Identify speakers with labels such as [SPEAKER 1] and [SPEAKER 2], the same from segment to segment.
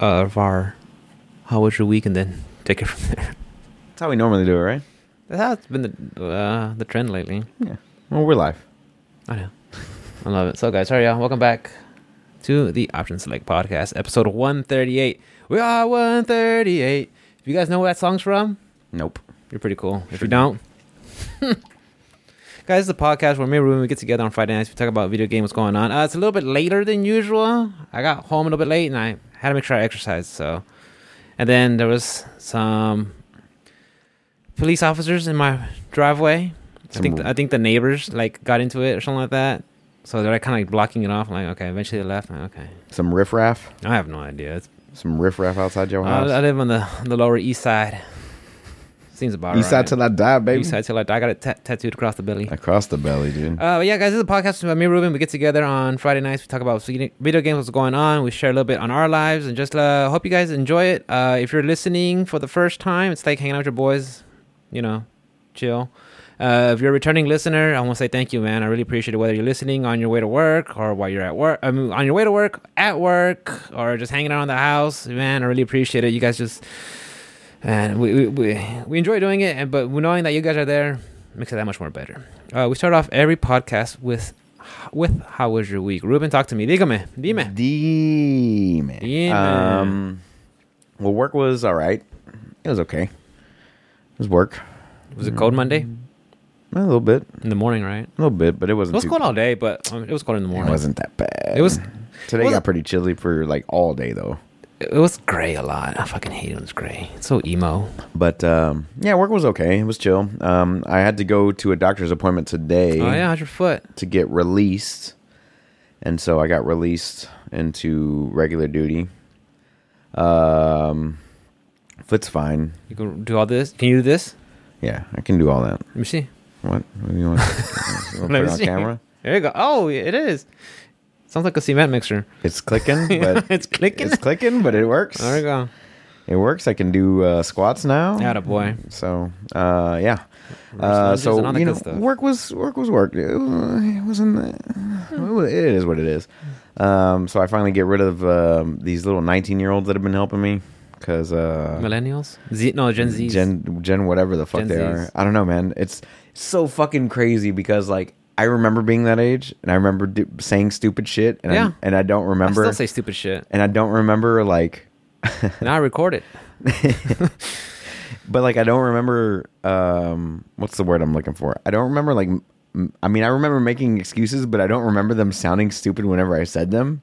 [SPEAKER 1] uh, Var, how was your week? And then take it from there.
[SPEAKER 2] That's how we normally do it, right?
[SPEAKER 1] That's been the uh, the trend lately.
[SPEAKER 2] Yeah. Well, we're live.
[SPEAKER 1] I know. I love it. So, guys, sorry, y'all. Welcome back to the Option Select Podcast, episode 138. We are 138. If you guys know where that song's from,
[SPEAKER 2] Nope.
[SPEAKER 1] you're pretty cool. If
[SPEAKER 2] Sure.
[SPEAKER 1] you don't, guys, the podcast where maybe when we get together on Friday nights, we talk about video game, what's going on. Uh, it's a little bit later than usual. I got home a little bit late and I had to make sure I exercised. So, and then there was some police officers in my driveway. I think
[SPEAKER 2] Some-
[SPEAKER 1] I think the neighbors like got into it or something like that. So they're like, kind of like blocking it off. like, okay, eventually they left. Like, okay,
[SPEAKER 2] Some riffraff.
[SPEAKER 1] I have no idea. It's,
[SPEAKER 2] Some riffraff outside your
[SPEAKER 1] I,
[SPEAKER 2] house.
[SPEAKER 1] I live on the on the lower east side. Seems about
[SPEAKER 2] East side
[SPEAKER 1] right.
[SPEAKER 2] till I die, baby.
[SPEAKER 1] East side till I die. I got it ta- tattooed across the belly.
[SPEAKER 2] Across the belly, dude.
[SPEAKER 1] Uh, but yeah, guys, this is a podcast with me, Ruben. We get together on Friday nights. We talk about video video games, what's going on. We share a little bit on our lives, and just uh, hope you guys enjoy it. Uh, if you're listening for the first time, it's like hanging out with your boys. You know, chill. Uh, if you're a returning listener, I want to say thank you, man. I really appreciate it. Whether you're listening on your way to work or while you're at work, I mean, on your way to work, at work, or just hanging out in the house, man, I really appreciate it. You guys just and we we, we, we enjoy doing it, and but knowing that you guys are there makes it that much more better. Uh, we start off every podcast with with how was your week? Ruben, talk to me. Dígame, dime.
[SPEAKER 2] Demon.
[SPEAKER 1] Demon.
[SPEAKER 2] Um, well, work was all right. It was okay. It was work.
[SPEAKER 1] Was it cold Monday
[SPEAKER 2] A little bit.
[SPEAKER 1] in the morning? Right.
[SPEAKER 2] A little bit, but it wasn't
[SPEAKER 1] It was
[SPEAKER 2] too
[SPEAKER 1] cold all day, but um, it was cold in the
[SPEAKER 2] It
[SPEAKER 1] morning.
[SPEAKER 2] wasn't that bad.
[SPEAKER 1] It was
[SPEAKER 2] Today
[SPEAKER 1] it was-
[SPEAKER 2] got pretty chilly for like all day, though.
[SPEAKER 1] it was gray a lot. I fucking hate it when it's gray. It's so emo.
[SPEAKER 2] But um, yeah, work was okay. It was chill. Um, I had to go to a doctor's appointment today.
[SPEAKER 1] Oh yeah, how's your foot?
[SPEAKER 2] to get released. And so I got released into regular duty. Um, foot's fine.
[SPEAKER 1] You can do all this. Can you do this?
[SPEAKER 2] Yeah, I can do all that.
[SPEAKER 1] Let me see.
[SPEAKER 2] What? what do you want? you want to
[SPEAKER 1] Let
[SPEAKER 2] put
[SPEAKER 1] me
[SPEAKER 2] it on
[SPEAKER 1] see.
[SPEAKER 2] camera?
[SPEAKER 1] There you go. Oh, it is. Sounds like a cement mixer.
[SPEAKER 2] It's clicking, but
[SPEAKER 1] it's clicking.
[SPEAKER 2] it's clicking, but it works.
[SPEAKER 1] there you go.
[SPEAKER 2] It works. I can do uh, squats now.
[SPEAKER 1] Attaboy.
[SPEAKER 2] So uh, yeah. Uh,
[SPEAKER 1] lunges, and all
[SPEAKER 2] so
[SPEAKER 1] that
[SPEAKER 2] you know,
[SPEAKER 1] good stuff.
[SPEAKER 2] work was work was work. It wa- it wasn't. It wa- it is what it is. Um, so I finally get rid of um, these little nineteen-year-olds that have been helping me because uh,
[SPEAKER 1] Millennials? Z? No, Gen Z.
[SPEAKER 2] Gen Gen whatever the fuck
[SPEAKER 1] Gen
[SPEAKER 2] they
[SPEAKER 1] Zs.
[SPEAKER 2] are. I don't know, man. It's so fucking crazy because like I remember being that age and I remember d- saying stupid shit and
[SPEAKER 1] Yeah.
[SPEAKER 2] I, and I don't
[SPEAKER 1] I
[SPEAKER 2] remember
[SPEAKER 1] still say stupid shit.
[SPEAKER 2] and I don't remember like
[SPEAKER 1] Now I record it.
[SPEAKER 2] but like I don't remember um what's the word I'm looking for? I don't remember like m- I mean I remember making excuses, but I don't remember them sounding stupid whenever I said them.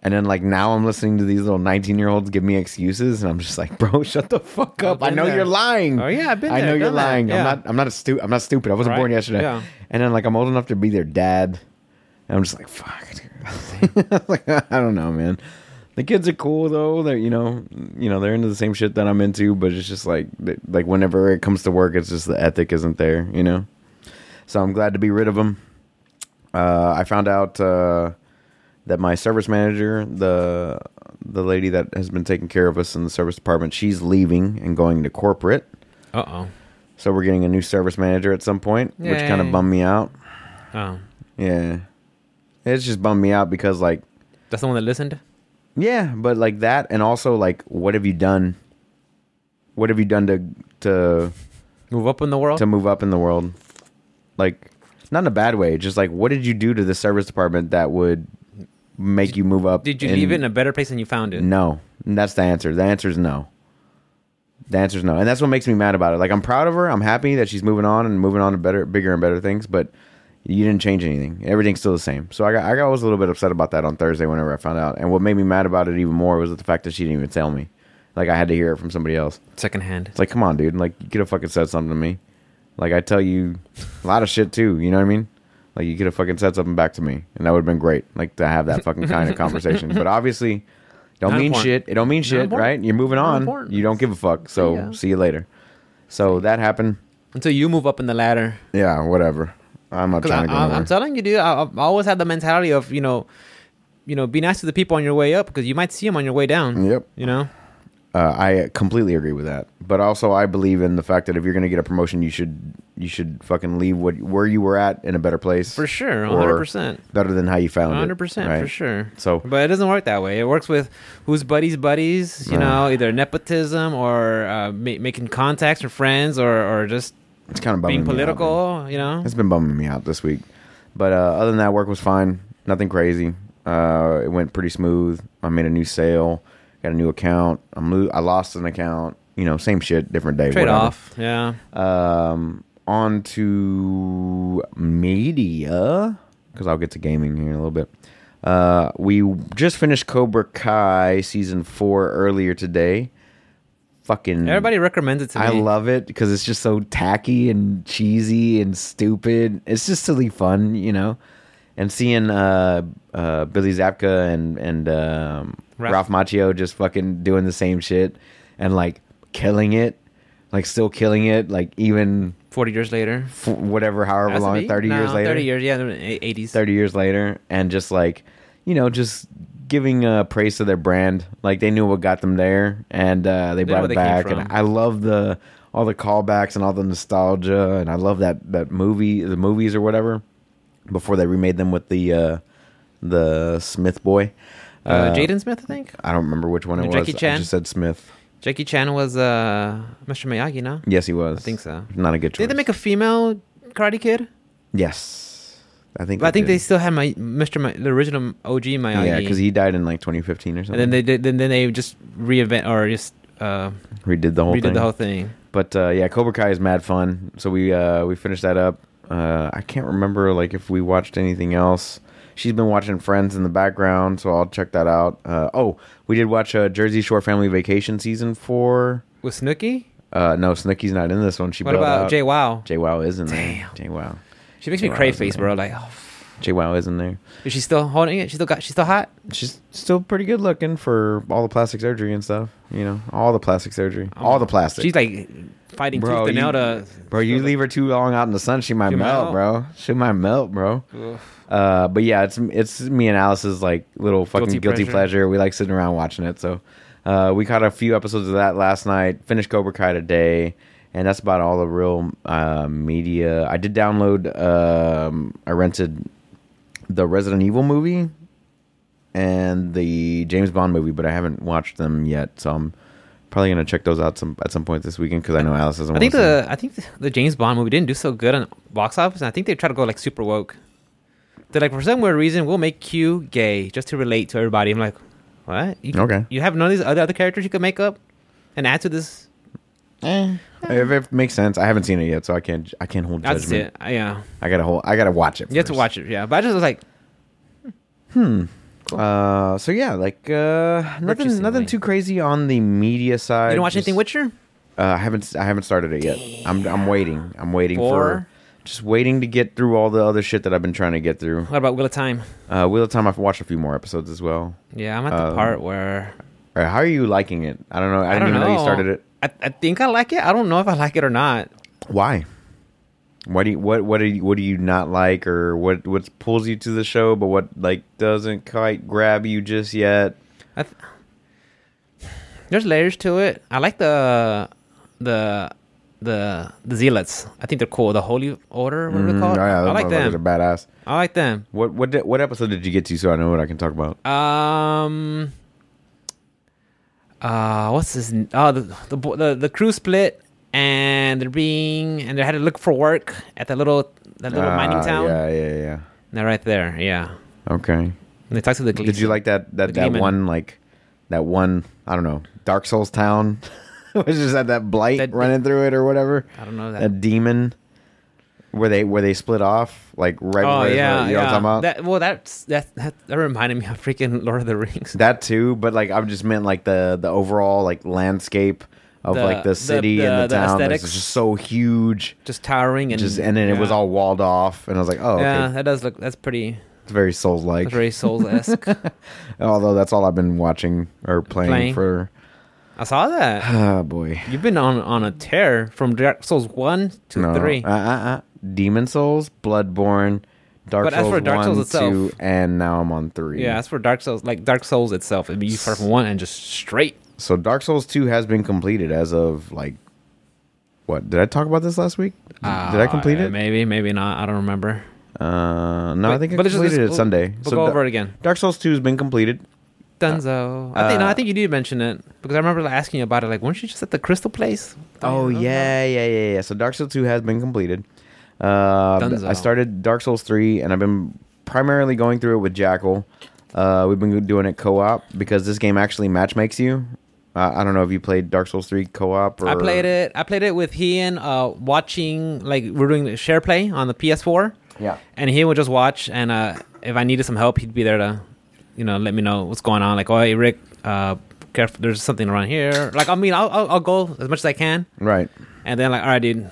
[SPEAKER 2] And then like now I'm listening to these little 19-year-olds give me excuses and I'm just like, "Bro, shut the fuck up. I
[SPEAKER 1] been
[SPEAKER 2] know
[SPEAKER 1] there.
[SPEAKER 2] you're lying."
[SPEAKER 1] Oh, yeah, I've been
[SPEAKER 2] I
[SPEAKER 1] there,
[SPEAKER 2] know you're
[SPEAKER 1] done that,
[SPEAKER 2] lying.
[SPEAKER 1] yeah.
[SPEAKER 2] I'm not I'm not a stu- I'm not stupid. I wasn't
[SPEAKER 1] Right,
[SPEAKER 2] born yesterday.
[SPEAKER 1] yeah.
[SPEAKER 2] And then like I'm old enough to be their dad. And I'm just like, "Fuck." dude." like I don't know, man. The kids are cool though. They're you know you know they're into the same shit that I'm into, but it's just like th- like whenever it comes to work, it's just the ethic isn't there, you know. So I'm glad to be rid of them. Uh, I found out uh, that my service manager, the the lady that has been taking care of us in the service department, she's leaving and going to corporate.
[SPEAKER 1] Uh oh.
[SPEAKER 2] So we're getting a new service manager at some point, which kind
[SPEAKER 1] Yay.
[SPEAKER 2] of bummed me out.
[SPEAKER 1] Oh.
[SPEAKER 2] Yeah, it's just bummed me out because like
[SPEAKER 1] That's the one that listened?
[SPEAKER 2] Yeah, but like that, and also like, what have you done? What have you done to to
[SPEAKER 1] Move up in the world?
[SPEAKER 2] to move up in the world? Like, not in a bad way. Just like, what did you do to the service department that would make you move up?
[SPEAKER 1] Did you leave it in a better place than you found it?
[SPEAKER 2] no, and that's the answer. The answer is no. The answer is no, and that's what makes me mad about it. Like, I'm proud of her. I'm happy that she's moving on and moving on to better, bigger and better things. But you didn't change anything. Everything's still the same. So I got, I got- was a little bit upset about that on Thursday whenever I found out. And what made me mad about it even more was the fact that she didn't even tell me. Like, I had to hear it from somebody else.
[SPEAKER 1] Second hand.
[SPEAKER 2] It's like, come on, dude. Like, you could have fucking said something to me. Like, I tell you a lot of shit too. You know what I mean? Like, you could have fucking said something back to me, and that would have been great. Like to have that fucking kind of conversation. But obviously, don't
[SPEAKER 1] Not
[SPEAKER 2] mean
[SPEAKER 1] important.
[SPEAKER 2] shit. It don't mean shit,
[SPEAKER 1] important.
[SPEAKER 2] right? You're moving
[SPEAKER 1] Not
[SPEAKER 2] on.
[SPEAKER 1] important.
[SPEAKER 2] You don't give a fuck. So
[SPEAKER 1] ya.
[SPEAKER 2] see you later. So that happened.
[SPEAKER 1] Until you move up in the ladder.
[SPEAKER 2] Yeah, whatever. I'm not
[SPEAKER 1] 'Cause
[SPEAKER 2] trying to go
[SPEAKER 1] I, I,
[SPEAKER 2] nowhere.
[SPEAKER 1] am telling you, dude, I, I've always had the mentality of, you know, you know, be nice to the people on your way up because you might see them on your way down.
[SPEAKER 2] Yep.
[SPEAKER 1] You know?
[SPEAKER 2] Uh, I completely agree with that, but also I believe in the fact that if you're going to get a promotion, you should you should fucking leave what where you were at in a better place
[SPEAKER 1] For sure,
[SPEAKER 2] or
[SPEAKER 1] 100%.
[SPEAKER 2] better than how you found it.
[SPEAKER 1] hundred percent for
[SPEAKER 2] right?
[SPEAKER 1] sure.
[SPEAKER 2] So-
[SPEAKER 1] but it doesn't work that way. It works with who's buddies, buddies. You
[SPEAKER 2] Right.
[SPEAKER 1] know, either nepotism or uh, ma- making contacts or friends or or just
[SPEAKER 2] It's kind of bumming
[SPEAKER 1] being
[SPEAKER 2] me out, man.
[SPEAKER 1] political. You know,
[SPEAKER 2] It's been bumming me out this week. But uh, other than that, work was fine. Nothing crazy. Uh, it went pretty smooth. I made a new sale. Got a new account. I'm lo- I lost an account. You know, same shit, different day.
[SPEAKER 1] trade
[SPEAKER 2] whatever.
[SPEAKER 1] off. Yeah,
[SPEAKER 2] Um, on to media because I'll get to gaming here in a little bit. Uh, we just finished Cobra Kai season four earlier today. Fucking
[SPEAKER 1] everybody recommends it to me.
[SPEAKER 2] I love it because it's just so tacky and cheesy and stupid. It's just silly fun, you know. And seeing uh, uh, Billy Zabka and and um,
[SPEAKER 1] Ralph-
[SPEAKER 2] Ralph Macchio just fucking doing the same shit and like killing it, like still killing it, like even
[SPEAKER 1] forty years later.
[SPEAKER 2] f- whatever, however
[SPEAKER 1] Has to
[SPEAKER 2] long,
[SPEAKER 1] be?
[SPEAKER 2] thirty years
[SPEAKER 1] No,
[SPEAKER 2] later,
[SPEAKER 1] Thirty years, yeah, eighties.
[SPEAKER 2] 30 years later and just like you know just giving uh, praise to their brand like they knew what got them there and uh, they
[SPEAKER 1] know
[SPEAKER 2] brought
[SPEAKER 1] where
[SPEAKER 2] it
[SPEAKER 1] they came
[SPEAKER 2] back
[SPEAKER 1] from.
[SPEAKER 2] and i love the all the callbacks and all the nostalgia and i love that that movie the movies or whatever before they remade them with the uh the smith boy
[SPEAKER 1] Uh, Jaden Smith, I think.
[SPEAKER 2] i don't remember which one it
[SPEAKER 1] Jackie
[SPEAKER 2] was i
[SPEAKER 1] Chan?
[SPEAKER 2] just said smith
[SPEAKER 1] Jackie Chan was uh, Mr. Miyagi. No,
[SPEAKER 2] yes he was i
[SPEAKER 1] think so.
[SPEAKER 2] not a good choice
[SPEAKER 1] did they make a female Karate Kid?
[SPEAKER 2] yes i think
[SPEAKER 1] But I think
[SPEAKER 2] did.
[SPEAKER 1] they still had my Mr. Mi- the original OG Miyagi.
[SPEAKER 2] yeah because he died in like 2015 or something
[SPEAKER 1] and then they did, then then they just reinvent or just uh,
[SPEAKER 2] redid the whole
[SPEAKER 1] redid
[SPEAKER 2] thing
[SPEAKER 1] the whole thing.
[SPEAKER 2] But uh, yeah, Cobra Kai is mad fun. So we uh, we finished that up. Uh, I can't remember like if we watched anything else. She's been watching Friends in the background, so I'll check that out. Uh, oh, we did watch uh, Jersey Shore Family Vacation season four.
[SPEAKER 1] With Snooki?
[SPEAKER 2] Uh, no, Snooki's not in this one. She
[SPEAKER 1] What
[SPEAKER 2] bailed
[SPEAKER 1] about
[SPEAKER 2] out.
[SPEAKER 1] Jay Wow?
[SPEAKER 2] Jay Wow is in there.
[SPEAKER 1] Damn.
[SPEAKER 2] Jay Wow.
[SPEAKER 1] She makes me
[SPEAKER 2] Jay Wow
[SPEAKER 1] crave
[SPEAKER 2] isn't
[SPEAKER 1] face,
[SPEAKER 2] there.
[SPEAKER 1] bro. Like, oh, f-
[SPEAKER 2] Jay Wow is in there.
[SPEAKER 1] is she still holding it? She still got. She still hot.
[SPEAKER 2] She's still pretty good looking for all the plastic surgery and stuff. You know, all the plastic surgery,
[SPEAKER 1] I'm-
[SPEAKER 2] all the plastic.
[SPEAKER 1] Oh, She's like fighting tooth and
[SPEAKER 2] you-
[SPEAKER 1] nail to.
[SPEAKER 2] bro, you leave her too long out in the sun, she might
[SPEAKER 1] She might
[SPEAKER 2] melt,
[SPEAKER 1] melt.
[SPEAKER 2] bro. She might melt, bro.
[SPEAKER 1] Ugh.
[SPEAKER 2] Uh, but yeah, it's it's me and Alice's like little fucking guilty,
[SPEAKER 1] Guilty
[SPEAKER 2] pleasure.
[SPEAKER 1] pleasure.
[SPEAKER 2] We like sitting around watching it. So uh, we caught a few episodes of that last night. Finished Cobra Kai today, and that's about all the real uh, media. I did download. Um, I rented the Resident Evil movie and the James Bond movie, but I haven't watched them yet. So I'm probably gonna check those out some at some point this weekend because I know Alice doesn't.
[SPEAKER 1] I think
[SPEAKER 2] wanna see them.
[SPEAKER 1] the I think the James Bond movie didn't do so good on box office, and I think they tried to go like super woke. They're like, for some weird reason, we'll make Q gay just to relate to everybody. I'm like, what? You,
[SPEAKER 2] Okay.
[SPEAKER 1] You have none of these other other characters you could make up and add to this. Eh.
[SPEAKER 2] If it makes sense, I haven't seen it yet, so I can't. I can't hold
[SPEAKER 1] That's
[SPEAKER 2] judgment.
[SPEAKER 1] it. I- Yeah.
[SPEAKER 2] I gotta hold. I gotta watch it.
[SPEAKER 1] You have to
[SPEAKER 2] first.
[SPEAKER 1] watch it, yeah. But I just was like,
[SPEAKER 2] Uh, so yeah, like uh, nothing.
[SPEAKER 1] Purchasing
[SPEAKER 2] Nothing
[SPEAKER 1] link.
[SPEAKER 2] too crazy on the media side.
[SPEAKER 1] you didn't watch
[SPEAKER 2] Just-
[SPEAKER 1] anything Witcher?
[SPEAKER 2] Uh, I haven't. I haven't started it yet. I'm. I'm waiting. I'm waiting for.
[SPEAKER 1] Four?
[SPEAKER 2] Just waiting to get through all the other shit that I've been trying to get through.
[SPEAKER 1] What about Wheel of Time?
[SPEAKER 2] Uh, Wheel of Time. I've watched a few more episodes as well.
[SPEAKER 1] Yeah, I'm at the
[SPEAKER 2] Um,
[SPEAKER 1] part where
[SPEAKER 2] All right, how are you liking it? I don't know. I,
[SPEAKER 1] I,
[SPEAKER 2] didn't
[SPEAKER 1] don't
[SPEAKER 2] even know.
[SPEAKER 1] know.
[SPEAKER 2] you started it.
[SPEAKER 1] I, I think I like it. I don't know if I like it or not.
[SPEAKER 2] Why? Why do you what what do you, what do you not like or what what pulls you to the show but what like doesn't quite grab you just yet?
[SPEAKER 1] I th- There's layers to it. I like the the the the zealots. I think they're cool. The Holy Order, what are they
[SPEAKER 2] Mm,
[SPEAKER 1] called?
[SPEAKER 2] oh, yeah,
[SPEAKER 1] I
[SPEAKER 2] those
[SPEAKER 1] like
[SPEAKER 2] motherfuckers
[SPEAKER 1] them.
[SPEAKER 2] Are badass.
[SPEAKER 1] I like them.
[SPEAKER 2] What what did, what episode did you get to so I know what I can talk about?
[SPEAKER 1] Um. Uh, what's his? n- Oh, the the bo- the, the crew split, and they're being and they had to look for work at that little that little mining
[SPEAKER 2] Ah,
[SPEAKER 1] town.
[SPEAKER 2] Yeah, yeah, yeah.
[SPEAKER 1] They're right there. Yeah.
[SPEAKER 2] Okay.
[SPEAKER 1] And they talk to the.
[SPEAKER 2] Did you like that that,
[SPEAKER 1] The
[SPEAKER 2] that
[SPEAKER 1] Gleeman.
[SPEAKER 2] one like that one I don't know Dark Souls town was just had that blight
[SPEAKER 1] That-
[SPEAKER 2] running through it or whatever
[SPEAKER 1] I don't know that.
[SPEAKER 2] that demon where they where they split off like right
[SPEAKER 1] oh
[SPEAKER 2] where
[SPEAKER 1] yeah,
[SPEAKER 2] you know what I'm
[SPEAKER 1] yeah.
[SPEAKER 2] talking about
[SPEAKER 1] That well, that's that, that that reminded me of freaking Lord of the Rings.
[SPEAKER 2] That too, but like I've just meant like the the overall like landscape of
[SPEAKER 1] The-
[SPEAKER 2] like the
[SPEAKER 1] the-
[SPEAKER 2] city and the,
[SPEAKER 1] the- the
[SPEAKER 2] town. It's
[SPEAKER 1] aesthetics.
[SPEAKER 2] just so huge.
[SPEAKER 1] Just towering and
[SPEAKER 2] Just and then it was
[SPEAKER 1] yeah.
[SPEAKER 2] all walled off, and I was like, oh, okay.
[SPEAKER 1] Yeah, that does look. That's pretty.
[SPEAKER 2] it's very Souls like.
[SPEAKER 1] That's very Souls esque.
[SPEAKER 2] Although that's all I've been watching or playing,
[SPEAKER 1] Playing.
[SPEAKER 2] for.
[SPEAKER 1] I saw that.
[SPEAKER 2] Oh boy,
[SPEAKER 1] You've been on on a tear from Dark Souls one to
[SPEAKER 2] no,
[SPEAKER 1] three.
[SPEAKER 2] Uh, uh, uh. Demon Souls, Bloodborne, Dark
[SPEAKER 1] But as
[SPEAKER 2] Souls
[SPEAKER 1] for Dark
[SPEAKER 2] one,
[SPEAKER 1] Souls itself-
[SPEAKER 2] two, and now I'm on three.
[SPEAKER 1] yeah, that's for Dark Souls. Like Dark Souls itself, it'd be you start from one and just straight
[SPEAKER 2] So Dark Souls 2 has been completed as of like what? Did I talk about this last week? Did I
[SPEAKER 1] Uh,
[SPEAKER 2] complete it?
[SPEAKER 1] Maybe, maybe not. I don't remember.
[SPEAKER 2] Uh, no, I
[SPEAKER 1] But-
[SPEAKER 2] think I
[SPEAKER 1] but it's just-
[SPEAKER 2] completed it
[SPEAKER 1] we'll-
[SPEAKER 2] Sunday.
[SPEAKER 1] we'll go
[SPEAKER 2] Da-
[SPEAKER 1] over it again.
[SPEAKER 2] Dark Souls 2 has been completed.
[SPEAKER 1] Dunzo. I think no,
[SPEAKER 2] Uh,
[SPEAKER 1] I think you did mention it because I remember asking you about it. Like, weren't you just at the Crystal Place?
[SPEAKER 2] Oh yeah, yeah, yeah, yeah. So Dark Souls Two has been completed. Uh,
[SPEAKER 1] Dunzo.
[SPEAKER 2] I started Dark Souls Three, and I've been primarily going through it with Jackal. Uh, we've been doing it co-op because this game actually matchmakes you. Uh, I don't know if you played Dark Souls Three co-op. Or...
[SPEAKER 1] I played it. I played it with Ian, uh, watching like we're doing the share play on the PS4.
[SPEAKER 2] Yeah.
[SPEAKER 1] and he would just watch, and uh, if I needed some help, he'd be there to, you know, let me know what's going on. Like, oh, hey, Rick, uh, careful, there's something around here. Like, I mean, I'll, I'll, I'll go as much as I can,
[SPEAKER 2] Right.
[SPEAKER 1] and then like, all right, dude,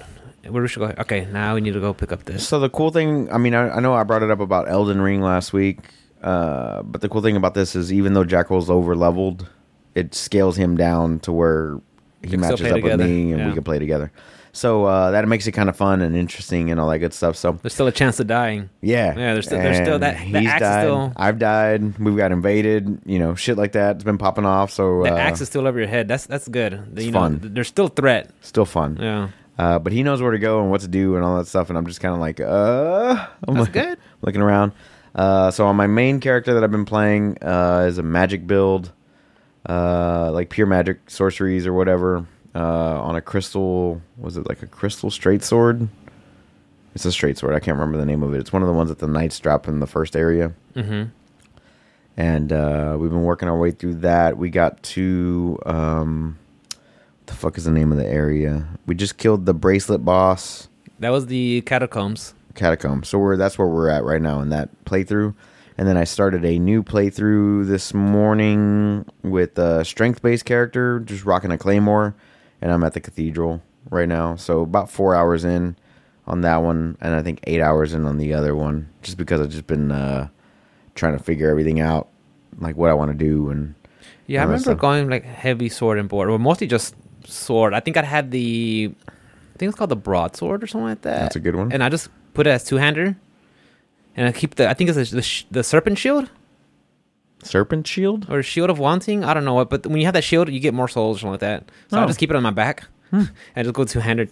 [SPEAKER 1] we should go. Okay, now we need to go pick up this.
[SPEAKER 2] So the cool thing, I mean, I, I know I brought it up about Elden Ring last week, uh, but the cool thing about this is even though Jackal's over leveled, it scales him down to where he
[SPEAKER 1] can still
[SPEAKER 2] matches
[SPEAKER 1] play
[SPEAKER 2] up
[SPEAKER 1] together,
[SPEAKER 2] with me and
[SPEAKER 1] yeah.
[SPEAKER 2] we can play together. So uh, that makes it kind of fun and interesting and all that good stuff. So
[SPEAKER 1] There's still a chance of dying.
[SPEAKER 2] yeah,
[SPEAKER 1] Yeah, there's still- there's still
[SPEAKER 2] And
[SPEAKER 1] that- that
[SPEAKER 2] he's
[SPEAKER 1] axe is
[SPEAKER 2] died.
[SPEAKER 1] still-
[SPEAKER 2] I've died. We've got invaded. You know, shit like that. It's been popping off. So
[SPEAKER 1] The
[SPEAKER 2] uh,
[SPEAKER 1] axe is still over your head. That's that's good. you know,
[SPEAKER 2] fun.
[SPEAKER 1] th- There's still threat.
[SPEAKER 2] still fun.
[SPEAKER 1] Yeah.
[SPEAKER 2] Uh, but he knows where to go and what to do and all that stuff. And I'm just kind of like, uh, I'm
[SPEAKER 1] That's
[SPEAKER 2] like-
[SPEAKER 1] good.
[SPEAKER 2] Looking around. Uh, so on my main character that I've been playing uh, is a magic build, uh, like pure magic sorceries or whatever. Uh, on a crystal, was it like a crystal straight sword? It's a straight sword. I can't remember the name of it. It's one of the ones that the knights drop in the first area.
[SPEAKER 1] Mm-hmm.
[SPEAKER 2] And uh, we've been working our way through that. We got to um, the fuck is the name of the area? We just killed the bracelet boss.
[SPEAKER 1] That was the catacombs.
[SPEAKER 2] Catacomb. So we're that's where we're at right now in that playthrough. And then I started a new playthrough this morning with a strength based character, just rocking a claymore, and I'm at the cathedral right now. So about four hours in on that one, and I think eight hours in on the other one, just because I've just been uh, trying to figure everything out, like what I want to do, and
[SPEAKER 1] Yeah, I
[SPEAKER 2] Yeah,
[SPEAKER 1] remember
[SPEAKER 2] so-
[SPEAKER 1] going like heavy sword and board, or mostly just sword. I think I had the, I think it's called the broadsword or something like that.
[SPEAKER 2] That's a good one.
[SPEAKER 1] And I just put it as two hander, and I keep the. I think it's the, sh- the serpent shield
[SPEAKER 2] serpent shield.
[SPEAKER 1] or shield of wanting. I don't know what, but when you have that shield, you get more souls or something like that. So I
[SPEAKER 2] Oh. Hmm.
[SPEAKER 1] just keep it on my back. I just go two hander.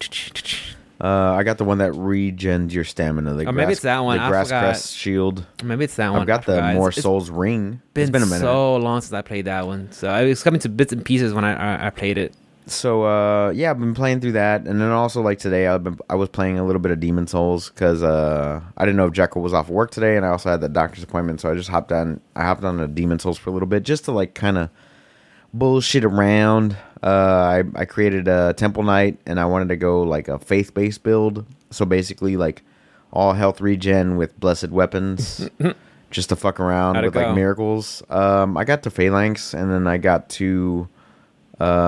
[SPEAKER 2] Uh, I got the one that regens your stamina. The
[SPEAKER 1] Oh, maybe
[SPEAKER 2] grass-
[SPEAKER 1] it's that one.
[SPEAKER 2] The
[SPEAKER 1] I
[SPEAKER 2] grass
[SPEAKER 1] forgot.
[SPEAKER 2] crest shield.
[SPEAKER 1] Maybe it's that one.
[SPEAKER 2] I've
[SPEAKER 1] I
[SPEAKER 2] got the
[SPEAKER 1] forgot. It's-
[SPEAKER 2] more
[SPEAKER 1] it's
[SPEAKER 2] souls ring.
[SPEAKER 1] Been
[SPEAKER 2] it's been a minute.
[SPEAKER 1] so long since I played that one, so I was coming to bits and pieces when I I, I played it.
[SPEAKER 2] so uh yeah i've been playing through that and then also like today i've been i was playing a little bit of demon souls because uh i didn't know if jekyll was off work today and i also had that doctor's appointment so i just hopped on i hopped on to demon souls for a little bit just to like kind of bullshit around uh I, I created a temple knight and i wanted to go like a faith-based build so basically like all health regen with blessed weapons just to fuck around
[SPEAKER 1] How'd it
[SPEAKER 2] with like
[SPEAKER 1] go?
[SPEAKER 2] miracles um i got to phalanx and then i got to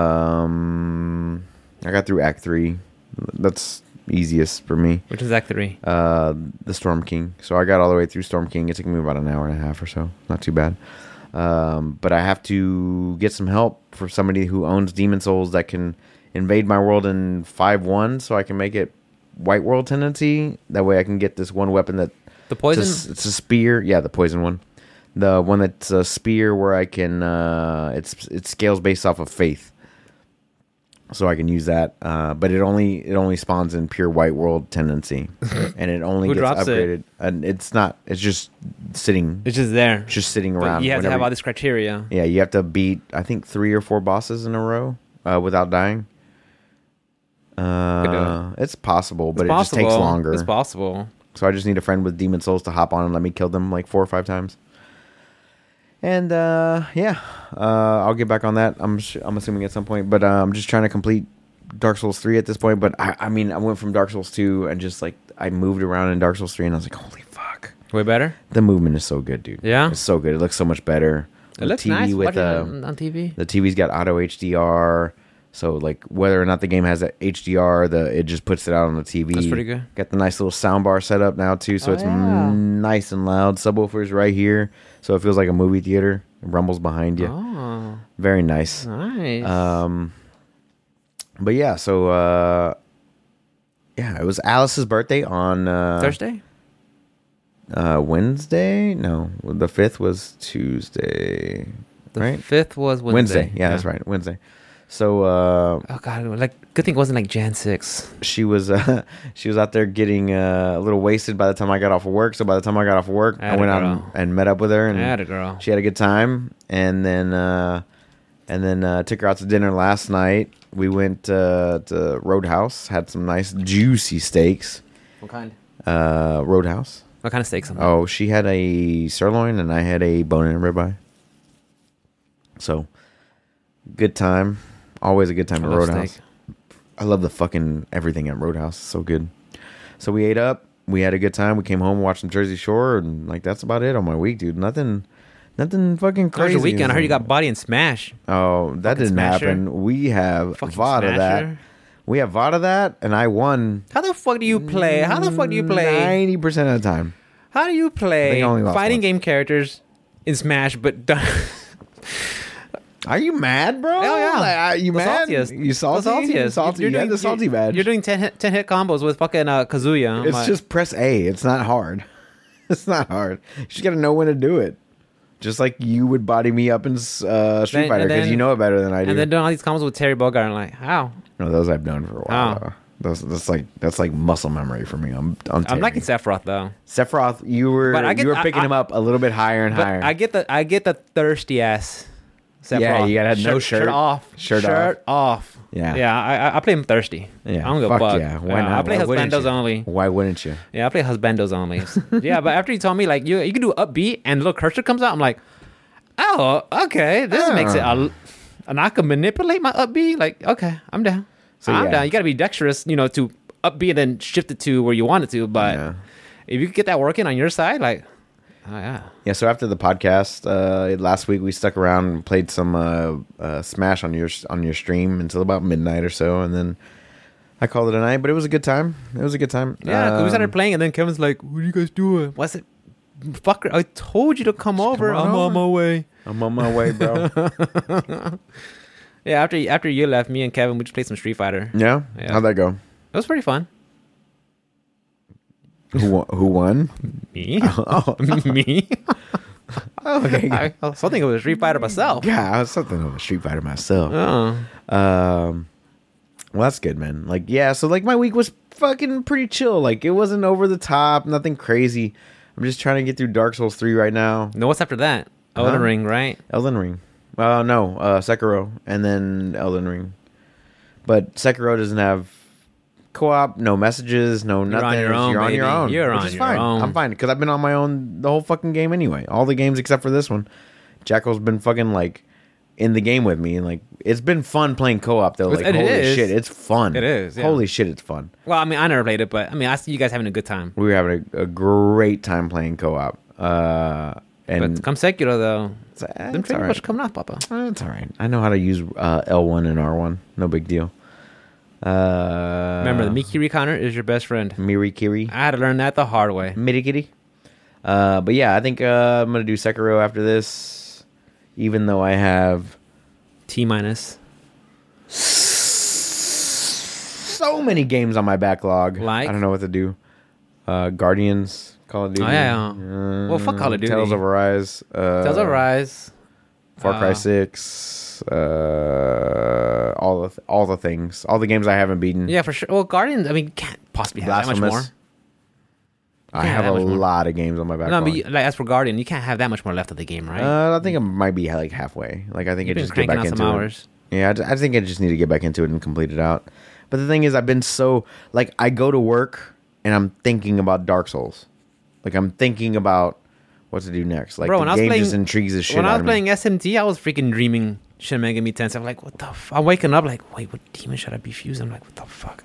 [SPEAKER 2] um, I got through Act Three. That's easiest for me.
[SPEAKER 1] Which is Act Three.
[SPEAKER 2] Uh, the Storm King. So I got all the way through Storm King. It took me about an hour and a half or so. Not too bad. Um, but I have to get some help for somebody who owns Demon Souls that can invade my world in five one, so I can make it White World tendency. That way, I can get this one weapon that
[SPEAKER 1] The poison.
[SPEAKER 2] it's a, s- it's a spear. Yeah, the poison one. The one that's a spear where I can uh it's it scales based off of faith. So I can use that. Uh but it only it only spawns in pure white world tendency. and it only
[SPEAKER 1] Who
[SPEAKER 2] gets
[SPEAKER 1] drops
[SPEAKER 2] upgraded.
[SPEAKER 1] it?
[SPEAKER 2] And it's not it's just sitting
[SPEAKER 1] it's just there.
[SPEAKER 2] it's just sitting
[SPEAKER 1] But
[SPEAKER 2] around.
[SPEAKER 1] you have to
[SPEAKER 2] whenever
[SPEAKER 1] have
[SPEAKER 2] you-
[SPEAKER 1] all this criteria.
[SPEAKER 2] yeah, you have to beat I think three or four bosses in a row uh, without dying. Uh, it's possible,
[SPEAKER 1] It's
[SPEAKER 2] but it just
[SPEAKER 1] possible.
[SPEAKER 2] takes longer.
[SPEAKER 1] It's possible.
[SPEAKER 2] So I just need a friend with demon souls to hop on and let me kill them like four or five times. And uh, yeah, uh, I'll get back on that. I'm sh- I'm assuming at some point, but uh, I'm just trying to complete Dark Souls three at this point. But I, I mean, I went from Dark Souls two and just like I moved around in Dark Souls three, and I was like, holy fuck,
[SPEAKER 1] Way better.
[SPEAKER 2] the movement is so good, dude.
[SPEAKER 1] Yeah?
[SPEAKER 2] it's so good. It looks so much better.
[SPEAKER 1] It looks
[SPEAKER 2] TV
[SPEAKER 1] nice.
[SPEAKER 2] with
[SPEAKER 1] With,
[SPEAKER 2] uh,
[SPEAKER 1] on, on TV.
[SPEAKER 2] the TV's got auto HDR. So like whether or not the game has a HDR, the it just puts it out on the TV.
[SPEAKER 1] That's pretty good.
[SPEAKER 2] Got the nice little sound bar set up now too, so
[SPEAKER 1] Oh,
[SPEAKER 2] it's
[SPEAKER 1] yeah.
[SPEAKER 2] mm, nice and loud. Subwoofers right here, so it feels like a movie theater. It rumbles behind you.
[SPEAKER 1] Oh,
[SPEAKER 2] Very nice.
[SPEAKER 1] nice.
[SPEAKER 2] Um, but yeah, so uh, yeah, it was Alice's birthday on uh,
[SPEAKER 1] Thursday.
[SPEAKER 2] uh, Wednesday. No, the fifth was Tuesday.
[SPEAKER 1] The
[SPEAKER 2] right?
[SPEAKER 1] fifth was Wednesday.
[SPEAKER 2] Wednesday. Yeah, that's right. Wednesday. So uh,
[SPEAKER 1] Oh god, like good thing it wasn't like Jan six.
[SPEAKER 2] she was uh, she was out there getting uh, a little wasted by the time I got off of work. So by the time I got off of work, I
[SPEAKER 1] Atta
[SPEAKER 2] went out and,
[SPEAKER 1] girl.
[SPEAKER 2] and met up with her, and
[SPEAKER 1] Atta girl.
[SPEAKER 2] she had a good time. And then uh, and then uh, took her out to dinner last night. We went uh, to Roadhouse, had some nice juicy steaks.
[SPEAKER 1] What kind?
[SPEAKER 2] Uh, Roadhouse.
[SPEAKER 1] What kind of steaks? am I-
[SPEAKER 2] Oh, she had a sirloin and I had a bone and ribeye. So, good time. Always a good time
[SPEAKER 1] I
[SPEAKER 2] at
[SPEAKER 1] love
[SPEAKER 2] Roadhouse.
[SPEAKER 1] steak.
[SPEAKER 2] I love the fucking everything at Roadhouse. It's so good. So we ate up. We had a good time. We came home, watched some Jersey Shore, and like that's about it on my week, dude. Nothing, nothing fucking
[SPEAKER 1] How was
[SPEAKER 2] crazy.
[SPEAKER 1] your weekend? I heard you got body and smash.
[SPEAKER 2] Oh, that didn't
[SPEAKER 1] smasher.
[SPEAKER 2] happen. We have
[SPEAKER 1] Fucking
[SPEAKER 2] Vada that.
[SPEAKER 1] smasher.
[SPEAKER 2] We have Vada that, and I won
[SPEAKER 1] How the fuck do you
[SPEAKER 2] Mm,
[SPEAKER 1] play? How the fuck do you play?
[SPEAKER 2] ninety percent of the time.
[SPEAKER 1] How do you play
[SPEAKER 2] think I only lost
[SPEAKER 1] fighting
[SPEAKER 2] once.
[SPEAKER 1] game characters in Smash? But don't-
[SPEAKER 2] Are you mad, bro?
[SPEAKER 1] Hell Oh, yeah.
[SPEAKER 2] Like, are you
[SPEAKER 1] The
[SPEAKER 2] mad?
[SPEAKER 1] saltiest.
[SPEAKER 2] You salty?
[SPEAKER 1] The saltiest.
[SPEAKER 2] You salty? you had the salty badge.
[SPEAKER 1] You're doing 10 hit, 10 hit combos with fucking uh, Kazuya. I'm
[SPEAKER 2] it's
[SPEAKER 1] like,
[SPEAKER 2] just press A. It's not hard. It's not hard. You just got to know when to do it. Just like you would body me up in uh, Street
[SPEAKER 1] Then-
[SPEAKER 2] Fighter
[SPEAKER 1] and
[SPEAKER 2] because
[SPEAKER 1] then-
[SPEAKER 2] you know it better than I do.
[SPEAKER 1] and then doing all these combos with Terry Bogard. I'm like, how?
[SPEAKER 2] no, those I've done for a
[SPEAKER 1] Oh.
[SPEAKER 2] while. though. Those, that's like that's like muscle memory for me. I'm I'm,
[SPEAKER 1] I'm
[SPEAKER 2] like
[SPEAKER 1] liking Sephiroth though.
[SPEAKER 2] Sephiroth. You were
[SPEAKER 1] But I get-
[SPEAKER 2] you were
[SPEAKER 1] I-
[SPEAKER 2] picking
[SPEAKER 1] I-
[SPEAKER 2] him up a little bit higher and
[SPEAKER 1] But
[SPEAKER 2] higher.
[SPEAKER 1] I get the I get the thirsty ass. Sephiroth.
[SPEAKER 2] Yeah, you gotta have no shirt.
[SPEAKER 1] off,
[SPEAKER 2] Shirt
[SPEAKER 1] off.
[SPEAKER 2] Yeah.
[SPEAKER 1] yeah. I, I- I play him thirsty.
[SPEAKER 2] yeah,
[SPEAKER 1] I don't give a
[SPEAKER 2] fuck
[SPEAKER 1] fuck.
[SPEAKER 2] yeah. Why not?
[SPEAKER 1] I play
[SPEAKER 2] Why wouldn't
[SPEAKER 1] husbandos
[SPEAKER 2] you?
[SPEAKER 1] only.
[SPEAKER 2] Why wouldn't you?
[SPEAKER 1] Yeah, I play husbandos only. yeah, but after you told me like you you can do upbeat and little cursor comes out, I'm like, oh okay, this
[SPEAKER 2] Oh.
[SPEAKER 1] makes it. A, and I can manipulate my upbeat. Like okay, I'm down.
[SPEAKER 2] So,
[SPEAKER 1] I'm
[SPEAKER 2] yeah.
[SPEAKER 1] down. You got to be dexterous, you know, to upbeat and then shift it to where you want it to. But
[SPEAKER 2] Yeah.
[SPEAKER 1] if you could get that working on your side, like, oh yeah.
[SPEAKER 2] Yeah, so after the podcast uh, last week, we stuck around and played some uh, uh, Smash on your on your stream until about midnight or so, and then I called it a night. But it was a good time. It was a good time.
[SPEAKER 1] Yeah, 'cause we started
[SPEAKER 2] Um,
[SPEAKER 1] playing, and then Kevin's like, "What are you guys doing? What's it, fucker? I told you to come over.
[SPEAKER 2] on
[SPEAKER 1] I'm
[SPEAKER 2] over."
[SPEAKER 1] on my way."
[SPEAKER 2] I'm on my way, bro.
[SPEAKER 1] Yeah, after after you left, me and Kevin we just played some Street Fighter.
[SPEAKER 2] yeah?
[SPEAKER 1] Yeah.
[SPEAKER 2] how'd that go?
[SPEAKER 1] It was pretty fun.
[SPEAKER 2] Who won? Who won?
[SPEAKER 1] Me,
[SPEAKER 2] oh,
[SPEAKER 1] me.
[SPEAKER 2] okay.
[SPEAKER 1] I, I was thinking it was Street Fighter myself.
[SPEAKER 2] yeah, I was something of a Street Fighter myself.
[SPEAKER 1] Oh,
[SPEAKER 2] Um, well, that's good, man. Like, yeah, so like my week was fucking pretty chill. Like, it wasn't over the top, nothing crazy. I'm just trying to get through Dark Souls three right now.
[SPEAKER 1] no, what's after that? Elden
[SPEAKER 2] Huh?
[SPEAKER 1] Ring, right?
[SPEAKER 2] Elden Ring. Uh, no, uh, Sekiro, and then Elden Ring. But Sekiro doesn't have co-op, no messages, no
[SPEAKER 1] on
[SPEAKER 2] nothing.
[SPEAKER 1] your own,
[SPEAKER 2] You're on your
[SPEAKER 1] baby.
[SPEAKER 2] own.
[SPEAKER 1] You're
[SPEAKER 2] which
[SPEAKER 1] on
[SPEAKER 2] is
[SPEAKER 1] your
[SPEAKER 2] fine.
[SPEAKER 1] own.
[SPEAKER 2] I'm fine because I've been on my own the whole fucking game anyway. All the games except for this one. Jackal's been fucking like in the game with me, and like it's been fun playing co-op though.
[SPEAKER 1] It's-
[SPEAKER 2] Like
[SPEAKER 1] and it
[SPEAKER 2] holy
[SPEAKER 1] is.
[SPEAKER 2] shit, it's fun.
[SPEAKER 1] It is, yeah.
[SPEAKER 2] Holy shit, it's fun.
[SPEAKER 1] Well, I mean, I never played it, but I mean, I see you guys having a good time.
[SPEAKER 2] We were having a, a great time playing co-op. Uh, and
[SPEAKER 1] But come Sekiro though,
[SPEAKER 2] it's, eh,
[SPEAKER 1] them
[SPEAKER 2] it's
[SPEAKER 1] pretty
[SPEAKER 2] alright.
[SPEAKER 1] much coming up, Papa.
[SPEAKER 2] Uh, It's all right. I know how to use uh, L1 and R1. No big deal. Uh,
[SPEAKER 1] Remember, the Miki Reconer is your best friend.
[SPEAKER 2] Mirikiri.
[SPEAKER 1] I had to learn that the hard way.
[SPEAKER 2] Mirikiri. Uh, but yeah, I think uh, I'm going to do Sekiro after this, even though I have
[SPEAKER 1] T minus,
[SPEAKER 2] so many games on my backlog.
[SPEAKER 1] Like?
[SPEAKER 2] I don't know what to do. Uh, Guardians, Call of Duty.
[SPEAKER 1] Oh, yeah,
[SPEAKER 2] Uh,
[SPEAKER 1] Well, fuck Call of
[SPEAKER 2] Tales
[SPEAKER 1] Duty.
[SPEAKER 2] of Arise. Uh,
[SPEAKER 1] Tales of Rise,
[SPEAKER 2] Far Cry
[SPEAKER 1] Uh,
[SPEAKER 2] 6. Uh, all the th- all the things, all the games I haven't beaten.
[SPEAKER 1] Yeah, for sure. Well, Guardians, I mean, can't possibly have that much more.
[SPEAKER 2] Blasphemous. I
[SPEAKER 1] Yeah,
[SPEAKER 2] have
[SPEAKER 1] that
[SPEAKER 2] a
[SPEAKER 1] much more.
[SPEAKER 2] lot of games on my
[SPEAKER 1] No,
[SPEAKER 2] backlog.
[SPEAKER 1] but you, like, as for Guardian, you can't have that much more left of the game, right?
[SPEAKER 2] uh, I think I might be like halfway. Like I think
[SPEAKER 1] You've
[SPEAKER 2] I
[SPEAKER 1] been
[SPEAKER 2] just get
[SPEAKER 1] cranking
[SPEAKER 2] back
[SPEAKER 1] out
[SPEAKER 2] into
[SPEAKER 1] some hours.
[SPEAKER 2] it. Yeah, I, ju- I think I just need to get back into it and complete it out. But the thing is, I've been so like I go to work and I'm thinking about Dark Souls. Like I'm thinking about what to do next. Like
[SPEAKER 1] Bro, when
[SPEAKER 2] the
[SPEAKER 1] I was
[SPEAKER 2] game
[SPEAKER 1] playing-
[SPEAKER 2] just intrigues the shit
[SPEAKER 1] When I
[SPEAKER 2] out
[SPEAKER 1] was
[SPEAKER 2] of
[SPEAKER 1] playing
[SPEAKER 2] me.
[SPEAKER 1] SMT, I was freaking dreaming Shin Megami Tensei. I'm like, what the? F-? I'm waking up like, wait, what demon should I be fused? I'm like, what the fuck?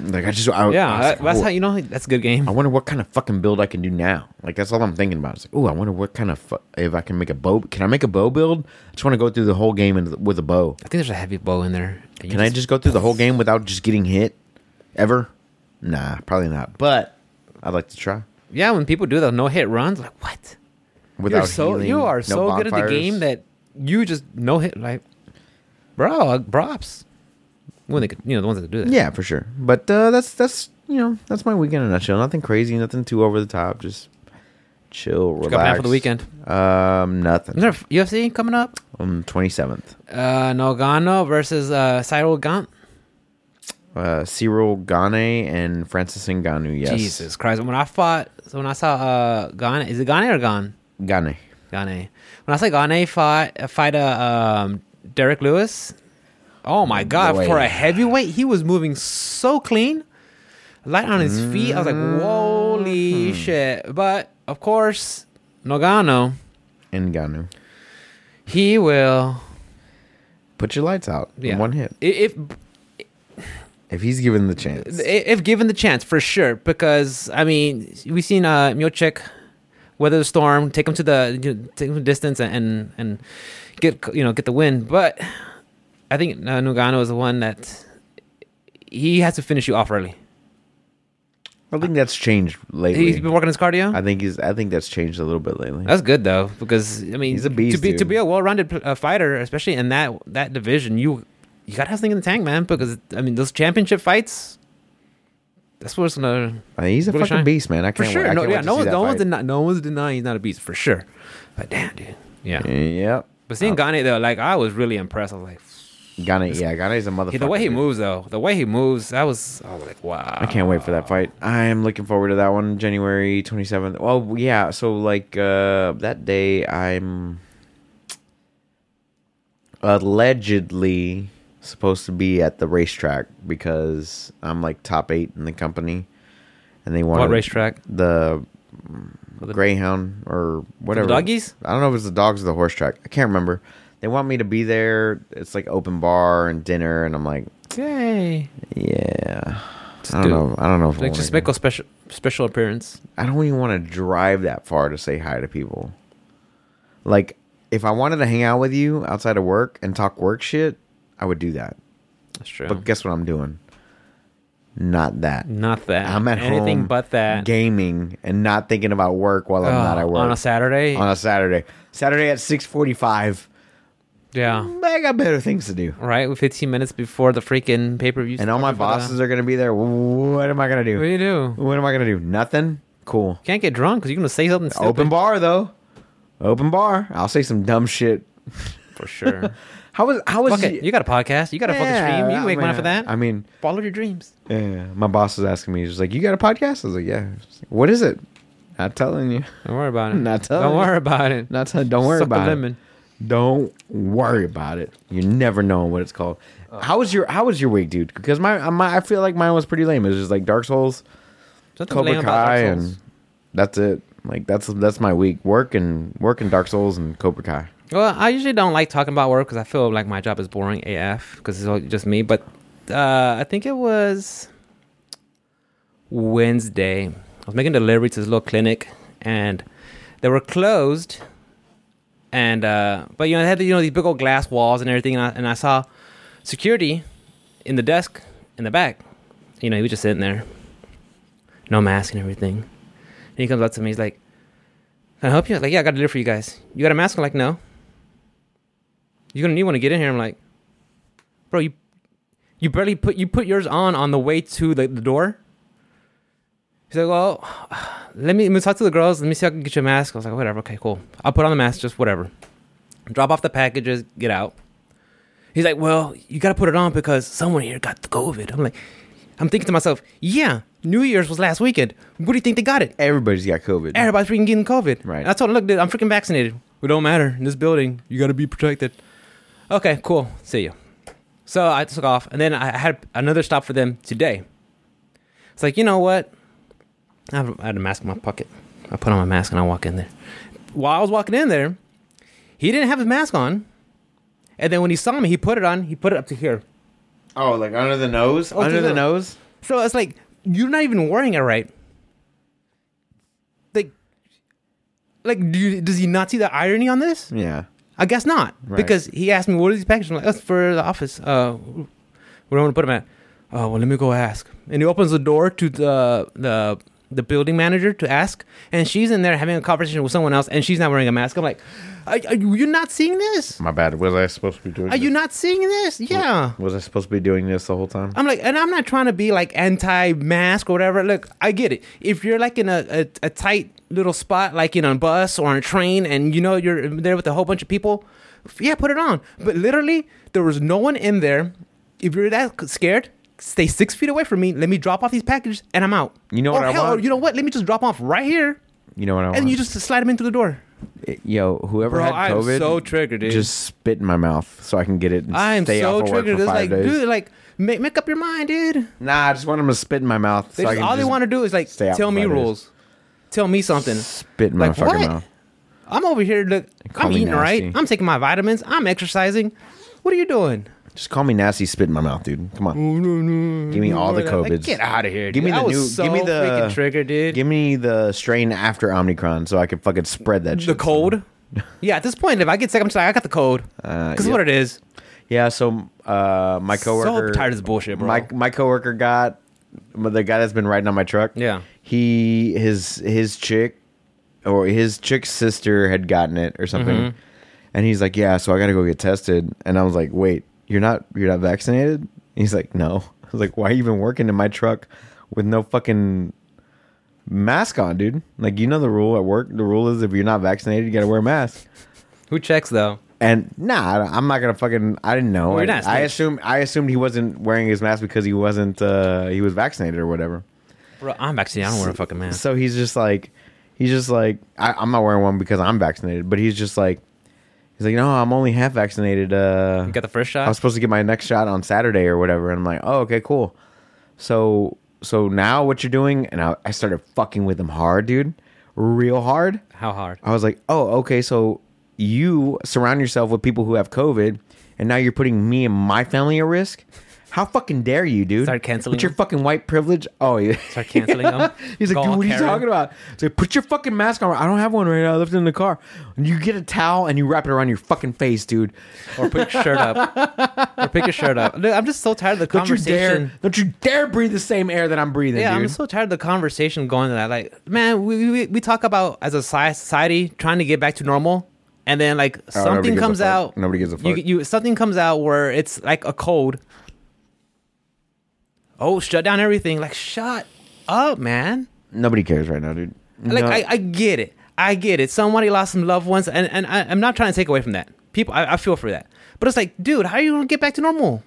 [SPEAKER 2] Like I just
[SPEAKER 1] Yeah,
[SPEAKER 2] I, I was
[SPEAKER 1] that-
[SPEAKER 2] like,
[SPEAKER 1] that's
[SPEAKER 2] "Ooh,
[SPEAKER 1] how you know that's a good game.
[SPEAKER 2] I wonder what kind of fucking build I can do now. Like that's all I'm thinking about. It's like, ooh, I wonder what kind of fu- if I can make a bow. Can I make a bow build? I just want to go through the whole game and, with a bow.
[SPEAKER 1] I think there's a heavy bow in there. and you
[SPEAKER 2] Can I just go through the whole game without just getting hit? Ever? Nah, probably not. But I'd like to try.
[SPEAKER 1] Yeah, when people do the no hit runs, like what?
[SPEAKER 2] Without
[SPEAKER 1] You're so
[SPEAKER 2] healing,
[SPEAKER 1] you are
[SPEAKER 2] no
[SPEAKER 1] so good at the
[SPEAKER 2] bonfires.
[SPEAKER 1] game that you just no hit like, bro, uh, props. When they could, you know, the ones that do that.
[SPEAKER 2] Yeah, for sure. But uh, that's that's you know that's my weekend in a nutshell. Nothing crazy, nothing too over the top. Just chill,
[SPEAKER 1] What's coming
[SPEAKER 2] relax.
[SPEAKER 1] out for the weekend?
[SPEAKER 2] Um, nothing.
[SPEAKER 1] Is there UFC coming up?
[SPEAKER 2] On twenty seventh,
[SPEAKER 1] Uh, Nogano versus uh, Cyril Gant.
[SPEAKER 2] uh, Cyril Gane and Francis Ngannou. Yes,
[SPEAKER 1] Jesus Christ! When I fought, so when I saw uh, Gane, is it Gane or Gane?
[SPEAKER 2] Gane.
[SPEAKER 1] Gane. When I saw Gane fight fight uh, um, Derek Lewis, oh my god!
[SPEAKER 2] Boy.
[SPEAKER 1] For a heavyweight, he was moving so clean, light on his feet. I was
[SPEAKER 2] Mm-hmm.
[SPEAKER 1] like, holy shit! But of course, Nogano,
[SPEAKER 2] Ngannou.
[SPEAKER 1] he will.
[SPEAKER 2] Put your lights out. in
[SPEAKER 1] Yeah.
[SPEAKER 2] one hit.
[SPEAKER 1] i- If
[SPEAKER 2] If he's given the chance,
[SPEAKER 1] i- if given the chance, for sure, because I mean, we've seen uh, Miocic weather the storm, take him to the you know, take him to distance, and and get you know get the win. But I think uh, Nugano is the one that he has to finish you off early.
[SPEAKER 2] I think that's changed
[SPEAKER 1] He's
[SPEAKER 2] lately.
[SPEAKER 1] been working his cardio.
[SPEAKER 2] I think he's. I think that's changed a little bit lately.
[SPEAKER 1] That's good though, because I mean,
[SPEAKER 2] He's a beast,
[SPEAKER 1] to be to
[SPEAKER 2] dude.
[SPEAKER 1] be a well-rounded pl- uh, fighter, especially in that that division, you you gotta have something in the tank, man. Because I mean, those championship fights, that's what's gonna
[SPEAKER 2] I mean, he's a
[SPEAKER 1] Really
[SPEAKER 2] fucking
[SPEAKER 1] shine.
[SPEAKER 2] beast, man. I
[SPEAKER 1] for
[SPEAKER 2] can't.
[SPEAKER 1] sure.
[SPEAKER 2] Wait. I
[SPEAKER 1] No,
[SPEAKER 2] can't
[SPEAKER 1] yeah,
[SPEAKER 2] wait to
[SPEAKER 1] no
[SPEAKER 2] see
[SPEAKER 1] one's
[SPEAKER 2] that
[SPEAKER 1] no one's
[SPEAKER 2] fight.
[SPEAKER 1] deni- no one's denying he's not a beast for sure. But damn, dude, yeah.
[SPEAKER 2] Yep.
[SPEAKER 1] But seeing
[SPEAKER 2] Uh,
[SPEAKER 1] Gane though, like I was really impressed. I was like,
[SPEAKER 2] Gane, yeah, Gane's a motherfucker.
[SPEAKER 1] the way he
[SPEAKER 2] dude.
[SPEAKER 1] moves though, the way he moves, I was I was like, wow.
[SPEAKER 2] I can't wait for that fight. I am looking forward to that one, January twenty seventh. Well, yeah, so like uh, that day, I'm allegedly supposed to be at the racetrack because I'm like top eight in the company, and they want
[SPEAKER 1] What racetrack?
[SPEAKER 2] the
[SPEAKER 1] The-
[SPEAKER 2] Greyhound or whatever.
[SPEAKER 1] doggies?
[SPEAKER 2] I don't know if it's the dogs or the horse track. I can't remember. They want me to be there. It's like open bar and dinner, and I'm like,
[SPEAKER 1] Yay!
[SPEAKER 2] yeah.
[SPEAKER 1] Just
[SPEAKER 2] I don't
[SPEAKER 1] do-
[SPEAKER 2] know. I don't know if I
[SPEAKER 1] Like
[SPEAKER 2] wanna
[SPEAKER 1] just
[SPEAKER 2] go.
[SPEAKER 1] make a special special appearance.
[SPEAKER 2] I don't even want to drive that far to say hi to people. Like, if I wanted to hang out with you outside of work and talk work shit, I would do that.
[SPEAKER 1] That's true.
[SPEAKER 2] But guess what I'm doing? Not that.
[SPEAKER 1] Not that.
[SPEAKER 2] I'm at
[SPEAKER 1] Anything
[SPEAKER 2] home
[SPEAKER 1] but that. Oh,
[SPEAKER 2] gaming and not thinking about work while I'm
[SPEAKER 1] Ugh,
[SPEAKER 2] not at work
[SPEAKER 1] on a Saturday.
[SPEAKER 2] On a Saturday. Saturday at 6:45.
[SPEAKER 1] yeah.
[SPEAKER 2] I got better things to do.
[SPEAKER 1] Right, with 15 minutes before the freaking pay per view.
[SPEAKER 2] And all my bosses are going to be there. What am I going to
[SPEAKER 1] What do
[SPEAKER 2] do?
[SPEAKER 1] you do?
[SPEAKER 2] What am I going to do? Nothing. Cool.
[SPEAKER 1] Can't get drunk because you're gonna say something stupid.
[SPEAKER 2] Open bar though. Open bar. I'll say some dumb shit.
[SPEAKER 1] for sure.
[SPEAKER 2] How was how was
[SPEAKER 1] Fuck it. You got a podcast. You got a fucking stream. You can make money for that.
[SPEAKER 2] I mean,
[SPEAKER 1] Follow your dreams.
[SPEAKER 2] yeah, my boss was asking me, just like, "You got a podcast?" I was like, "Yeah." He's like, what is it? Not telling you.
[SPEAKER 1] Don't worry about it.
[SPEAKER 2] Not telling
[SPEAKER 1] Don't
[SPEAKER 2] you.
[SPEAKER 1] worry about it.
[SPEAKER 2] Not telling. Don't worry
[SPEAKER 1] Suck the
[SPEAKER 2] about
[SPEAKER 1] lemon.
[SPEAKER 2] it. Don't worry about it. You never know what it's called.
[SPEAKER 1] Oh.
[SPEAKER 2] how was your How was your week, dude? Because my, uh, my I feel like mine was pretty lame. It was just like Dark Souls,
[SPEAKER 1] Something
[SPEAKER 2] Cobra
[SPEAKER 1] lame about
[SPEAKER 2] Kai,
[SPEAKER 1] Dark Souls.
[SPEAKER 2] and that's it. Like that's that's my week. Work and work and Dark Souls and Cobra Kai.
[SPEAKER 1] Well, I usually don't like talking about work because I feel like my job is boring AF because it's all just me. But uh, I think it was Wednesday. I was making delivery to this little clinic, and they were closed. And uh, but you know, they had you know these big old glass walls and everything. And I, and I saw security in the desk in the back. You know, he was just sitting there, no mask and everything. And he comes up to me. He's like, "Can I help you?" I'm like, yeah, I got a delivery for you guys. You got a mask? I'm like, no. You're gonna need one to get in here. I'm like, bro, you you barely put you put yours on on the way to the, the door. He's like, well, let me, let me talk to the girls. Let me see if I can get you a mask. I was like, whatever, okay, cool. I'll put on the mask, just whatever. Drop off the packages, get out. He's like, well, you gotta put it on because someone here got the COVID. I'm like, I'm thinking to myself, yeah, New Year's was last weekend. Where do you think they got it?
[SPEAKER 2] Everybody's got COVID.
[SPEAKER 1] Everybody's freaking getting COVID.
[SPEAKER 2] Right.
[SPEAKER 1] And I told him, look, dude, I'm freaking vaccinated. It don't matter. In this building, you got to be protected. Okay, cool. See you. So I took off, and then I had another stop for them today. It's like, you know what? I have- I had a mask in my pocket. I put on my mask and I walk in there. While I was walking in there, he didn't have his mask on. And then when he saw me, he put it on. He put it up to here.
[SPEAKER 2] Oh, like under the nose?
[SPEAKER 1] Oh,
[SPEAKER 2] under
[SPEAKER 1] dude,
[SPEAKER 2] the
[SPEAKER 1] no.
[SPEAKER 2] nose?
[SPEAKER 1] So it's like you're not even wearing it right. Like, like, do you, does he not see the irony on this?
[SPEAKER 2] Yeah.
[SPEAKER 1] I guess not,
[SPEAKER 2] Right.
[SPEAKER 1] because he asked me what are these packages. I'm like, that's for the office. Uh, where do I want to put them at? Oh well, let me go ask. And he opens the door to the the the building manager to ask, and she's in there having a conversation with someone else, and she's not wearing a mask. I'm like, are, are you you not seeing this?
[SPEAKER 2] My bad. Was I supposed to be doing?
[SPEAKER 1] Are Oh, you
[SPEAKER 2] this?
[SPEAKER 1] not seeing this? Yeah.
[SPEAKER 2] Was I supposed to be doing this the whole time?
[SPEAKER 1] I'm like, and I'm not trying to be like anti-mask or whatever. Look, I get it. If you're like in a, a, a tight little spot, like in a bus or on a train, and you know you're there with a whole bunch of people, f- yeah, put it on. But literally, there was no one in there. If you're that c- scared, stay six feet away from me. Let me drop off these packages, and I'm out.
[SPEAKER 2] You know
[SPEAKER 1] Or
[SPEAKER 2] what I
[SPEAKER 1] Oh, hell, or
[SPEAKER 2] want?
[SPEAKER 1] you know what? Let me just drop off right here,
[SPEAKER 2] You know what I want?
[SPEAKER 1] and you just slide them into the door.
[SPEAKER 2] Yo, whoever
[SPEAKER 1] Bro,
[SPEAKER 2] had
[SPEAKER 1] I'm
[SPEAKER 2] COVID,
[SPEAKER 1] so triggered, dude.
[SPEAKER 2] Just spit in my mouth so I can get it. And
[SPEAKER 1] I am
[SPEAKER 2] stay
[SPEAKER 1] so
[SPEAKER 2] off of work
[SPEAKER 1] triggered.
[SPEAKER 2] For
[SPEAKER 1] It's like,
[SPEAKER 2] five days.
[SPEAKER 1] dude, like make make up your mind, dude.
[SPEAKER 2] Nah, I just want them to spit in my mouth.
[SPEAKER 1] They
[SPEAKER 2] so I
[SPEAKER 1] just,
[SPEAKER 2] can
[SPEAKER 1] all they
[SPEAKER 2] just
[SPEAKER 1] want to do is like
[SPEAKER 2] stay out
[SPEAKER 1] tell
[SPEAKER 2] for
[SPEAKER 1] me
[SPEAKER 2] five days.
[SPEAKER 1] rules, tell me something.
[SPEAKER 2] Spit in
[SPEAKER 1] Like,
[SPEAKER 2] my fucking
[SPEAKER 1] what?
[SPEAKER 2] mouth.
[SPEAKER 1] I'm over here. Look,
[SPEAKER 2] call
[SPEAKER 1] I'm
[SPEAKER 2] me
[SPEAKER 1] eating right.
[SPEAKER 2] nasty.
[SPEAKER 1] I'm taking my vitamins. I'm exercising. What are you doing?
[SPEAKER 2] Just call me nasty. Spit in my mouth, dude. Come on.
[SPEAKER 1] Give
[SPEAKER 2] me all the
[SPEAKER 1] Like,
[SPEAKER 2] COVIDs.
[SPEAKER 1] get out of here.
[SPEAKER 2] Give me
[SPEAKER 1] dude.
[SPEAKER 2] the
[SPEAKER 1] I was
[SPEAKER 2] new-
[SPEAKER 1] So
[SPEAKER 2] give me the-
[SPEAKER 1] freaking trigger, dude.
[SPEAKER 2] Give me the strain after Omicron so I can fucking spread that
[SPEAKER 1] the
[SPEAKER 2] shit.
[SPEAKER 1] cold. yeah, at this point, if I get sick, I'm just like, I got the cold.
[SPEAKER 2] Uh,
[SPEAKER 1] Because
[SPEAKER 2] yeah.
[SPEAKER 1] what it is.
[SPEAKER 2] Yeah, so uh, my coworker
[SPEAKER 1] So tired of this bullshit, bro.
[SPEAKER 2] my my coworker got the guy that's been riding on my truck.
[SPEAKER 1] Yeah.
[SPEAKER 2] he his his chick or his chick's sister had gotten it or something,
[SPEAKER 1] Mm-hmm.
[SPEAKER 2] and he's like, "Yeah, so I got to go get tested." And I was like, "Wait, you're not you're not vaccinated?" And he's like, "No." I was like, "Why are you even working in my truck with no fucking mask on, dude? Like, you know the rule at work. The rule is if you're not vaccinated, you got to wear a mask."
[SPEAKER 1] Who checks though?
[SPEAKER 2] And nah, I- I'm not gonna fucking. I didn't know.
[SPEAKER 1] Well, you're
[SPEAKER 2] I,
[SPEAKER 1] not a
[SPEAKER 2] I
[SPEAKER 1] snitch.
[SPEAKER 2] assumed. I assumed he wasn't wearing his mask because he wasn't. uh He was vaccinated or whatever.
[SPEAKER 1] Bro, I'm vaccinated. I don't wear a fucking mask.
[SPEAKER 2] So he's just like, he's just like, I, I'm not wearing one because I'm vaccinated. But he's just like, he's like, no, I'm only half vaccinated. Uh,
[SPEAKER 1] You got the first
[SPEAKER 2] I was
[SPEAKER 1] shot.
[SPEAKER 2] supposed to get my next shot on Saturday or whatever. And I'm like, oh, okay, cool. So so now what you're doing? And I, I started fucking with him hard, dude, real hard.
[SPEAKER 1] How hard?
[SPEAKER 2] I was like, oh, okay, so you surround yourself with people who have COVID, and now you're putting me and my family at risk. How fucking dare you, dude?
[SPEAKER 1] Start canceling
[SPEAKER 2] With your
[SPEAKER 1] them.
[SPEAKER 2] fucking white privilege. Oh, yeah.
[SPEAKER 1] Start canceling them.
[SPEAKER 2] He's like,
[SPEAKER 1] Go
[SPEAKER 2] dude,
[SPEAKER 1] on,
[SPEAKER 2] what are you
[SPEAKER 1] Karen."
[SPEAKER 2] talking about? He's like, put your fucking mask on. I don't have one right now. I left it in the car. And you get a towel and you wrap it around your fucking face, dude.
[SPEAKER 1] Or pick your shirt up. or pick your shirt up. Look, I'm just so tired of the
[SPEAKER 2] Don't you
[SPEAKER 1] conversation.
[SPEAKER 2] dare! Don't you dare breathe the same air that I'm breathing,
[SPEAKER 1] Yeah,
[SPEAKER 2] dude.
[SPEAKER 1] I'm so tired of the conversation going to that. Like, man, we, we we talk about as a sci- society trying to get back to normal, and then like
[SPEAKER 2] Oh, nobody
[SPEAKER 1] something
[SPEAKER 2] gives a
[SPEAKER 1] comes
[SPEAKER 2] fuck.
[SPEAKER 1] out.
[SPEAKER 2] Nobody gives a
[SPEAKER 1] You,
[SPEAKER 2] fuck.
[SPEAKER 1] you something comes out where it's like a cold. Oh, shut down everything! Like, shut up, man.
[SPEAKER 2] Nobody cares right now, dude.
[SPEAKER 1] Like,
[SPEAKER 2] No.
[SPEAKER 1] I, I get it. I get it. Somebody lost some loved ones, and and I, I'm not trying to take away from that. People, I, I feel for that. But it's like, dude, how are you gonna get back to normal?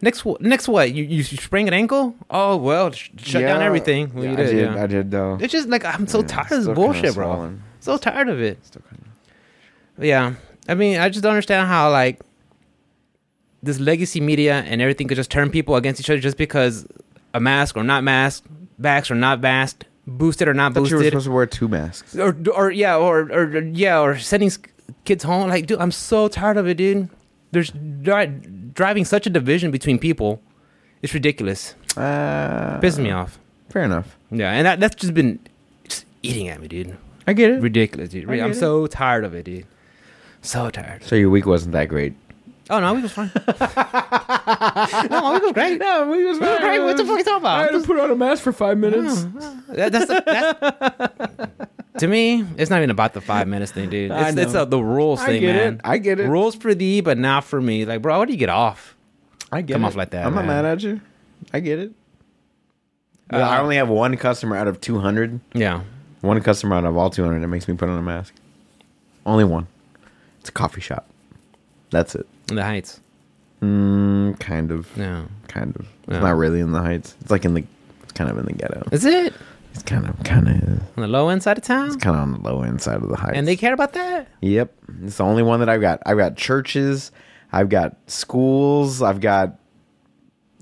[SPEAKER 1] Next, wh- next what? You you sprain an ankle? Oh well, sh- shut down
[SPEAKER 2] Yeah.
[SPEAKER 1] everything. Well,
[SPEAKER 2] Yeah,
[SPEAKER 1] you did,
[SPEAKER 2] I did.
[SPEAKER 1] yeah.
[SPEAKER 2] I did though.
[SPEAKER 1] It's just like I'm so tired of
[SPEAKER 2] still
[SPEAKER 1] this bullshit,
[SPEAKER 2] kinda
[SPEAKER 1] bro.
[SPEAKER 2] swollen.
[SPEAKER 1] So tired of it.
[SPEAKER 2] Still kinda-
[SPEAKER 1] Yeah, I mean, I just don't understand how like this legacy media and everything could just turn people against each other just because a mask or not masked, vaxxed or not vaxxed, boosted or not
[SPEAKER 2] I thought you were
[SPEAKER 1] boosted,
[SPEAKER 2] supposed to wear two masks.
[SPEAKER 1] or or yeah, or, or or yeah, or sending s- kids home. Like, dude, I'm so tired of it, dude. There's dri- driving such a division between people. It's ridiculous.
[SPEAKER 2] Uh,
[SPEAKER 1] Pisses me off.
[SPEAKER 2] Fair enough.
[SPEAKER 1] Yeah, and that, that's just been just eating at me, dude.
[SPEAKER 2] I get it.
[SPEAKER 1] ridiculous, dude.
[SPEAKER 2] I
[SPEAKER 1] I'm
[SPEAKER 2] get it.
[SPEAKER 1] so tired of it, dude. So tired.
[SPEAKER 2] So your week wasn't that great.
[SPEAKER 1] Oh no, we was fine. no, my week was great.
[SPEAKER 2] No, we was
[SPEAKER 1] fine. great. What the fuck are you talking about? I had to
[SPEAKER 2] put on a mask for five minutes.
[SPEAKER 1] That- that's, that's to me. It's not even about the five minutes thing, dude.
[SPEAKER 2] I
[SPEAKER 1] It's, it's
[SPEAKER 2] know.
[SPEAKER 1] uh, the rules
[SPEAKER 2] I
[SPEAKER 1] thing,
[SPEAKER 2] get
[SPEAKER 1] man.
[SPEAKER 2] it. I get it.
[SPEAKER 1] Rules for thee, but not for me. Like, bro, how do you get off?
[SPEAKER 2] I get
[SPEAKER 1] Come
[SPEAKER 2] it.
[SPEAKER 1] off like that,
[SPEAKER 2] I'm not
[SPEAKER 1] man.
[SPEAKER 2] mad at you. I get it.
[SPEAKER 1] Uh,
[SPEAKER 2] I only have one customer out of 200.
[SPEAKER 1] Yeah,
[SPEAKER 2] One customer out of all 200 that makes me put on a mask. Only one. It's a coffee shop. That's it.
[SPEAKER 1] in the heights.
[SPEAKER 2] Mm, kind of.
[SPEAKER 1] Yeah,
[SPEAKER 2] Kind of.
[SPEAKER 1] Yeah.
[SPEAKER 2] It's not really in the heights. It's like in the. It's kind of in the ghetto.
[SPEAKER 1] is it
[SPEAKER 2] It's kind of, kind of,
[SPEAKER 1] on the low end side of town?
[SPEAKER 2] kind of on the low end side of the heights.
[SPEAKER 1] And they care about that.
[SPEAKER 2] Yep. It's the only one that I've got. I've got churches, I've got schools, I've got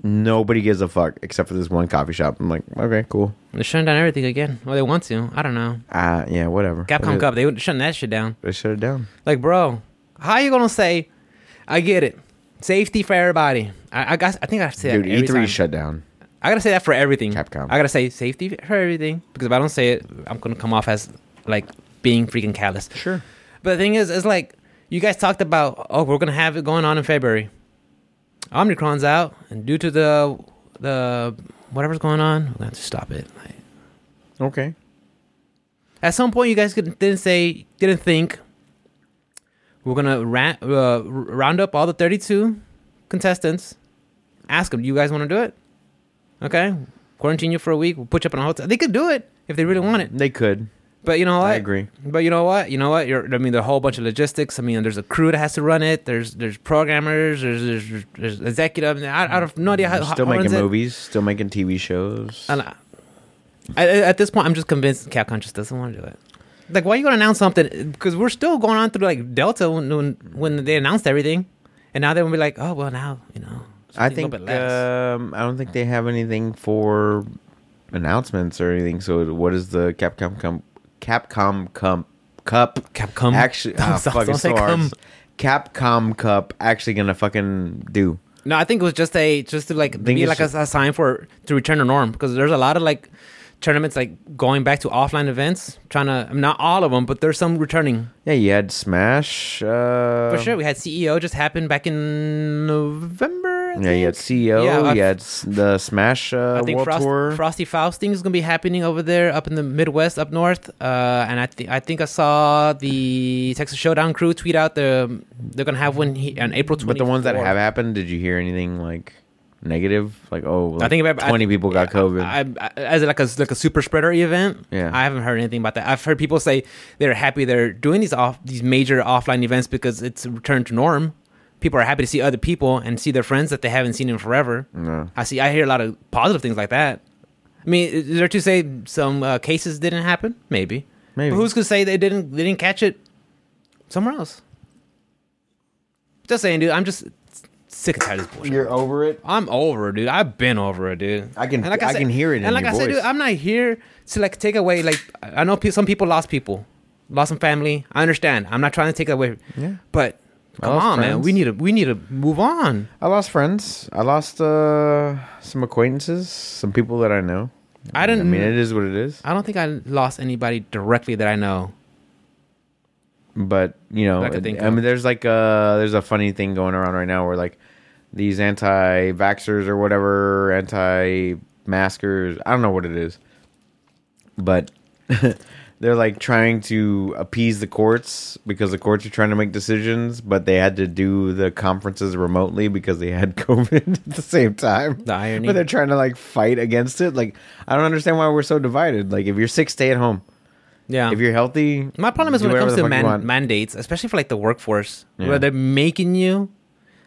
[SPEAKER 2] nobody gives a fuck except for this one coffee shop. I'm like, okay, cool.
[SPEAKER 1] They're shutting down everything again. Well, they want to. I don't know.
[SPEAKER 2] Uh yeah, whatever.
[SPEAKER 1] Capcom
[SPEAKER 2] They-
[SPEAKER 1] Cup. They would shutting that shit down.
[SPEAKER 2] They shut it down.
[SPEAKER 1] Like, bro, how you gonna say? I get it. Safety for everybody. I, I got. I think I have to say
[SPEAKER 2] Dude, E
[SPEAKER 1] that every
[SPEAKER 2] E3
[SPEAKER 1] time.
[SPEAKER 2] shut down.
[SPEAKER 1] I gotta say that for everything.
[SPEAKER 2] Capcom.
[SPEAKER 1] I gotta say safety for everything because if I don't say it, I'm gonna come off as like being freaking callous.
[SPEAKER 2] Sure.
[SPEAKER 1] But the thing is, it's like you guys talked about. Oh, we're gonna have it going on in February. Omicron's out, and due to the the whatever's going on, we're gonna have to stop it. Like,
[SPEAKER 2] Okay.
[SPEAKER 1] At some point, you guys could, didn't say, didn't think we're gonna ra- uh, round up all the 32 contestants. Ask them, do you guys want to do it? Okay, quarantine you for a week. We'll put you up in a hotel. They could do it if they really want it.
[SPEAKER 2] They could.
[SPEAKER 1] But you know what? Oh,
[SPEAKER 2] I agree.
[SPEAKER 1] But you know what? You know what? You're, I mean, there's a whole bunch of logistics. I mean, there's a crew that has to run it. There's there's programmers. There's there's, there's executive. I, I have no idea how.
[SPEAKER 2] They're
[SPEAKER 1] how-
[SPEAKER 2] still
[SPEAKER 1] how
[SPEAKER 2] making
[SPEAKER 1] runs it.
[SPEAKER 2] movies, still making TV shows.
[SPEAKER 1] And I, I, at this point, I'm just convinced Capcom just doesn't want to do it. Like, why are you going to announce something? Because we're still going on through like Delta when, when when they announced everything, and now they will be like, oh well, now you know.
[SPEAKER 2] I
[SPEAKER 1] something's a little
[SPEAKER 2] think
[SPEAKER 1] bit less.
[SPEAKER 2] um, I don't think they have anything for announcements or anything. So what is the Capcom com- Capcom com- Cup
[SPEAKER 1] Capcom.
[SPEAKER 2] actually
[SPEAKER 1] Don't
[SPEAKER 2] ah,
[SPEAKER 1] stop-
[SPEAKER 2] fucking
[SPEAKER 1] don't say
[SPEAKER 2] sore
[SPEAKER 1] cum.
[SPEAKER 2] arms. Capcom Cup actually gonna fucking do?
[SPEAKER 1] No, I think it was just a just to like
[SPEAKER 2] think
[SPEAKER 1] be
[SPEAKER 2] it's
[SPEAKER 1] like a,
[SPEAKER 2] just-
[SPEAKER 1] a sign for to return to norm because there's a lot of like tournaments like going back to offline events, trying to not all of them, but there's some returning.
[SPEAKER 2] Yeah, you had Smash. Uh,
[SPEAKER 1] For sure, we had CEO just happen back in November. I
[SPEAKER 2] Yeah, you had
[SPEAKER 1] think.
[SPEAKER 2] CEO.
[SPEAKER 1] Yeah, I-
[SPEAKER 2] you had s- the Smash uh,
[SPEAKER 1] I think
[SPEAKER 2] World
[SPEAKER 1] Frost,
[SPEAKER 2] Tour.
[SPEAKER 1] Frosty Fausting is gonna be happening over there, up in the Midwest, up north. Uh, and I think I think I saw the Texas Showdown crew tweet out the they're gonna have one he- on April. 24th.
[SPEAKER 2] but the ones that have happened, did you hear anything like negative? Like oh, like
[SPEAKER 1] I think about
[SPEAKER 2] twenty people got COVID.
[SPEAKER 1] I, I, as like a like a super spreader event.
[SPEAKER 2] Yeah.
[SPEAKER 1] I haven't heard anything about that. I've heard people say they're happy they're doing these off these major offline events because it's a return to norm. People are happy to see other people and see their friends that they haven't seen in forever.
[SPEAKER 2] no.
[SPEAKER 1] I see. I hear a lot of positive things like that. I mean, is there to say some uh, cases didn't happen? Maybe.
[SPEAKER 2] Maybe.
[SPEAKER 1] But who's to say they didn't? They didn't catch it somewhere else. Just saying, dude. I'm just sick and tired of this bullshit.
[SPEAKER 2] You're over it.
[SPEAKER 1] I'm over it, dude. I've been over it, dude.
[SPEAKER 2] I can-
[SPEAKER 1] And
[SPEAKER 2] I can hear it in
[SPEAKER 1] And like
[SPEAKER 2] your
[SPEAKER 1] I said,
[SPEAKER 2] voice.
[SPEAKER 1] dude, I'm not here to like take away. Like I know pe- some people lost people, lost some family. I understand. I'm not trying to take that away.
[SPEAKER 2] Yeah.
[SPEAKER 1] But
[SPEAKER 2] I
[SPEAKER 1] come
[SPEAKER 2] lost
[SPEAKER 1] on, man.
[SPEAKER 2] friends.
[SPEAKER 1] We need to we need to move on.
[SPEAKER 2] I lost friends. I lost uh, some acquaintances, some people that I know.
[SPEAKER 1] I
[SPEAKER 2] I
[SPEAKER 1] didn't.
[SPEAKER 2] mean, it is what it is.
[SPEAKER 1] I don't think I lost anybody directly that I know.
[SPEAKER 2] But you know,
[SPEAKER 1] I could think
[SPEAKER 2] I
[SPEAKER 1] of.
[SPEAKER 2] mean, there's like uh, there's a funny thing going around right now where like these anti-vaxxers or whatever, anti-maskers. I don't know what it is, but they're like trying to appease the courts because the courts are trying to make decisions, but they had to do the conferences remotely because they had COVID at the same time.
[SPEAKER 1] The irony.
[SPEAKER 2] But they're trying to like fight against it. Like I don't understand why we're so divided. Like if you're sick, stay at home.
[SPEAKER 1] Yeah.
[SPEAKER 2] If you're healthy,
[SPEAKER 1] My problem is
[SPEAKER 2] do
[SPEAKER 1] when it
[SPEAKER 2] whatever
[SPEAKER 1] comes to
[SPEAKER 2] the fuck you
[SPEAKER 1] man-
[SPEAKER 2] want.
[SPEAKER 1] mandates, especially for like the workforce,
[SPEAKER 2] Yeah.
[SPEAKER 1] where they're making you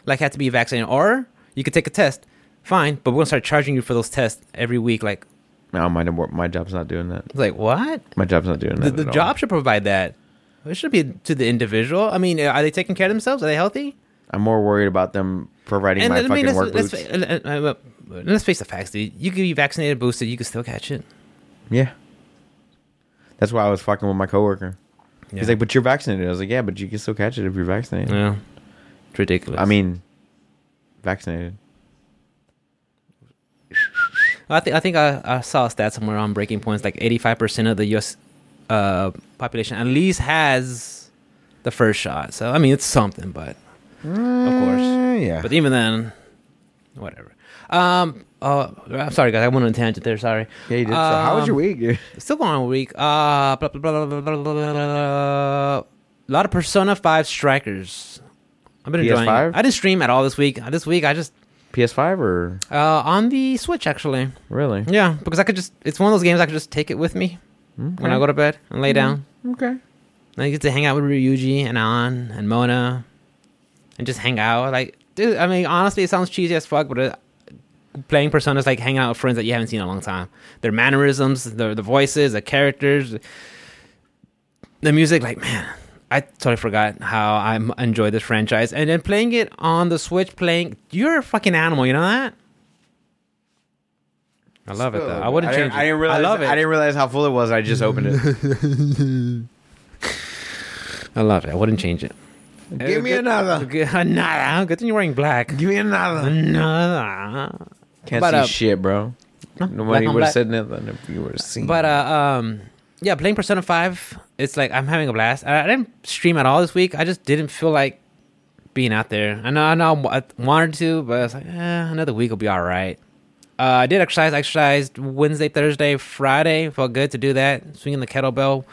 [SPEAKER 1] like have to be vaccinated, or you could take a test. Fine, but we're gonna start charging you for those tests every week. Like,
[SPEAKER 2] No, my my job's not doing that.
[SPEAKER 1] it's like what?
[SPEAKER 2] My job's not doing
[SPEAKER 1] The,
[SPEAKER 2] that.
[SPEAKER 1] the
[SPEAKER 2] at all.
[SPEAKER 1] job should provide that. It should be to the individual. I mean, are they taking care of themselves? Are they healthy?
[SPEAKER 2] I'm more worried about them providing my
[SPEAKER 1] I mean,
[SPEAKER 2] fucking work
[SPEAKER 1] let's,
[SPEAKER 2] boots.
[SPEAKER 1] let's, fa- uh, uh, uh, let's face the facts, dude. You could be vaccinated, boosted, you could still catch it.
[SPEAKER 2] yeah, that's why I was fucking with my coworker.
[SPEAKER 1] Yeah.
[SPEAKER 2] He's like, "But you're vaccinated." I was like, "Yeah, but you can still catch it if you're vaccinated."
[SPEAKER 1] Yeah, it's ridiculous.
[SPEAKER 2] I mean, vaccinated.
[SPEAKER 1] I think I think I, I saw a stat somewhere on breaking points like 85% of the US uh, population at least has the first shot. So I mean it's something but
[SPEAKER 2] Of
[SPEAKER 1] course.
[SPEAKER 2] Eh, yeah.
[SPEAKER 1] but even then whatever. Um uh, I'm sorry guys, I went on a tangent there, sorry.
[SPEAKER 2] yeah, you did. so how was your
[SPEAKER 1] Um,
[SPEAKER 2] week? dude?
[SPEAKER 1] Still going on a week. Uh blah, blah, blah, blah, blah, blah, blah, blah. a lot of Persona 5 strikers. I've been enjoying
[SPEAKER 2] PS5?
[SPEAKER 1] it. I didn't stream at all this week. Uh, This week I just
[SPEAKER 2] PS5 or
[SPEAKER 1] uh on the Switch actually.
[SPEAKER 2] really?
[SPEAKER 1] Yeah, because I could just it's one of those games I could just take it with me when I go to bed and lay down.
[SPEAKER 2] Okay.
[SPEAKER 1] And I get to hang out with Ryuji and An and Mona and just hang out. Like, dude, I mean, honestly, it sounds cheesy as fuck, but it, playing Persona is like hanging out with friends that you haven't seen in a long time. Their mannerisms, their the voices, the characters, the music. Like, man, I totally forgot how I m- enjoyed this franchise. And then playing it on the Switch, playing you're a fucking animal. You know that. I love it though. I wouldn't
[SPEAKER 2] didn't-
[SPEAKER 1] change it.
[SPEAKER 2] I didn't realize.
[SPEAKER 1] I love it.
[SPEAKER 2] I didn't realize how full it was. I just opened it.
[SPEAKER 1] I love it. I wouldn't change it.
[SPEAKER 2] Give me
[SPEAKER 1] Good-
[SPEAKER 2] another.
[SPEAKER 1] Good, nah, good thing you're wearing black.
[SPEAKER 2] Give me another.
[SPEAKER 1] Nah.
[SPEAKER 2] Can't
[SPEAKER 1] But,
[SPEAKER 2] see
[SPEAKER 1] uh,
[SPEAKER 2] shit, bro.
[SPEAKER 1] No,
[SPEAKER 2] Nobody
[SPEAKER 1] black on
[SPEAKER 2] would have
[SPEAKER 1] black.
[SPEAKER 2] said nothing if you would have seen.
[SPEAKER 1] But uh, um, yeah, playing Persona Five, it's like I'm having a blast. I, I didn't stream at all this week. I just didn't feel like being out there. I know, I know, I wanted to, but I was like, eh, another week will be all right. Uh, I did exercise. Exercised Wednesday, Thursday, Friday. Felt good to do that. Swinging the kettlebell,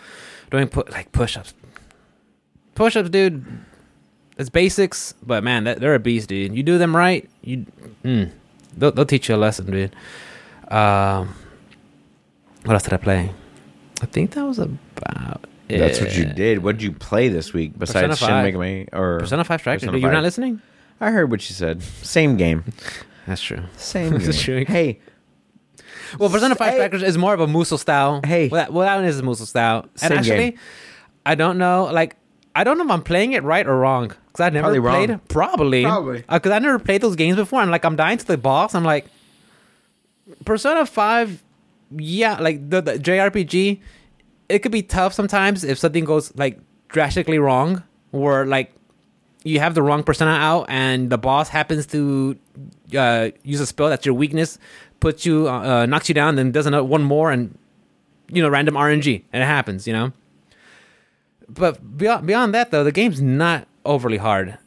[SPEAKER 1] doing pu- like push-ups. Push-ups, dude. It's basics, but man, that, they're a beast, dude. You do them right, you mm, they'll, they'll teach you a lesson, dude. Um, what else did I play? I think that was about.
[SPEAKER 2] That's what you
[SPEAKER 1] it.
[SPEAKER 2] did. What did you play this week besides Shin
[SPEAKER 1] Persona five.
[SPEAKER 2] Megami or
[SPEAKER 1] Persona Five Strikers.
[SPEAKER 2] Persona
[SPEAKER 1] dude, You're
[SPEAKER 2] five.
[SPEAKER 1] not listening.
[SPEAKER 2] I heard what you said. Same game.
[SPEAKER 1] That's true.
[SPEAKER 2] Same
[SPEAKER 1] This is
[SPEAKER 2] game.
[SPEAKER 1] true.
[SPEAKER 2] Hey,
[SPEAKER 1] Well, Persona Five
[SPEAKER 2] Hey.
[SPEAKER 1] Strikers is more of a Musou style.
[SPEAKER 2] Hey.
[SPEAKER 1] well, that, well, that one is a Musou style. And
[SPEAKER 2] Same
[SPEAKER 1] actually,
[SPEAKER 2] game.
[SPEAKER 1] I don't know. Like, I don't know if I'm playing it right or wrong because I never
[SPEAKER 2] Probably wrong.
[SPEAKER 1] played. Probably,
[SPEAKER 2] Probably.
[SPEAKER 1] because I never played those games before. And like, I'm dying to the boss. I'm like, Persona Five, yeah, like the, the JRPG. It could be tough sometimes if something goes like drastically wrong, or like you have the wrong persona out and the boss happens to uh, use a spell that's your weakness, puts you, uh, uh, knocks you down, then does another one more, and you know, random RNG, and it happens, you know. But beyond beyond that though, the game's not overly hard.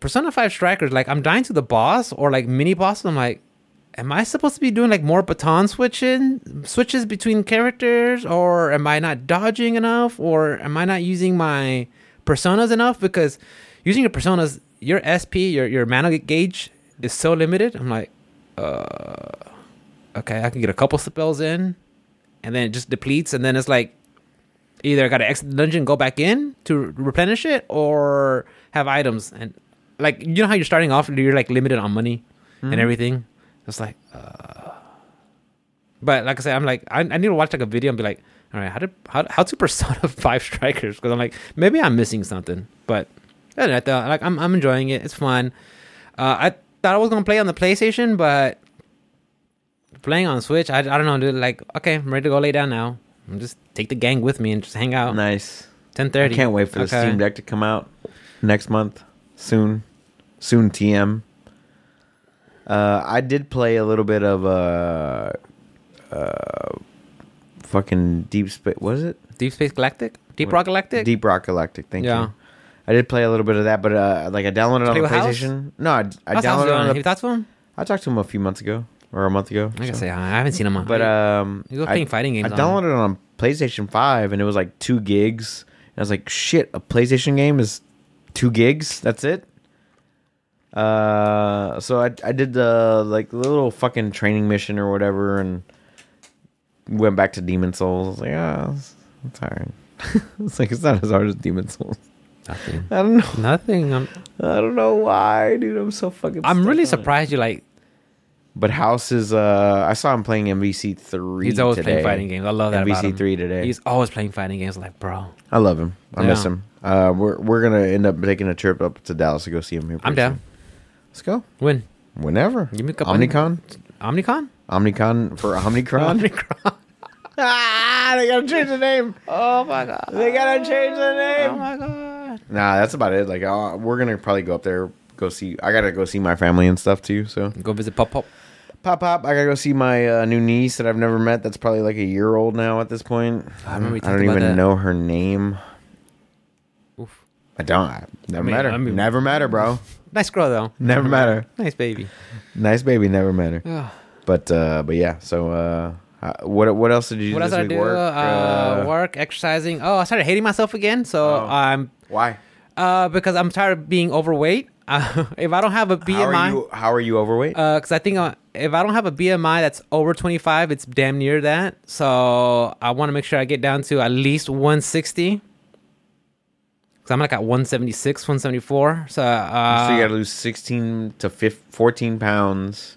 [SPEAKER 1] Persona Five Strikers, like I'm dying to the boss or like mini boss, and I'm like, am I supposed to be doing like more baton switching switches between characters, or am I not dodging enough, or am I not using my personas enough? Because using your personas, your SP, your your mana gauge is so limited. I'm like, uh, okay, I can get a couple spells in, and then it just depletes, and then it's like either I got to exit the dungeon, go back in to re- replenish it, or have items. And like you know how you're starting off, you're like limited on money
[SPEAKER 2] Hmm.
[SPEAKER 1] and everything. It's like, uh... but like I said, I'm like I, I need to watch like a video and be like, all right, how did how how to persona five strikers? Because I'm like maybe I'm missing something, but I don't know, I thought, like I'm I'm enjoying it. It's fun. Uh, I thought I was gonna play on the PlayStation, but playing on Switch, I, I don't know, dude. Like, okay, I'm ready to go lay down now. I'm just take the gang with me and just hang out.
[SPEAKER 2] nice.
[SPEAKER 1] Ten
[SPEAKER 2] I
[SPEAKER 1] Oh. thirty.
[SPEAKER 2] can't wait for the Steam Deck to come out next month. Soon. Soon TM. Uh, I did play a little bit of uh, uh, fucking Deep Space. Was it?
[SPEAKER 1] Deep Space Galactic, Deep
[SPEAKER 2] What-
[SPEAKER 1] Rock Galactic.
[SPEAKER 2] Deep Rock Galactic. Thank
[SPEAKER 1] Yeah.
[SPEAKER 2] you. I did play a little bit of that, but uh, like I downloaded it
[SPEAKER 1] Play
[SPEAKER 2] on the
[SPEAKER 1] with House?
[SPEAKER 2] PlayStation. No, I, I
[SPEAKER 1] How's House
[SPEAKER 2] downloaded it
[SPEAKER 1] doing?
[SPEAKER 2] on
[SPEAKER 1] Have you
[SPEAKER 2] the,
[SPEAKER 1] talked to him?
[SPEAKER 2] I talked to him a few months ago or a month ago.
[SPEAKER 1] I gotta
[SPEAKER 2] so.
[SPEAKER 1] say, I haven't seen him on.
[SPEAKER 2] But um,
[SPEAKER 1] He was
[SPEAKER 2] I-
[SPEAKER 1] playing fighting games on
[SPEAKER 2] I
[SPEAKER 1] it.
[SPEAKER 2] downloaded it on PlayStation Five, and it was like two gigs. And I was like, "Shit, a PlayStation game is two gigs. That's it." Uh, so I I did the like little fucking training mission or whatever, and went back to Demon Souls. I was like, ah, it's, it's hard. it's like it's not as hard as Demon Souls.
[SPEAKER 1] nothing.
[SPEAKER 2] I don't know.
[SPEAKER 1] Nothing. I'm,
[SPEAKER 2] I don't know why, dude. I'm so fucking.
[SPEAKER 1] I'm
[SPEAKER 2] stuck
[SPEAKER 1] really
[SPEAKER 2] on it.
[SPEAKER 1] surprised you like.
[SPEAKER 2] But House is uh, I saw him playing MVC three.
[SPEAKER 1] He's always
[SPEAKER 2] today.
[SPEAKER 1] playing fighting games. I love that about him.
[SPEAKER 2] MVC three today.
[SPEAKER 1] He's always playing fighting games. Like, bro,
[SPEAKER 2] I love him. I miss
[SPEAKER 1] Yeah.
[SPEAKER 2] him. Uh, we're we're gonna end up taking a trip up to Dallas to go see him here.
[SPEAKER 1] I'm
[SPEAKER 2] pretty
[SPEAKER 1] down.
[SPEAKER 2] soon. Let's go
[SPEAKER 1] When
[SPEAKER 2] whenever.
[SPEAKER 1] Give me a couple-
[SPEAKER 2] Omnicon.
[SPEAKER 1] Omnicon?
[SPEAKER 2] Omnicon for Omnicron.
[SPEAKER 1] Omnicron.
[SPEAKER 2] ah, they gotta change the name.
[SPEAKER 1] Oh my god.
[SPEAKER 2] They gotta change the
[SPEAKER 1] Oh
[SPEAKER 2] name.
[SPEAKER 1] my god.
[SPEAKER 2] Nah, that's about it. Like uh, we're gonna probably go up there. Go see. I gotta go see my family and stuff too. So
[SPEAKER 1] Go visit Pop Pop.
[SPEAKER 2] pop pop. I gotta go see my uh, new niece that I've never met. That's probably like a year old now at this point.
[SPEAKER 1] I remember you talked
[SPEAKER 2] don't
[SPEAKER 1] about
[SPEAKER 2] even
[SPEAKER 1] that.
[SPEAKER 2] know her name.
[SPEAKER 1] Oof.
[SPEAKER 2] I don't. I never
[SPEAKER 1] I mean-
[SPEAKER 2] met her.
[SPEAKER 1] I mean-
[SPEAKER 2] never met her, bro.
[SPEAKER 1] Nice girl though.
[SPEAKER 2] Never met her.
[SPEAKER 1] Nice baby.
[SPEAKER 2] Nice baby, never met her.
[SPEAKER 1] Ugh.
[SPEAKER 2] But uh, but yeah. So uh, uh, what what else did you do
[SPEAKER 1] What else
[SPEAKER 2] this
[SPEAKER 1] I
[SPEAKER 2] week?
[SPEAKER 1] do?
[SPEAKER 2] Work,
[SPEAKER 1] uh,
[SPEAKER 2] uh,
[SPEAKER 1] work, exercising. Oh, I started hating myself again. So
[SPEAKER 2] Oh.
[SPEAKER 1] I'm
[SPEAKER 2] Why?
[SPEAKER 1] uh, because I'm tired of being overweight. if I don't have a BMI,
[SPEAKER 2] How are you? How are you overweight?
[SPEAKER 1] because I think uh, if I don't have a BMI that's over 25, it's damn near that. So I want to make sure I get down to at least 160. Because I'm like at 176, 174. So, uh,
[SPEAKER 2] so you got to lose sixteen to 15, fourteen pounds.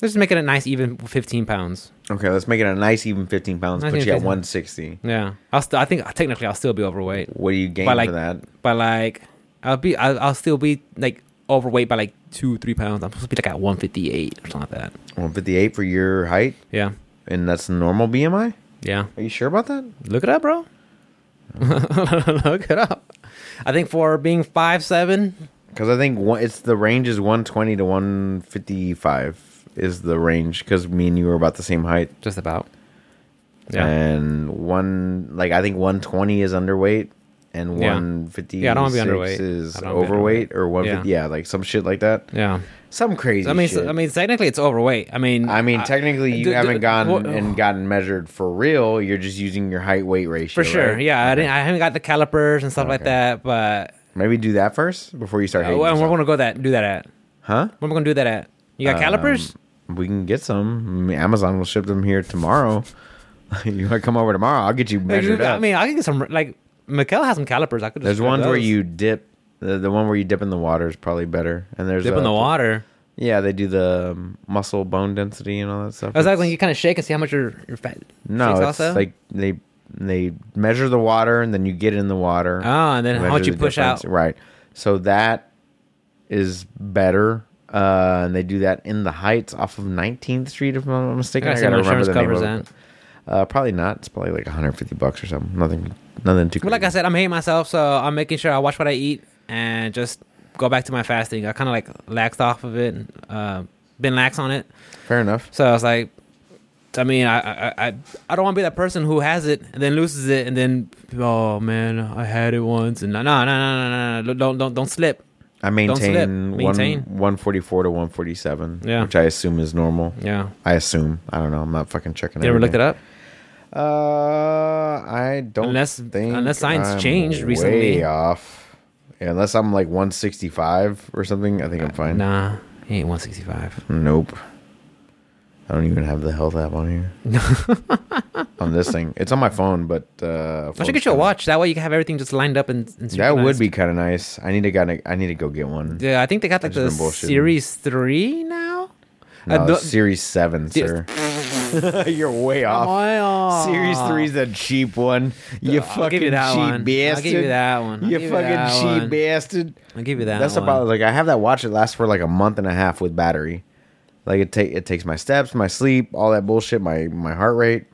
[SPEAKER 1] let's just make it a nice, even 15 pounds.
[SPEAKER 2] Okay, let's make it a nice even fifteen pounds.
[SPEAKER 1] Nice
[SPEAKER 2] Put
[SPEAKER 1] even
[SPEAKER 2] you at
[SPEAKER 1] 15.
[SPEAKER 2] one sixty.
[SPEAKER 1] Yeah. I'll still, I think technically I'll still be overweight.
[SPEAKER 2] What do you gain
[SPEAKER 1] By like-
[SPEAKER 2] for that?
[SPEAKER 1] But like, I'll be, I'll, I'll still be like overweight by like two, three pounds. I'm supposed to be like at 158 or something like that.
[SPEAKER 2] One fifty eight for your height,
[SPEAKER 1] Yeah.
[SPEAKER 2] and that's normal BMI.
[SPEAKER 1] Yeah.
[SPEAKER 2] Are you sure about that?
[SPEAKER 1] Look it up, bro. Look it up. I think for being five seven,
[SPEAKER 2] Because I think one, it's the range is one twenty to one fifty five is the range. Because me and you are about the same height.
[SPEAKER 1] just about.
[SPEAKER 2] And one like I think 120 is underweight and
[SPEAKER 1] Yeah.
[SPEAKER 2] one fifty
[SPEAKER 1] Yeah, I don't wanna be underweight.
[SPEAKER 2] is
[SPEAKER 1] I don't wanna be
[SPEAKER 2] overweight or one
[SPEAKER 1] Yeah.
[SPEAKER 2] fifty. Yeah. like some shit like that.
[SPEAKER 1] Yeah.
[SPEAKER 2] Some crazy.
[SPEAKER 1] I mean,
[SPEAKER 2] shit.
[SPEAKER 1] I mean, technically it's overweight. I mean,
[SPEAKER 2] I mean, technically, you
[SPEAKER 1] d- d-
[SPEAKER 2] haven't gone
[SPEAKER 1] what-
[SPEAKER 2] and gotten measured for real. You're just using your height weight ratio.
[SPEAKER 1] for sure.
[SPEAKER 2] right?
[SPEAKER 1] Yeah, I, didn't, I haven't got the calipers and stuff like
[SPEAKER 2] Okay.
[SPEAKER 1] that, but
[SPEAKER 2] Maybe do that first before you start
[SPEAKER 1] uh,
[SPEAKER 2] hating.
[SPEAKER 1] where we're
[SPEAKER 2] yourself.
[SPEAKER 1] gonna go that do that at.
[SPEAKER 2] huh?
[SPEAKER 1] Where am I gonna do that at? You got calipers?
[SPEAKER 2] Um, we can get some. I mean, Amazon will ship them here tomorrow. you want to come over tomorrow? I'll get you
[SPEAKER 1] Like,
[SPEAKER 2] measured
[SPEAKER 1] I
[SPEAKER 2] up.
[SPEAKER 1] mean, I can get some. Like, Mikel has some calipers. I could. Just
[SPEAKER 2] there's
[SPEAKER 1] grab
[SPEAKER 2] ones where
[SPEAKER 1] those.
[SPEAKER 2] you dip. The, the one where you dip in the water is probably better. And there's
[SPEAKER 1] dip in
[SPEAKER 2] uh,
[SPEAKER 1] the water.
[SPEAKER 2] Yeah, they do the um, muscle bone density and all that stuff.
[SPEAKER 1] I was like,
[SPEAKER 2] It's-
[SPEAKER 1] when you kind of shake and see how much your your fat.
[SPEAKER 2] no,
[SPEAKER 1] shakes
[SPEAKER 2] it's
[SPEAKER 1] also?
[SPEAKER 2] like they they measure the water and then you get in the water.
[SPEAKER 1] Oh, and then how
[SPEAKER 2] measure
[SPEAKER 1] much you
[SPEAKER 2] the
[SPEAKER 1] push
[SPEAKER 2] difference.
[SPEAKER 1] out.
[SPEAKER 2] Right. So that is better. Uh, and they do that in the Heights off of 19th Street, if I'm not mistaken.
[SPEAKER 1] I
[SPEAKER 2] I
[SPEAKER 1] gotta see
[SPEAKER 2] gotta
[SPEAKER 1] what
[SPEAKER 2] remember
[SPEAKER 1] insurance
[SPEAKER 2] the name
[SPEAKER 1] covers
[SPEAKER 2] of
[SPEAKER 1] that.
[SPEAKER 2] it. Uh, probably not. It's probably like 150 bucks or something. Nothing, nothing too.
[SPEAKER 1] But like I
[SPEAKER 2] crazy.
[SPEAKER 1] said, I'm hating myself, so I'm making sure I watch what I eat and just go back to my fasting. I kind of like laxed off of it, and, uh, been lax on it.
[SPEAKER 2] fair enough.
[SPEAKER 1] So I was like, I mean, I I I, I don't want to be that person who has it and then loses it and then oh man, I had it once and no no no no no no don't don't don't slip.
[SPEAKER 2] I
[SPEAKER 1] slip.
[SPEAKER 2] maintain,
[SPEAKER 1] Maintain.
[SPEAKER 2] One, 144 to 147,
[SPEAKER 1] Yeah.
[SPEAKER 2] which I assume is normal.
[SPEAKER 1] Yeah,
[SPEAKER 2] I assume. I don't know. I'm not fucking checking.
[SPEAKER 1] you ever looked it up?
[SPEAKER 2] Uh, I don't.
[SPEAKER 1] Unless-
[SPEAKER 2] think
[SPEAKER 1] unless science
[SPEAKER 2] I'm
[SPEAKER 1] changed
[SPEAKER 2] way
[SPEAKER 1] recently.
[SPEAKER 2] off. Yeah, unless I'm like 165 or something, I think I'm fine.
[SPEAKER 1] Nah, he ain't 165.
[SPEAKER 2] Nope. I don't even have the health app on here. on this thing, it's on my phone, but
[SPEAKER 1] I
[SPEAKER 2] uh,
[SPEAKER 1] should
[SPEAKER 2] phone's
[SPEAKER 1] get you a
[SPEAKER 2] kinda-
[SPEAKER 1] watch. That way you can have everything just lined up and. and
[SPEAKER 2] That would
[SPEAKER 1] synchronized.
[SPEAKER 2] be kind of nice. I need to gotta, I need to go get one.
[SPEAKER 1] Yeah, I think they got like
[SPEAKER 2] I've
[SPEAKER 1] the
[SPEAKER 2] just been bullshitting.
[SPEAKER 1] series three now.
[SPEAKER 2] No,
[SPEAKER 1] Uh, the-
[SPEAKER 2] Series Seven,
[SPEAKER 1] Yes.
[SPEAKER 2] sir. You're way off.
[SPEAKER 1] Oh,
[SPEAKER 2] Series
[SPEAKER 1] yeah.
[SPEAKER 2] three's a cheap one. You
[SPEAKER 1] I'll
[SPEAKER 2] fucking
[SPEAKER 1] give you that
[SPEAKER 2] cheap
[SPEAKER 1] one. I'll give you
[SPEAKER 2] bastard.
[SPEAKER 1] that one. I'll
[SPEAKER 2] You
[SPEAKER 1] give you
[SPEAKER 2] fucking
[SPEAKER 1] that
[SPEAKER 2] cheap
[SPEAKER 1] one.
[SPEAKER 2] bastard.
[SPEAKER 1] I'll give you that.
[SPEAKER 2] That's
[SPEAKER 1] one.
[SPEAKER 2] about like I have that watch. It lasts for like a month and a half with battery. Like it take it takes my steps, my sleep, all that bullshit, my my heart rate.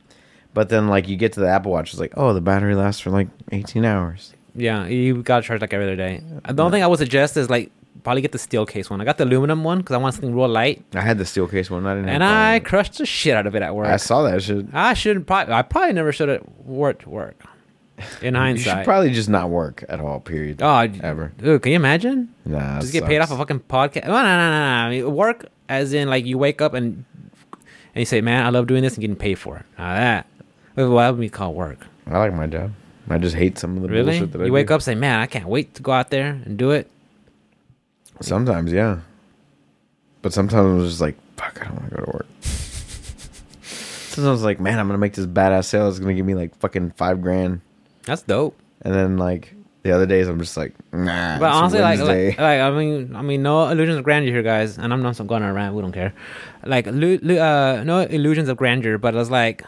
[SPEAKER 2] But then like you get to the Apple Watch, it's like oh the battery lasts for like eighteen hours.
[SPEAKER 1] Yeah, you gotta charge like every other day. The only thing I would suggest is like probably get the steel case one. I got the aluminum one because I want something real light,
[SPEAKER 2] I had the steel case one. I didn't.
[SPEAKER 1] and
[SPEAKER 2] have
[SPEAKER 1] I
[SPEAKER 2] that
[SPEAKER 1] crushed the shit out of it at
[SPEAKER 2] one. I
[SPEAKER 1] work.
[SPEAKER 2] saw that shit.
[SPEAKER 1] I, shouldn't probably. I probably never should have worked work. In
[SPEAKER 2] You should
[SPEAKER 1] hindsight,
[SPEAKER 2] probably just not work at all. Period.
[SPEAKER 1] oh,
[SPEAKER 2] ever.
[SPEAKER 1] Dude, can you imagine?
[SPEAKER 2] Nah.
[SPEAKER 1] just get paid off a
[SPEAKER 2] of.
[SPEAKER 1] fucking podcast. No, no, no, no, no. I mean, work as in like you wake up and and you say, "Man, I love doing this and getting paid for it." Now that well, that would be called work.
[SPEAKER 2] I like my job. I just hate some of the
[SPEAKER 1] Really?
[SPEAKER 2] bullshit that I
[SPEAKER 1] You wake
[SPEAKER 2] do.
[SPEAKER 1] up say, "Man, I can't wait to go out there and do it."
[SPEAKER 2] Sometimes, yeah. But sometimes I'm just like, fuck, I don't want to go to work. sometimes like, man, I'm gonna make this badass sale. It's gonna give me like fucking five grand.
[SPEAKER 1] That's dope.
[SPEAKER 2] And then like the other days, I'm just like, nah.
[SPEAKER 1] But
[SPEAKER 2] it's
[SPEAKER 1] honestly, like,
[SPEAKER 2] Wednesday.
[SPEAKER 1] like, uh, like, I mean, I mean, no illusions of grandeur here, guys. And I'm not going to rant. We don't care. Like, lu- lu- uh, no illusions of grandeur. But it's like,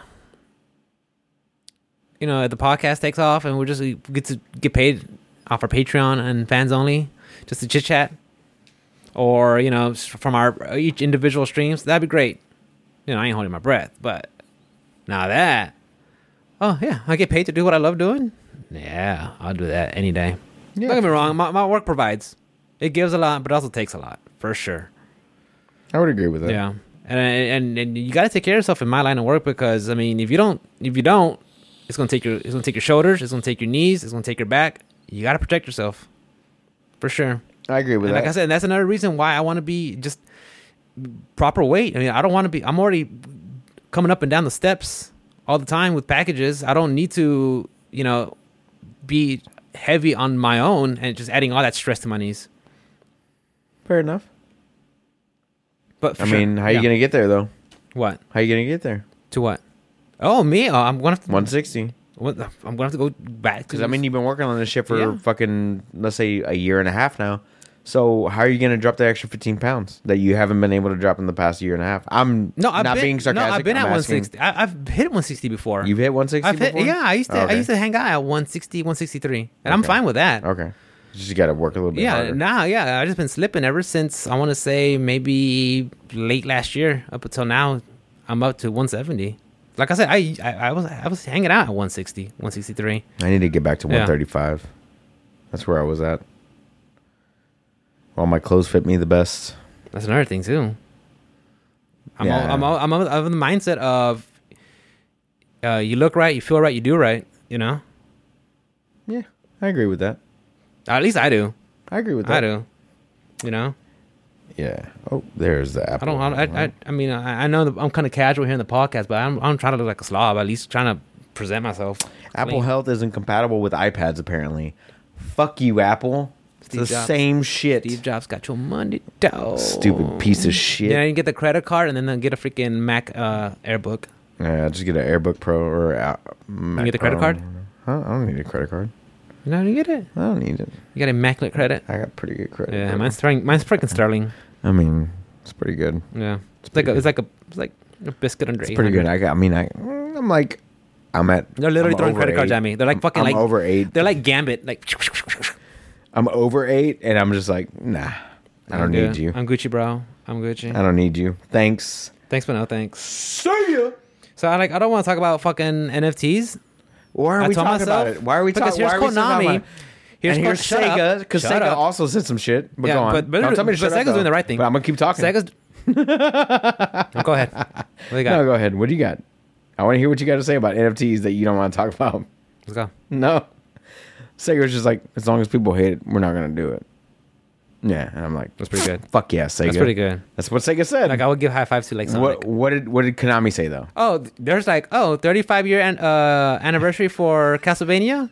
[SPEAKER 1] you know, if the podcast takes off, and we just we get to get paid off our Patreon and fans only, just to chit chat, or you know, s- from our each individual streams. That'd be great. You know, I ain't holding my breath, but now that, oh yeah, I get paid to do what I love doing. Yeah, I'll do that any day.
[SPEAKER 2] Yeah,
[SPEAKER 1] Don't get me
[SPEAKER 2] for
[SPEAKER 1] wrong. My, my work provides. It gives a lot, but also takes a lot for sure.
[SPEAKER 2] I would agree with that.
[SPEAKER 1] Yeah, and and, and you got to take care of yourself in my line of work because I mean, if you don't, if you don't, it's gonna take your it's gonna take your shoulders, it's gonna take your knees, it's gonna take your back. You got to protect yourself for sure.
[SPEAKER 2] I agree with
[SPEAKER 1] And
[SPEAKER 2] that.
[SPEAKER 1] like I said, that's another reason why I want to be just proper weight. I mean, I don't want to be. I'm already coming up and down the steps all the time with packages. I don't need to, you know, be heavy on my own and just adding all that stress to my knees.
[SPEAKER 2] Fair enough.
[SPEAKER 1] But for
[SPEAKER 2] I
[SPEAKER 1] sure,
[SPEAKER 2] mean, how you
[SPEAKER 1] yeah.
[SPEAKER 2] gonna get there though?
[SPEAKER 1] what
[SPEAKER 2] How you gonna get there?
[SPEAKER 1] to what? Oh me, oh, I'm gonna have to.
[SPEAKER 2] 160.
[SPEAKER 1] What, the- I'm gonna have to go back
[SPEAKER 2] Because I mean, you've been working on this shit for
[SPEAKER 1] Yeah.
[SPEAKER 2] fucking let's say a year and a half now. So how are you going to drop the extra 15 pounds that you haven't been able to drop in the past year and a half? I'm
[SPEAKER 1] no, I've
[SPEAKER 2] not
[SPEAKER 1] been,
[SPEAKER 2] being sarcastic.
[SPEAKER 1] No, I've been
[SPEAKER 2] I'm
[SPEAKER 1] at
[SPEAKER 2] asking-
[SPEAKER 1] 160. I, I've hit 160 before.
[SPEAKER 2] You've hit 160
[SPEAKER 1] I've hit,
[SPEAKER 2] before? Oh,
[SPEAKER 1] yeah, I used to. I
[SPEAKER 2] Okay.
[SPEAKER 1] used to hang out at 160, 163, and I'm
[SPEAKER 2] Okay.
[SPEAKER 1] fine with that.
[SPEAKER 2] Okay. You just got to work a little bit
[SPEAKER 1] Yeah,
[SPEAKER 2] harder. I need to get back to
[SPEAKER 1] Yeah.
[SPEAKER 2] 135. That's where I was at. All my clothes fit me the best.
[SPEAKER 1] That's another thing too. I'm
[SPEAKER 2] Yeah.
[SPEAKER 1] all, I'm all, I'm all, of the mindset of uh, you look right, you feel right, you do right. You know,
[SPEAKER 2] Yeah. I agree with that.
[SPEAKER 1] At least I do.
[SPEAKER 2] I agree with that.
[SPEAKER 1] I do. You know,
[SPEAKER 2] Yeah. Oh, there's the
[SPEAKER 1] I
[SPEAKER 2] apple.
[SPEAKER 1] don't. I I, I, I mean, I, I know that I'm kind of casual here in the podcast, but I'm I'm trying to look like a slob. At least trying to present myself.
[SPEAKER 2] Apple
[SPEAKER 1] clean.
[SPEAKER 2] Health isn't compatible with iPads apparently. Fuck you, Apple. It's
[SPEAKER 1] Steve
[SPEAKER 2] the
[SPEAKER 1] Jobs.
[SPEAKER 2] same shit.
[SPEAKER 1] Steve Jobs got your money down.
[SPEAKER 2] Stupid piece of shit.
[SPEAKER 1] Yeah, you get the credit card and then they'll get a freaking Mac uh, AirBook.
[SPEAKER 2] Yeah, just get an AirBook Pro or a Mac
[SPEAKER 1] get the credit
[SPEAKER 2] Pro.
[SPEAKER 1] card?
[SPEAKER 2] Huh? I don't need a credit card.
[SPEAKER 1] You know, you get it.
[SPEAKER 2] I don't need it.
[SPEAKER 1] You got immaculate credit.
[SPEAKER 2] I got pretty good credit.
[SPEAKER 1] Yeah,
[SPEAKER 2] bro.
[SPEAKER 1] mine's throwing, mine's freaking sterling.
[SPEAKER 2] I mean, it's pretty good.
[SPEAKER 1] Yeah, it's like a, it's like a it's like a biscuit under.
[SPEAKER 2] It's pretty good. I got. I mean, I. I'm like, I'm at.
[SPEAKER 1] They're literally
[SPEAKER 2] I'm
[SPEAKER 1] throwing
[SPEAKER 2] over
[SPEAKER 1] credit cards
[SPEAKER 2] eight.
[SPEAKER 1] at me. They're like fucking
[SPEAKER 2] I'm
[SPEAKER 1] like
[SPEAKER 2] over eight.
[SPEAKER 1] They're like gambit. Like
[SPEAKER 2] I'm over eight, and I'm just like, nah, I don't
[SPEAKER 1] Yeah,
[SPEAKER 2] need you. Uh,
[SPEAKER 1] I'm Gucci, bro. I'm Gucci.
[SPEAKER 2] I don't need you. Thanks.
[SPEAKER 1] Thanks, but no thanks.
[SPEAKER 2] See ya.
[SPEAKER 1] So I like I don't want to talk about fucking NFTs.
[SPEAKER 2] Why are
[SPEAKER 1] I
[SPEAKER 2] we
[SPEAKER 1] told
[SPEAKER 2] talking
[SPEAKER 1] myself
[SPEAKER 2] about it? Why are we
[SPEAKER 1] because
[SPEAKER 2] talking? Why are we
[SPEAKER 1] here's
[SPEAKER 2] still talking
[SPEAKER 1] Konami.
[SPEAKER 2] about it? Here's and
[SPEAKER 1] Kon-
[SPEAKER 2] here's
[SPEAKER 1] shut up.
[SPEAKER 2] Sega, because
[SPEAKER 1] Shut
[SPEAKER 2] Sega
[SPEAKER 1] up.
[SPEAKER 2] also said some shit. But
[SPEAKER 1] Yeah,
[SPEAKER 2] go on.
[SPEAKER 1] but- but-
[SPEAKER 2] Don't tell me to
[SPEAKER 1] but
[SPEAKER 2] shut up,
[SPEAKER 1] Sega's doing
[SPEAKER 2] though.
[SPEAKER 1] the right thing.
[SPEAKER 2] But I'm gonna keep talking.
[SPEAKER 1] Sega's. go ahead. What do you got?
[SPEAKER 2] No, go ahead. What do you got? I want to hear what you got to say about NFTs that you don't want to talk about.
[SPEAKER 1] Let's go.
[SPEAKER 2] No. Sega's just like, as long as people hate it, we're not gonna do it. Yeah, and I'm like,
[SPEAKER 1] That's pretty good.
[SPEAKER 2] Fuck yeah, Sega.
[SPEAKER 1] That's pretty good.
[SPEAKER 2] That's what Sega said.
[SPEAKER 1] Like I would give high fives to like Sonic.
[SPEAKER 2] what what did what did Konami say though?
[SPEAKER 1] Oh, th- there's like oh, 35 year an- uh, anniversary for Castlevania.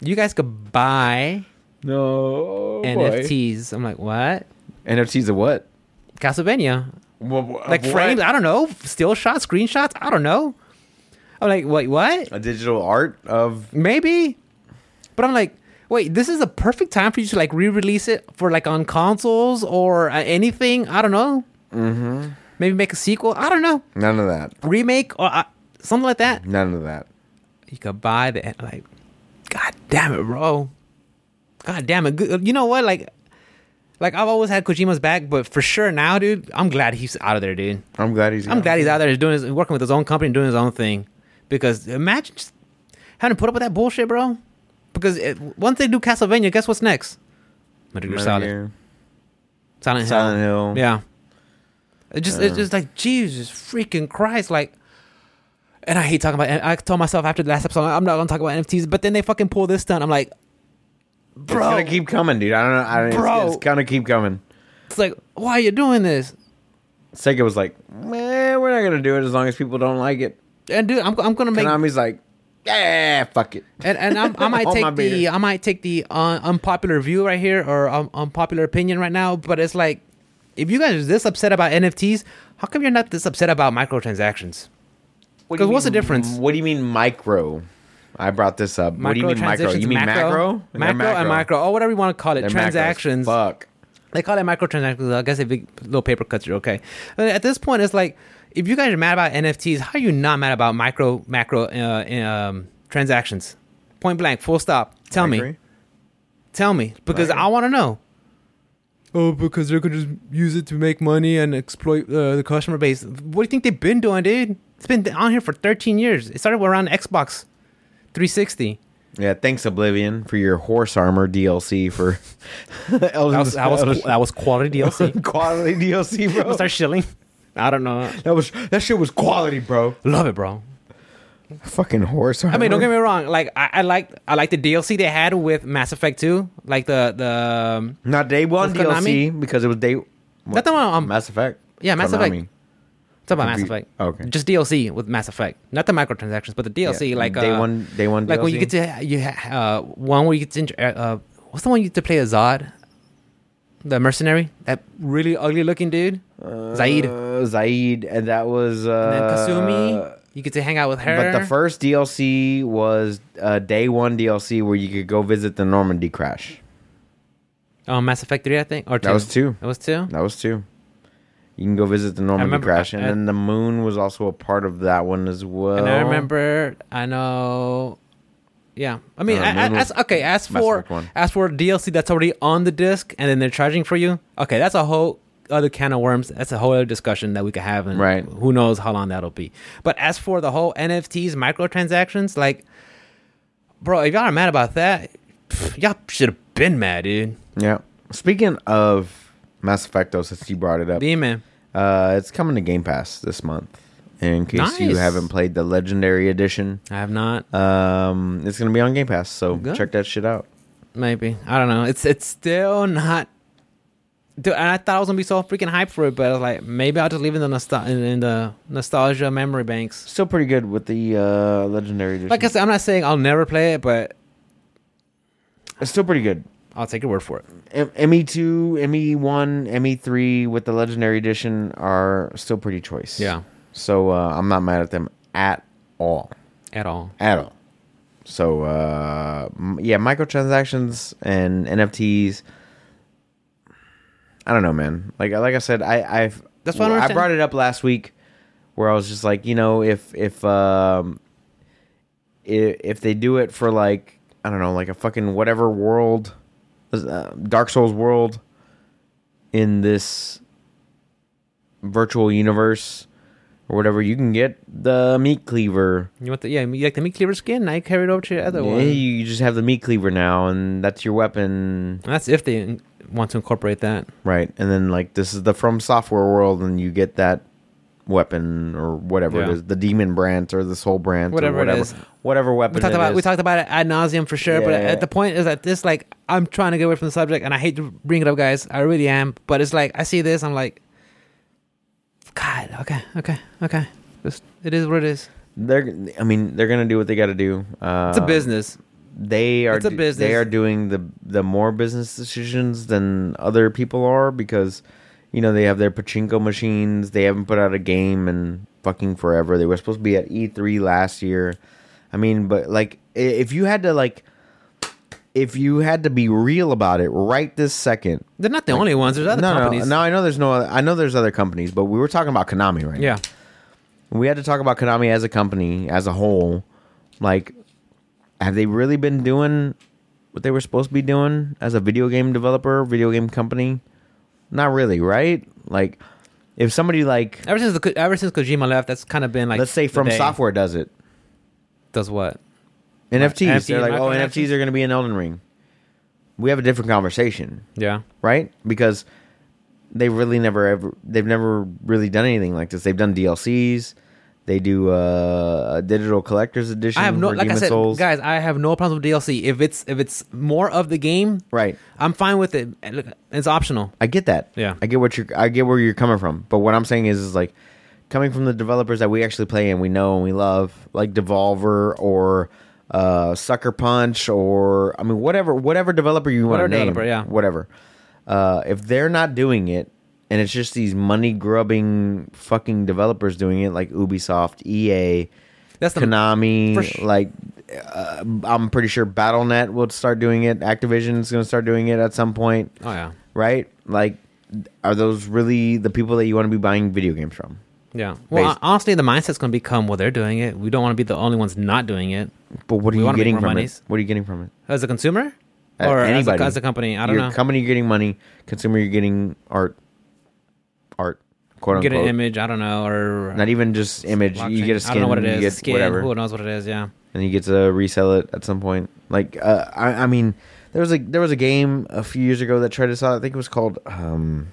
[SPEAKER 1] You guys could buy
[SPEAKER 2] No
[SPEAKER 1] NFTs. I'm like, what?
[SPEAKER 2] NFTs of what?
[SPEAKER 1] Castlevania, like
[SPEAKER 2] what?
[SPEAKER 1] frames. I don't know. Still shots, screenshots. I don't know. I'm like, wait, what?
[SPEAKER 2] A digital art of
[SPEAKER 1] Maybe. But I'm like, wait, this is a perfect time for you to like re-release it for like on consoles or uh, anything. I don't know. Mm-hmm. Maybe make a sequel. I don't know.
[SPEAKER 2] none of that.
[SPEAKER 1] Remake or uh, something like that.
[SPEAKER 2] None of that.
[SPEAKER 1] you could buy the like god damn it bro god damn it Good- you know what like like i've always had kojima's back but for sure now dude i'm glad he's out of there dude
[SPEAKER 2] I'm glad he's.
[SPEAKER 1] i'm glad he's out there doing his, working with his own company and doing his own thing because imagine just having to put up with that bullshit bro because it, once they do castlevania guess what's next Metal Gear Solid. Silent Hill.
[SPEAKER 2] Silent Hill.
[SPEAKER 1] Yeah. It just it's just like Jesus freaking Christ, like. And I hate talking about. I told myself after the last episode, I'm not gonna talk about NFTs. But then they fucking pull this stunt. I'm like,
[SPEAKER 2] It's
[SPEAKER 1] bro,
[SPEAKER 2] gonna keep coming, dude. I don't know. I don't,
[SPEAKER 1] Bro.
[SPEAKER 2] It's, it's gonna keep coming.
[SPEAKER 1] it's like, why are you doing this?
[SPEAKER 2] Sega was like, man, we're not gonna do it as long as people don't like it.
[SPEAKER 1] And dude, I'm, I'm gonna make.
[SPEAKER 2] Konami's like, yeah, fuck it.
[SPEAKER 1] and and I'm, I might
[SPEAKER 2] Hold my
[SPEAKER 1] take the
[SPEAKER 2] beer.
[SPEAKER 1] I might take the uh, unpopular view right here or um, unpopular opinion right now, but it's like if you guys are this upset about NFTs, how come you're not this upset about microtransactions?
[SPEAKER 2] What do you
[SPEAKER 1] 'Cause what's the
[SPEAKER 2] mean-
[SPEAKER 1] difference?
[SPEAKER 2] What do you mean micro? I brought this up. what do you mean micro?
[SPEAKER 1] Microtransactions,
[SPEAKER 2] You mean macro?
[SPEAKER 1] Macro,
[SPEAKER 2] They're
[SPEAKER 1] and micro, or whatever you want to call it.
[SPEAKER 2] They're macro as
[SPEAKER 1] transactions.
[SPEAKER 2] Fuck.
[SPEAKER 1] They call it microtransactions. I guess they big little paper cuts are okay. But at this point, it's like if you guys are mad about NFTs, how are you not mad about micro macro uh, um, transactions? Point blank, full stop. Tell me,
[SPEAKER 2] Agree?
[SPEAKER 1] tell me, because
[SPEAKER 2] agree.
[SPEAKER 1] I want to know. Oh, because they're gonna just use it to make money and exploit uh, the customer base. What do you think they've been doing, dude? It's been on here for 13 years. It started around Xbox 360.
[SPEAKER 2] Yeah, thanks Oblivion for your horse armor DLC for Elden,
[SPEAKER 1] That was that was,
[SPEAKER 2] Elden-
[SPEAKER 1] that was quality DLC.
[SPEAKER 2] quality DLC, bro.
[SPEAKER 1] start shilling. I don't know.
[SPEAKER 2] that was that shit was quality, bro.
[SPEAKER 1] Love it, bro.
[SPEAKER 2] Fucking horse armor.
[SPEAKER 1] I mean, don't get me wrong. Like I, I like I like the DLC they had with Mass Effect Two. Like the the um,
[SPEAKER 2] Not day one
[SPEAKER 1] With
[SPEAKER 2] DLC because it was day.
[SPEAKER 1] Not the one on-
[SPEAKER 2] Mass Effect.
[SPEAKER 1] Yeah, Mass Effect.
[SPEAKER 2] Konami.
[SPEAKER 1] talk about Mass
[SPEAKER 2] Confu-
[SPEAKER 1] Effect.
[SPEAKER 2] okay.
[SPEAKER 1] Just DLC with Mass Effect, not the microtransactions, but the DLC.
[SPEAKER 2] Yeah,
[SPEAKER 1] Like
[SPEAKER 2] day
[SPEAKER 1] uh,
[SPEAKER 2] one. Day one.
[SPEAKER 1] Like when you
[SPEAKER 2] DLC.
[SPEAKER 1] get to you ha- uh, one where you get to int- uh, uh, what's the one you get to play as Zod, the mercenary, that really ugly looking dude, Zaid, and
[SPEAKER 2] Uh, Zaid, and that was uh,
[SPEAKER 1] then Kasumi. er. You get to hang out with her.
[SPEAKER 2] But the first DLC was uh, day one DLC where you could go visit the Normandy crash.
[SPEAKER 1] oh, Mass Effect Three, I think, or two.
[SPEAKER 2] That was two.
[SPEAKER 1] That was two.
[SPEAKER 2] That was two. You can go visit the Normandy
[SPEAKER 1] remember-
[SPEAKER 2] crash, and
[SPEAKER 1] I- I-
[SPEAKER 2] then the moon was also a part of that one as well.
[SPEAKER 1] And I remember, I know, yeah. I mean,
[SPEAKER 2] Uh,
[SPEAKER 1] I, I,
[SPEAKER 2] mine was
[SPEAKER 1] as, okay. As
[SPEAKER 2] Mass
[SPEAKER 1] for
[SPEAKER 2] Effect one.
[SPEAKER 1] as for DLC that's already on the disc, and then they're charging for you. Okay, that's a whole other can of worms. That's a whole other discussion that we could have, and
[SPEAKER 2] Right.
[SPEAKER 1] who knows how long that'll be. But as for the whole NFTs, microtransactions, like, bro, if y'all are mad about that, pff, y'all should have been mad, dude.
[SPEAKER 2] Yeah. Speaking of Mass Effect, though, since you brought it up,
[SPEAKER 1] Be man.
[SPEAKER 2] uh, it's coming to Game Pass this month in case you
[SPEAKER 1] Nice.
[SPEAKER 2] haven't played the Legendary Edition.
[SPEAKER 1] I have not.
[SPEAKER 2] Um, it's gonna be on Game Pass, so
[SPEAKER 1] Good.
[SPEAKER 2] check that shit out.
[SPEAKER 1] Maybe I don't know. It's it's still not. Dude, and I thought I was gonna be so freaking hyped for it, but I was like, maybe I'll just leave it in the nostal- in, in the nostalgia memory banks.
[SPEAKER 2] Still pretty good with the uh, Legendary Edition.
[SPEAKER 1] Like I said, I'm not saying I'll never play it, but
[SPEAKER 2] it's still pretty good.
[SPEAKER 1] I'll take your word for it.
[SPEAKER 2] M- ME two, ME one, ME three with the Legendary Edition are still pretty choice.
[SPEAKER 1] Yeah,
[SPEAKER 2] So uh, I'm not mad at them at all.
[SPEAKER 1] at all.
[SPEAKER 2] at all. So uh, m- yeah, microtransactions and NFTs. I don't know, man. Like like I said, I I've
[SPEAKER 1] That's what I don't
[SPEAKER 2] I
[SPEAKER 1] understand.
[SPEAKER 2] brought it up last week, where I was just like, you know, if if um, if, if they do it for like I don't know, like a fucking whatever world, uh, Dark Souls world, in this virtual universe or whatever, you can get the meat cleaver.
[SPEAKER 1] You want the yeah? You like the meat cleaver skin? I carry it over to the other
[SPEAKER 2] Yeah,
[SPEAKER 1] one.
[SPEAKER 2] you you just have the meat cleaver now, and that's your weapon,
[SPEAKER 1] And that's if they in- want to incorporate that.
[SPEAKER 2] right? And then like this is the From Software world, and you get that weapon or whatever it
[SPEAKER 1] Yeah.
[SPEAKER 2] is, the demon branch or the soul branch,
[SPEAKER 1] Whatever
[SPEAKER 2] or
[SPEAKER 1] it
[SPEAKER 2] whatever,
[SPEAKER 1] is.
[SPEAKER 2] whatever weapon.
[SPEAKER 1] We talked
[SPEAKER 2] it
[SPEAKER 1] about we
[SPEAKER 2] is.
[SPEAKER 1] talked about it ad nauseum for sure. But
[SPEAKER 2] Yeah.
[SPEAKER 1] at the point is that this like I'm trying to get away from the subject, and I hate to bring it up, guys. I really am. But it's like I see this, I'm like, God, okay, okay, okay. Just it is what it is.
[SPEAKER 2] They're, I mean, they're gonna do what they got to do. Uh,
[SPEAKER 1] It's a business.
[SPEAKER 2] They are.
[SPEAKER 1] It's a
[SPEAKER 2] d-
[SPEAKER 1] business.
[SPEAKER 2] They are doing the the more business decisions than other people are because, you know, they have their pachinko machines. They haven't put out a game in fucking forever. They were supposed to be at E three last year. I mean, but like, i- if you had to like, if you had to be real about it right this second,
[SPEAKER 1] They're not the only ones. There's other
[SPEAKER 2] no,
[SPEAKER 1] companies.
[SPEAKER 2] no, no. I know there's no. Other, I know there's other companies, but we were talking about Konami right now
[SPEAKER 1] Yeah,
[SPEAKER 2] we had to talk about Konami as a company, as a whole. Like, have they really been doing what they were supposed to be doing as a video game developer, video game company? Not really, right? Like, if somebody like,
[SPEAKER 1] ever since the, ever since Kojima left, that's kind of been like
[SPEAKER 2] let's say From
[SPEAKER 1] the day.
[SPEAKER 2] Software does it,
[SPEAKER 1] does what
[SPEAKER 2] NFTs,
[SPEAKER 1] NFT,
[SPEAKER 2] they're like, oh,
[SPEAKER 1] microtransactions?
[SPEAKER 2] NFTs are going to be in Elden Ring. We have a different conversation.
[SPEAKER 1] yeah
[SPEAKER 2] right? Because they really never ever they've never really done anything like this. They've done DLCs. They do uh, a digital collector's edition.
[SPEAKER 1] I have no
[SPEAKER 2] for
[SPEAKER 1] like I
[SPEAKER 2] Demon's
[SPEAKER 1] said,
[SPEAKER 2] Souls.
[SPEAKER 1] guys. I have no problems with DLC. If it's if it's more of the game,
[SPEAKER 2] Right.
[SPEAKER 1] I'm fine with it. And look, It's optional.
[SPEAKER 2] I get that.
[SPEAKER 1] Yeah.
[SPEAKER 2] I get what you're. I get where you're coming from. But what I'm saying is, is like coming from the developers that we actually play and we know and we love, like Devolver or uh, Sucker Punch or I mean whatever whatever developer you want to
[SPEAKER 1] Whatever
[SPEAKER 2] name,
[SPEAKER 1] developer, yeah.
[SPEAKER 2] whatever. Uh, if they're not doing it, and it's just these money grubbing fucking developers doing it, like Ubisoft, EA,
[SPEAKER 1] That's the for
[SPEAKER 2] Konami,
[SPEAKER 1] sh-
[SPEAKER 2] like uh, I'm pretty sure BattleNet will start doing it. Activision's going to start doing it at some point
[SPEAKER 1] oh yeah
[SPEAKER 2] right? Like, are those really the people that you want to be buying video games from?
[SPEAKER 1] yeah. Well,
[SPEAKER 2] Basi-
[SPEAKER 1] honestly, the mindset's going to become well, they're doing it. We don't want to be the only ones not doing it
[SPEAKER 2] But what are
[SPEAKER 1] We
[SPEAKER 2] you
[SPEAKER 1] wanna make
[SPEAKER 2] getting
[SPEAKER 1] more
[SPEAKER 2] from
[SPEAKER 1] monies.
[SPEAKER 2] it? What are you getting from it?
[SPEAKER 1] as a consumer
[SPEAKER 2] Uh,
[SPEAKER 1] or as a, as a company. I don't
[SPEAKER 2] You're
[SPEAKER 1] know.
[SPEAKER 2] Company, you're getting money. Consumer, you're getting art. Art, quote
[SPEAKER 1] Get
[SPEAKER 2] unquote.
[SPEAKER 1] an image. I don't know or
[SPEAKER 2] Not even just image. You
[SPEAKER 1] blockchain.
[SPEAKER 2] get a skin.
[SPEAKER 1] I don't know what it
[SPEAKER 2] You
[SPEAKER 1] is.
[SPEAKER 2] get
[SPEAKER 1] skin.
[SPEAKER 2] whatever.
[SPEAKER 1] Who knows what it is? Yeah.
[SPEAKER 2] and you get to resell it at some point. Like uh, I, I mean, there was a there was a game a few years ago that tried to sell. I think it was called um,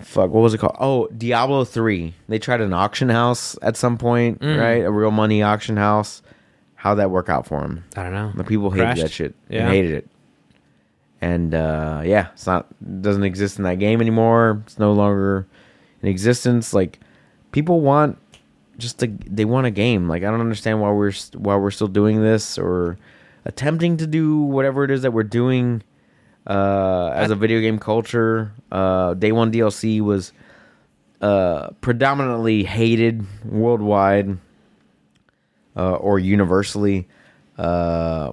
[SPEAKER 2] fuck, what was it called? Oh, Diablo three. They tried an auction house at some point, right? A real money auction house. How'd that work out for them?
[SPEAKER 1] I don't know.
[SPEAKER 2] The people hated
[SPEAKER 1] Crashed?
[SPEAKER 2] that shit.
[SPEAKER 1] Yeah.
[SPEAKER 2] They hated it. And uh, yeah, it's not doesn't exist in that game anymore. It's no longer in existence. Like people want just a, they want a game. Like I don't understand why we're st- why we're still doing this or attempting to do whatever it is that we're doing uh, as a video game culture. Uh, Day one DLC was uh, predominantly hated worldwide uh, or universally. Uh,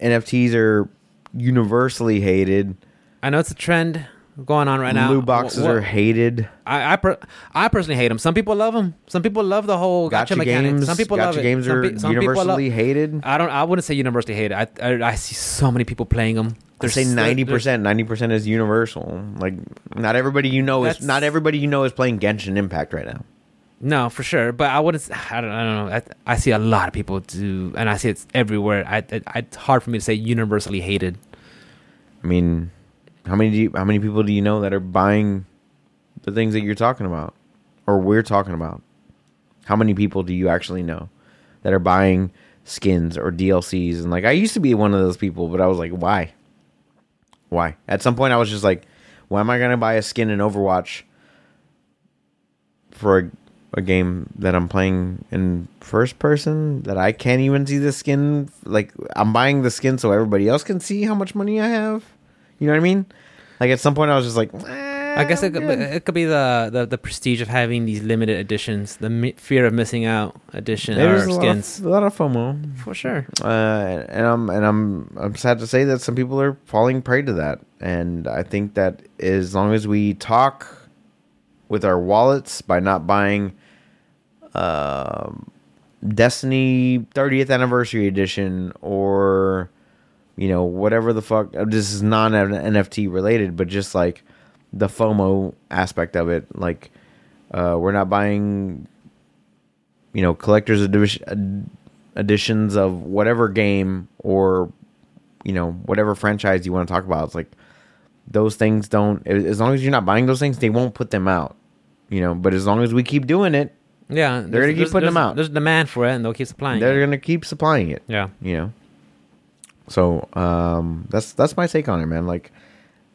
[SPEAKER 2] NFTs are universally hated.
[SPEAKER 1] I know it's a trend going on right now.
[SPEAKER 2] Loot boxes
[SPEAKER 1] Wh- wh-
[SPEAKER 2] are hated.
[SPEAKER 1] I I, per- I personally hate them. Some people love them. Some people love the whole gotcha,
[SPEAKER 2] Gotcha,
[SPEAKER 1] mechanic.
[SPEAKER 2] games.
[SPEAKER 1] some people love
[SPEAKER 2] gotcha
[SPEAKER 1] it.
[SPEAKER 2] games
[SPEAKER 1] some
[SPEAKER 2] are
[SPEAKER 1] pe- some people love-
[SPEAKER 2] universally hated.
[SPEAKER 1] I don't. I wouldn't say universally hated. I I, I see so many people playing them.
[SPEAKER 2] They're saying ninety percent. Ninety percent is universal. Like not everybody you know is
[SPEAKER 1] That's-
[SPEAKER 2] not everybody you know is playing Genshin Impact right now.
[SPEAKER 1] No, for sure. But I wouldn't. s- I don't. I don't know. I, I see a lot of people do, and I see it's everywhere. I, I, it's hard for me to say universally hated.
[SPEAKER 2] I mean, how many do you, how many people do you know that are buying the things that you're talking about? or we're talking about, how many people do you actually know that are buying skins or DLCs? And like, I used to be one of those people, but I was like, why? Why? At some point, I was just like, why am I going to buy a skin in Overwatch for a, a game that I'm playing in first person that I can't even see the skin? Like, I'm buying the skin so everybody else can see how much money I have. You know what I mean? Like, at some point, I was just like,
[SPEAKER 1] I
[SPEAKER 2] Oh,
[SPEAKER 1] guess it could, but it could be the, the, the prestige of having these limited editions, the mi- fear of missing out edition
[SPEAKER 2] There's
[SPEAKER 1] or
[SPEAKER 2] a lot,
[SPEAKER 1] skins.
[SPEAKER 2] of, a lot of FOMO.
[SPEAKER 1] For sure.
[SPEAKER 2] uh, and I'm and I'm I'm sad to say that some people are falling prey to that, and I think that as long as we talk with our wallets by not buying um Destiny 30th anniversary edition or you know whatever the fuck this is non NFT related, but just like the FOMO aspect of it, like uh, we're not buying you know collectors edition ed- editions of whatever game or you know whatever franchise you want to talk about it's like those things don't a- as long as you're not buying those things they won't put them out you know but as long as we keep doing it
[SPEAKER 1] Yeah. They're
[SPEAKER 2] gonna keep putting them out.
[SPEAKER 1] There's demand for it, and they'll keep supplying.
[SPEAKER 2] they're
[SPEAKER 1] it.
[SPEAKER 2] going to keep supplying it
[SPEAKER 1] yeah.
[SPEAKER 2] you know so um that's that's my take on it man like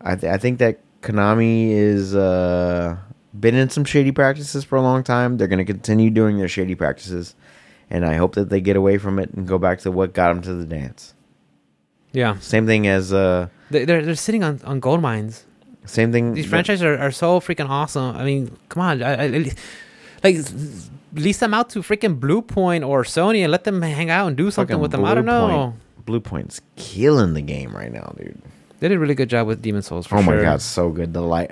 [SPEAKER 2] i th- i think that konami is uh been in some shady practices for a long time they're going to continue doing their shady practices and i hope that they get away from it and go back to what got them to the dance
[SPEAKER 1] Yeah.
[SPEAKER 2] same thing as uh
[SPEAKER 1] They- They're they're sitting on, on gold mines.
[SPEAKER 2] same thing
[SPEAKER 1] These franchises are, are so freaking awesome. I mean, come on, I, I, like s- lease them out to freaking Blue Point or Sony and let them hang out and do something
[SPEAKER 2] Fucking
[SPEAKER 1] with them. I don't
[SPEAKER 2] Blue
[SPEAKER 1] know.
[SPEAKER 2] Point- blue point's killing the game right now dude
[SPEAKER 1] They did a really good job with Demon Souls. For
[SPEAKER 2] oh my
[SPEAKER 1] sure.
[SPEAKER 2] god so good the light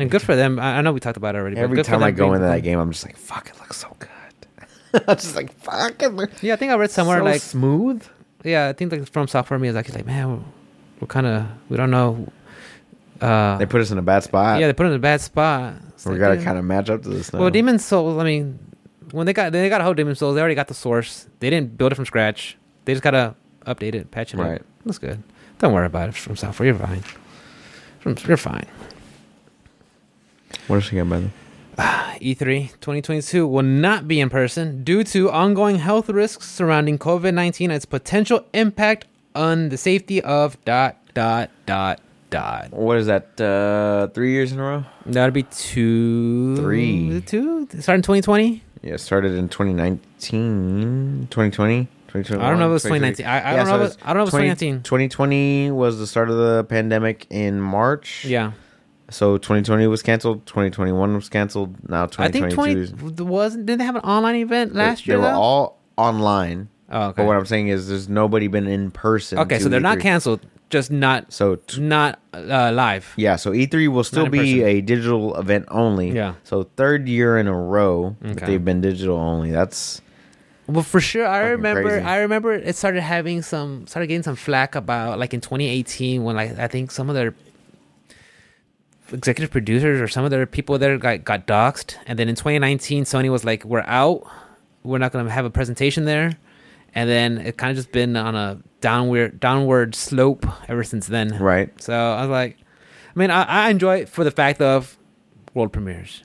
[SPEAKER 1] And good for them. I, I know we talked about it already. but
[SPEAKER 2] every
[SPEAKER 1] good for
[SPEAKER 2] time i
[SPEAKER 1] them
[SPEAKER 2] go
[SPEAKER 1] being-
[SPEAKER 2] into that game i'm just like fuck it looks so good i'm just like fuck it looks
[SPEAKER 1] yeah, I think I read somewhere
[SPEAKER 2] so
[SPEAKER 1] like
[SPEAKER 2] smooth
[SPEAKER 1] yeah, I think like from software me is like, like man, we're, we're kind of we don't know. Uh,
[SPEAKER 2] They put us in a bad spot.
[SPEAKER 1] yeah, they put it in a bad spot. It's
[SPEAKER 2] we
[SPEAKER 1] like,
[SPEAKER 2] gotta
[SPEAKER 1] yeah.
[SPEAKER 2] kind of match up to this now.
[SPEAKER 1] Well, Demon Souls. I mean, when they got they got a whole Demon Souls, they already got the source. They didn't build it from scratch. They just gotta update it, patch it. up.
[SPEAKER 2] Right.
[SPEAKER 1] that's good. Don't worry about it from software. You're fine. From you're fine.
[SPEAKER 2] what else she got, by the
[SPEAKER 1] E3 2022 will not be in person due to ongoing health risks surrounding COVID 19 and its potential impact on the safety of dot dot dot dot.
[SPEAKER 2] What is that? Uh, three years in a row?
[SPEAKER 1] That'd be two,
[SPEAKER 2] Three.
[SPEAKER 1] two. Starting 2020.
[SPEAKER 2] Yeah, it started in 2019, 2020. 2021,
[SPEAKER 1] I don't know if it was
[SPEAKER 2] 2022.
[SPEAKER 1] 2019. I- I don't know if
[SPEAKER 2] it's
[SPEAKER 1] it- I don't know if it's 2019.
[SPEAKER 2] 2020 was the start of the pandemic in March.
[SPEAKER 1] Yeah,
[SPEAKER 2] So 2020 was canceled. 2021 was canceled. Now
[SPEAKER 1] I
[SPEAKER 2] 2022.
[SPEAKER 1] think 20 wasn't. Didn't they have an online event
[SPEAKER 2] they,
[SPEAKER 1] last year?
[SPEAKER 2] They were
[SPEAKER 1] though?
[SPEAKER 2] all online.
[SPEAKER 1] Oh, okay.
[SPEAKER 2] But what I'm saying is, there's nobody been in person.
[SPEAKER 1] okay,
[SPEAKER 2] to
[SPEAKER 1] so they're not
[SPEAKER 2] E3.
[SPEAKER 1] canceled, just not
[SPEAKER 2] So t-
[SPEAKER 1] not uh, live.
[SPEAKER 2] Yeah, so E3 will still
[SPEAKER 1] in
[SPEAKER 2] be
[SPEAKER 1] person.
[SPEAKER 2] a digital event only.
[SPEAKER 1] Yeah.
[SPEAKER 2] So third year in a row that
[SPEAKER 1] Okay.
[SPEAKER 2] they've been digital only. That's
[SPEAKER 1] Well, for sure, I
[SPEAKER 2] Fucking
[SPEAKER 1] remember.
[SPEAKER 2] crazy.
[SPEAKER 1] I remember it started having some started getting some flack about like in 2018 when like I think some of their executive producers or some of their people there got got doxxed, and then in 2019 Sony was like, "We're out. We're not going to have a presentation there," and then it kind of just been on a downward downward slope ever since then.
[SPEAKER 2] right.
[SPEAKER 1] So I was like, I mean, I, I enjoy it for the fact of world premieres.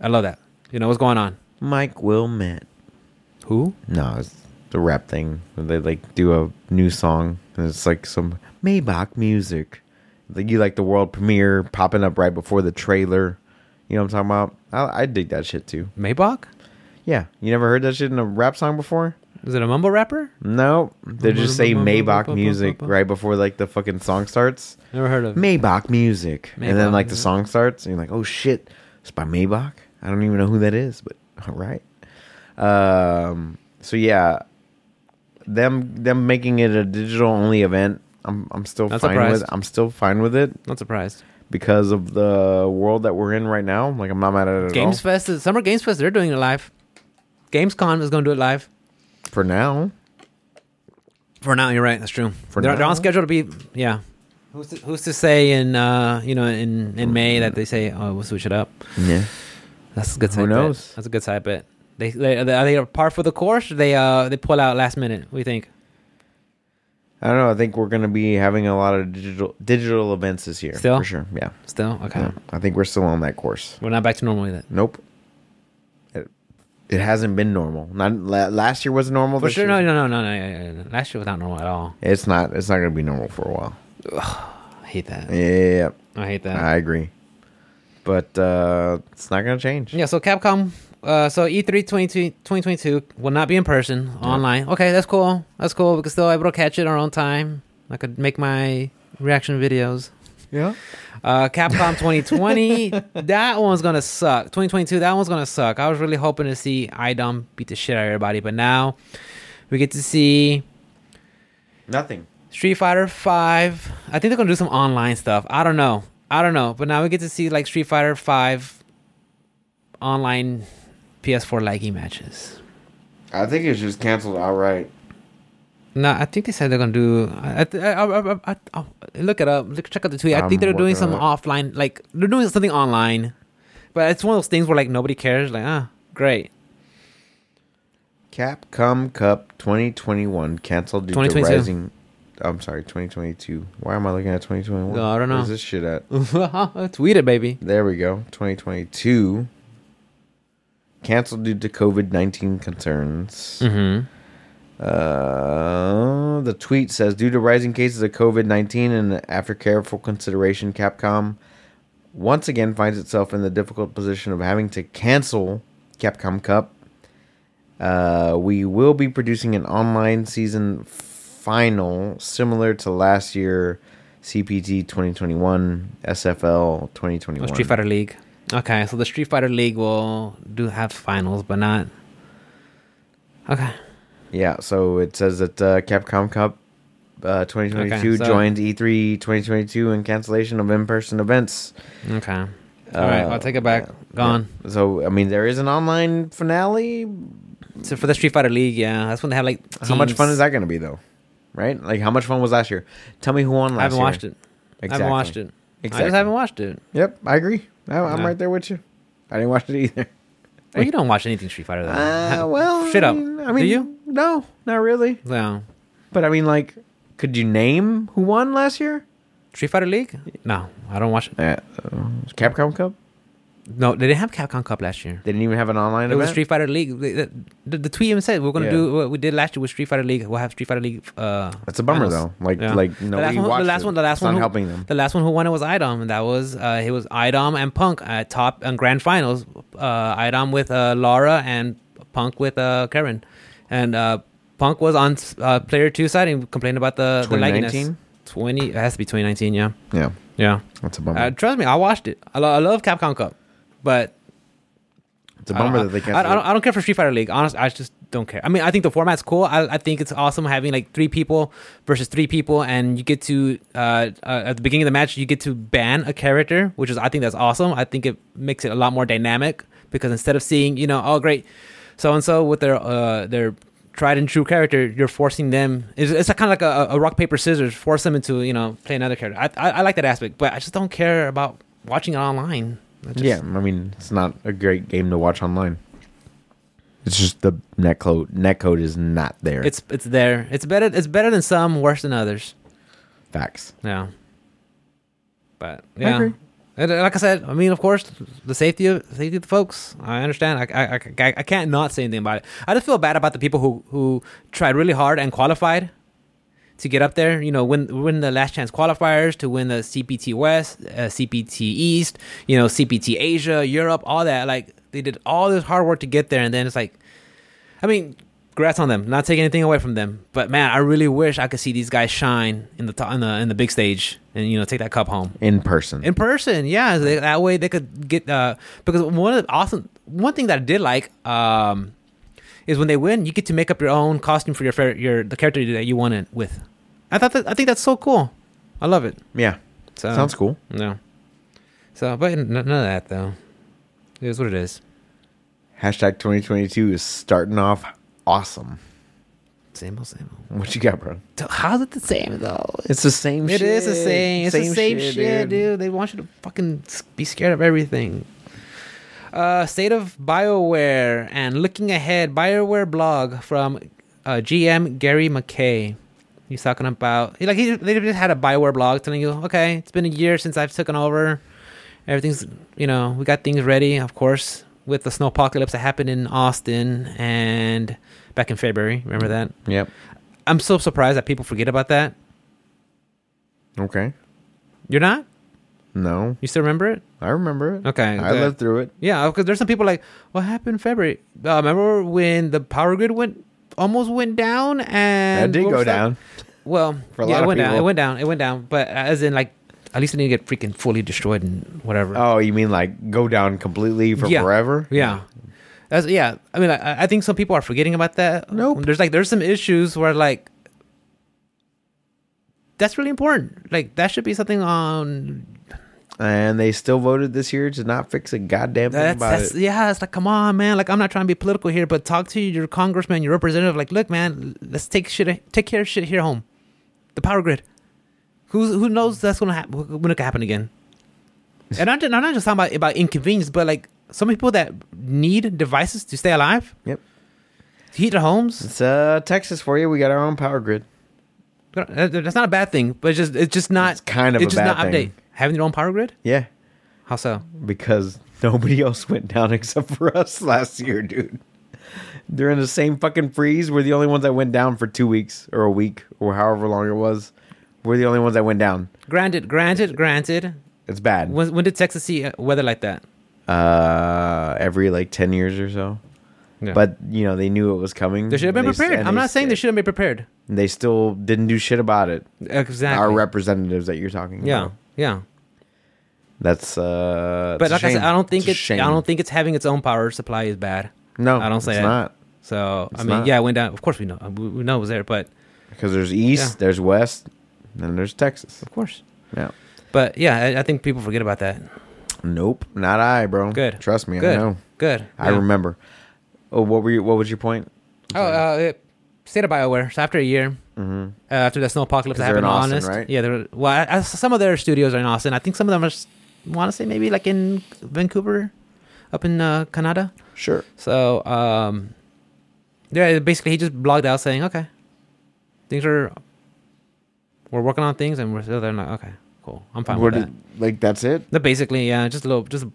[SPEAKER 1] I love that. You know what's going on.
[SPEAKER 2] Mike Wilmette.
[SPEAKER 1] Who?
[SPEAKER 2] No, it's the rap thing. They like do a new song and it's like some Maybach music. Like you like the world premiere popping up right before the trailer. You know what I'm talking about? I, I dig that shit too.
[SPEAKER 1] Maybach?
[SPEAKER 2] Yeah. You never heard that shit in a rap song before?
[SPEAKER 1] Is it a mumble rapper?
[SPEAKER 2] No. They just say Maybach music right before like the fucking song starts.
[SPEAKER 1] Never heard of.
[SPEAKER 2] Maybach music. And then
[SPEAKER 1] Maybach
[SPEAKER 2] like the
[SPEAKER 1] music.
[SPEAKER 2] song starts and you're like, oh shit, it's by Maybach. I don't even know who that is, but all right. Um, so yeah, them them making it a digital only event. I'm I'm still
[SPEAKER 1] Not
[SPEAKER 2] fine with
[SPEAKER 1] surprised.
[SPEAKER 2] I'm still fine with it
[SPEAKER 1] Not surprised.
[SPEAKER 2] because of the world that we're in right now. Like I'm not mad at it at
[SPEAKER 1] Games
[SPEAKER 2] all
[SPEAKER 1] Fest, is, Summer Games Fest, they're doing it live. Gamescom is going to do it live.
[SPEAKER 2] for now.
[SPEAKER 1] For now, you're right. That's true.
[SPEAKER 2] For
[SPEAKER 1] they're, they're
[SPEAKER 2] now?
[SPEAKER 1] on schedule to be. Yeah. Who's to, who's to say in uh you know in in May that they say oh we'll switch it up?
[SPEAKER 2] Yeah.
[SPEAKER 1] That's a good
[SPEAKER 2] Who
[SPEAKER 1] side. bet.
[SPEAKER 2] knows?
[SPEAKER 1] That's a good side bet. They, they are they a par for the course? Or they uh they pull out last minute. What do you think?
[SPEAKER 2] I don't know. I think we're gonna be having a lot of digital digital events this year.
[SPEAKER 1] Still?
[SPEAKER 2] for sure. Yeah.
[SPEAKER 1] Still okay.
[SPEAKER 2] yeah. I think we're still on that course.
[SPEAKER 1] We're not back to normal yet.
[SPEAKER 2] Nope. it hasn't been normal. Not la- last year was normal.
[SPEAKER 1] For
[SPEAKER 2] this
[SPEAKER 1] sure,
[SPEAKER 2] year-
[SPEAKER 1] no, no, no, no, no, yeah, yeah, yeah. Last year was not normal at all.
[SPEAKER 2] It's not. It's not gonna be normal for a while.
[SPEAKER 1] I hate that.
[SPEAKER 2] Yeah, yeah,
[SPEAKER 1] I hate that.
[SPEAKER 2] yeah. I agree. But uh it's not gonna change.
[SPEAKER 1] Yeah, so Capcom, uh, so E3 20, 2022 will not be in person, online. Okay, that's cool. That's cool. We can still able to catch it our own time. I could make my reaction videos.
[SPEAKER 2] Yeah.
[SPEAKER 1] Uh, Capcom 2020, that one's gonna suck. 2022, that one's gonna suck. I was really hoping to see IDOM beat the shit out of everybody, but now we get to see
[SPEAKER 2] Nothing.
[SPEAKER 1] Street Fighter Five. I think they're gonna do some online stuff. I don't know. I don't know. But now we get to see like Street Fighter Five online PS4 laggy matches.
[SPEAKER 2] I think it's just canceled outright.
[SPEAKER 1] No, I think they said they're gonna do. I, I, I, I, I, I, look it up. Look, check out the tweet. I
[SPEAKER 2] I'm
[SPEAKER 1] think they're doing
[SPEAKER 2] working
[SPEAKER 1] some
[SPEAKER 2] on
[SPEAKER 1] offline, like they're doing something online, but it's one of those things where like nobody cares. Like, ah, great.
[SPEAKER 2] Capcom Cup 2021 canceled due to
[SPEAKER 1] 2022.
[SPEAKER 2] rising. I'm sorry, 2022. Why am I looking at 2021?
[SPEAKER 1] No, I don't know.
[SPEAKER 2] Where's this shit at?
[SPEAKER 1] Tweet it, baby.
[SPEAKER 2] There we go. 2022 canceled due to COVID 19 concerns.
[SPEAKER 1] Mm-hmm.
[SPEAKER 2] Uh, the tweet says due to rising cases of COVID 19 and after careful consideration, Capcom once again finds itself in the difficult position of having to cancel Capcom Cup. Uh, we will be producing an online season final similar to last year CPT 2021, SFL 2021.
[SPEAKER 1] Street Fighter League. Okay, so the Street Fighter League will do have finals, but not. Okay.
[SPEAKER 2] Yeah, so it says that uh, Capcom Cup uh, 2022
[SPEAKER 1] Okay, so-
[SPEAKER 2] joined E E3 2022 in cancellation of in-person events.
[SPEAKER 1] Okay. All right,
[SPEAKER 2] Uh,
[SPEAKER 1] I'll take it back. Gone.
[SPEAKER 2] Yeah. So I mean, there is an online finale.
[SPEAKER 1] So for the Street Fighter League, yeah, that's when they have like.
[SPEAKER 2] How much
[SPEAKER 1] teams.
[SPEAKER 2] fun is that going to be though? Right? Like, how much fun was last year? Tell me who won last year.
[SPEAKER 1] I haven't watched it. I
[SPEAKER 2] Exactly.
[SPEAKER 1] haven't watched it. I
[SPEAKER 2] Exactly.
[SPEAKER 1] just haven't watched it.
[SPEAKER 2] Yep, I agree. I, I'm
[SPEAKER 1] Yeah.
[SPEAKER 2] right there with you. I didn't watch it either.
[SPEAKER 1] Well, you don't watch anything Street Fighter though.
[SPEAKER 2] Uh, well,
[SPEAKER 1] shit
[SPEAKER 2] I
[SPEAKER 1] up.
[SPEAKER 2] mean, I
[SPEAKER 1] Do
[SPEAKER 2] mean,
[SPEAKER 1] you?
[SPEAKER 2] No, not really.
[SPEAKER 1] No.
[SPEAKER 2] But I mean, like, could you name who won last year?
[SPEAKER 1] Street Fighter League? No, I don't watch it.
[SPEAKER 2] Uh, Capcom Cup.
[SPEAKER 1] No, they didn't have Capcom Cup last year.
[SPEAKER 2] They didn't even have an online
[SPEAKER 1] It was
[SPEAKER 2] event.
[SPEAKER 1] Street Fighter League. The, the, the tweet even said we're gonna
[SPEAKER 2] Yeah.
[SPEAKER 1] do what we did last year with Street Fighter League. We'll have Street Fighter League. Uh,
[SPEAKER 2] That's a bummer
[SPEAKER 1] finals.
[SPEAKER 2] though. Like
[SPEAKER 1] Yeah.
[SPEAKER 2] like
[SPEAKER 1] the last
[SPEAKER 2] nobody
[SPEAKER 1] one,
[SPEAKER 2] watched
[SPEAKER 1] the last
[SPEAKER 2] it.
[SPEAKER 1] one, the last
[SPEAKER 2] It's
[SPEAKER 1] one,
[SPEAKER 2] not
[SPEAKER 1] who,
[SPEAKER 2] helping them.
[SPEAKER 1] The last one who won it was Idom, and that was uh, it was Idom and Punk at top and grand finals. Uh, Idom with uh, Laura and Punk with uh, Karen, and uh, Punk was on uh, player two side and complained about the the lagginess.
[SPEAKER 2] 2019?
[SPEAKER 1] Twenty, it has to be twenty nineteen. Yeah,
[SPEAKER 2] Yeah,
[SPEAKER 1] yeah.
[SPEAKER 2] that's a bummer.
[SPEAKER 1] Uh, trust me, I watched it. I, lo- I love Capcom Cup, but
[SPEAKER 2] it's a
[SPEAKER 1] I don't-
[SPEAKER 2] bummer that they
[SPEAKER 1] I-
[SPEAKER 2] can't.
[SPEAKER 1] I, don't, I don't care for Street Fighter League. Honest, I just don't care. I mean, I think the format's cool. I, I think it's awesome having like three people versus three people, and you get to uh, uh, at the beginning of the match, you get to ban a character, which is I think that's awesome. I think it makes it a lot more dynamic because instead of seeing you know oh great so and so with their uh, their tried and true character, you're forcing them. It's, it's kind of like a, a rock paper scissors, force them into you know play another character. I, I I like that aspect, but I just don't care about watching it online. I just-
[SPEAKER 2] yeah, I mean it's not a great game to watch online. It's just the net code. Net code is not there.
[SPEAKER 1] It's it's there. It's better. It's better than some, worse than others.
[SPEAKER 2] facts.
[SPEAKER 1] Yeah. But
[SPEAKER 2] I
[SPEAKER 1] yeah,
[SPEAKER 2] agree.
[SPEAKER 1] And, uh, like I said, I mean, of course, the safety of safety of the folks. I understand. I I, I I can't not say anything about it. I just feel bad about the people who who tried really hard and qualified to get up there. You know, win win the last chance qualifiers to win the CPT West, uh, CPT East. You know, CPT Asia, Europe, all that. Like they did all this hard work to get there, and then it's like, I mean. Congrats on them. Not taking anything away from them, but man, I really wish I could see these guys shine in the to- in the in the big stage and you know take that cup home
[SPEAKER 2] In person.
[SPEAKER 1] in person yeah so they- that way they could get uh because one of the awesome one thing that i did like um is when they win you get to make up your own costume for your fair your the character that you won it with i thought that i think that's so cool i love it
[SPEAKER 2] yeah,
[SPEAKER 1] so
[SPEAKER 2] sounds cool.
[SPEAKER 1] no so but n- none of that though it is what it is
[SPEAKER 2] Hashtag 2022 is starting off awesome.
[SPEAKER 1] same old same old
[SPEAKER 2] What you got, bro?
[SPEAKER 1] So how's it the same though
[SPEAKER 2] It's the same.
[SPEAKER 1] It
[SPEAKER 2] shit.
[SPEAKER 1] is the same. It's the same shit, dude. They want you to fucking s- be scared of everything. Uh, state of Bioware and looking ahead. Bioware blog from uh, GM Gary McKay. He's talking about like he they just had a Bioware blog telling you, okay, it's been a year since I've taken over. Everything's you know we got things ready. Of course, with the snow apocalypse that happened in Austin and back in February. Remember that?
[SPEAKER 2] Yep.
[SPEAKER 1] I'm so surprised that people forget about that.
[SPEAKER 2] Okay.
[SPEAKER 1] You're not?
[SPEAKER 2] No,
[SPEAKER 1] You still remember it?
[SPEAKER 2] I remember it.
[SPEAKER 1] Okay,
[SPEAKER 2] I
[SPEAKER 1] good.
[SPEAKER 2] lived through it.
[SPEAKER 1] Yeah, because there's some people like, what happened in February? Uh, remember when the power grid went almost went down and
[SPEAKER 2] That did
[SPEAKER 1] what
[SPEAKER 2] go
[SPEAKER 1] was that?
[SPEAKER 2] down.
[SPEAKER 1] Well,
[SPEAKER 2] For a
[SPEAKER 1] yeah,
[SPEAKER 2] lot
[SPEAKER 1] it
[SPEAKER 2] of
[SPEAKER 1] went down. It
[SPEAKER 2] people.
[SPEAKER 1] went down. It went down. But as in, like, at least it didn't get freaking fully destroyed and whatever.
[SPEAKER 2] Oh, you mean like go down completely for
[SPEAKER 1] Yeah.
[SPEAKER 2] forever?
[SPEAKER 1] Yeah. That's yeah. I mean, I, I think some people are forgetting about that.
[SPEAKER 2] Nope.
[SPEAKER 1] There's like there's some issues where like that's really important. Like that should be something on.
[SPEAKER 2] And they still voted this year to not fix a goddamn thing
[SPEAKER 1] That's,
[SPEAKER 2] about
[SPEAKER 1] that's
[SPEAKER 2] it.
[SPEAKER 1] yeah. It's like come on, man. Like I'm not trying to be political here, but talk to your congressman, your representative. Like, look, man, let's take shit, take care of shit here home. The power grid. Who's who knows that's gonna happen when it can happen again. And I'm, just, I'm not just talking about about inconvenience, but like some people that need devices to stay alive,
[SPEAKER 2] Yep.
[SPEAKER 1] to heat their homes.
[SPEAKER 2] It's uh, Texas for you. We got our own power grid.
[SPEAKER 1] That- That's not a bad thing, but it's just it's just not
[SPEAKER 2] It's kind of
[SPEAKER 1] it's
[SPEAKER 2] a
[SPEAKER 1] just
[SPEAKER 2] bad
[SPEAKER 1] not
[SPEAKER 2] thing.
[SPEAKER 1] update. Having your own power grid?
[SPEAKER 2] Yeah,
[SPEAKER 1] How so?
[SPEAKER 2] because nobody else went down except for us last year, dude. During the same fucking freeze, we're the only ones that went down for two weeks or a week or however long it was. We're the only ones that went down.
[SPEAKER 1] Granted, granted, granted.
[SPEAKER 2] It's bad.
[SPEAKER 1] When when did Texas see uh, weather like that?
[SPEAKER 2] Uh, every like ten years or so. But you know they knew it was coming.
[SPEAKER 1] they should have been
[SPEAKER 2] and s-
[SPEAKER 1] prepared.
[SPEAKER 2] and
[SPEAKER 1] I'm
[SPEAKER 2] they
[SPEAKER 1] not saying they
[SPEAKER 2] st-
[SPEAKER 1] should have been prepared.
[SPEAKER 2] They still didn't do shit about it.
[SPEAKER 1] Exactly.
[SPEAKER 2] Our representatives that you're talking
[SPEAKER 1] yeah,
[SPEAKER 2] about.
[SPEAKER 1] yeah.
[SPEAKER 2] That's uh.
[SPEAKER 1] But
[SPEAKER 2] it's a
[SPEAKER 1] like I
[SPEAKER 2] shame.
[SPEAKER 1] said, I don't think
[SPEAKER 2] a
[SPEAKER 1] it's, I
[SPEAKER 2] shame.
[SPEAKER 1] don't think it's having its own power supply is bad.
[SPEAKER 2] No,
[SPEAKER 1] I don't say
[SPEAKER 2] it's
[SPEAKER 1] that.
[SPEAKER 2] not
[SPEAKER 1] So I
[SPEAKER 2] It's
[SPEAKER 1] mean,
[SPEAKER 2] not.
[SPEAKER 1] yeah, it went down. Of course, we know uh, we we know it was there, but
[SPEAKER 2] because there's east,
[SPEAKER 1] Yeah.
[SPEAKER 2] there's west, and there's Texas.
[SPEAKER 1] of course.
[SPEAKER 2] Yeah.
[SPEAKER 1] But yeah, I, I think people forget about that.
[SPEAKER 2] Nope, not I, bro.
[SPEAKER 1] Good.
[SPEAKER 2] Trust me,
[SPEAKER 1] Good.
[SPEAKER 2] I know.
[SPEAKER 1] Good.
[SPEAKER 2] I
[SPEAKER 1] Yeah.
[SPEAKER 2] remember. Oh, what were you? What was your point?
[SPEAKER 1] Oh, uh, it, state of Bioware. So after a year,
[SPEAKER 2] Mm-hmm.
[SPEAKER 1] uh, after that snow apocalypse
[SPEAKER 2] 'Cause
[SPEAKER 1] that
[SPEAKER 2] they're in
[SPEAKER 1] happened.
[SPEAKER 2] Austin,
[SPEAKER 1] honest,
[SPEAKER 2] right?
[SPEAKER 1] yeah. They're, well, I, I, some of their studios are in Austin. I think some of them are. Want to say maybe like in Vancouver, up in uh, Canada.
[SPEAKER 2] Sure.
[SPEAKER 1] So um, yeah, basically he just blogged out saying, okay, things are. We're working on things, and we're so they're like, okay, cool, I'm fine
[SPEAKER 2] What
[SPEAKER 1] with that.
[SPEAKER 2] did- like that's it.
[SPEAKER 1] No, basically, yeah, just a little, just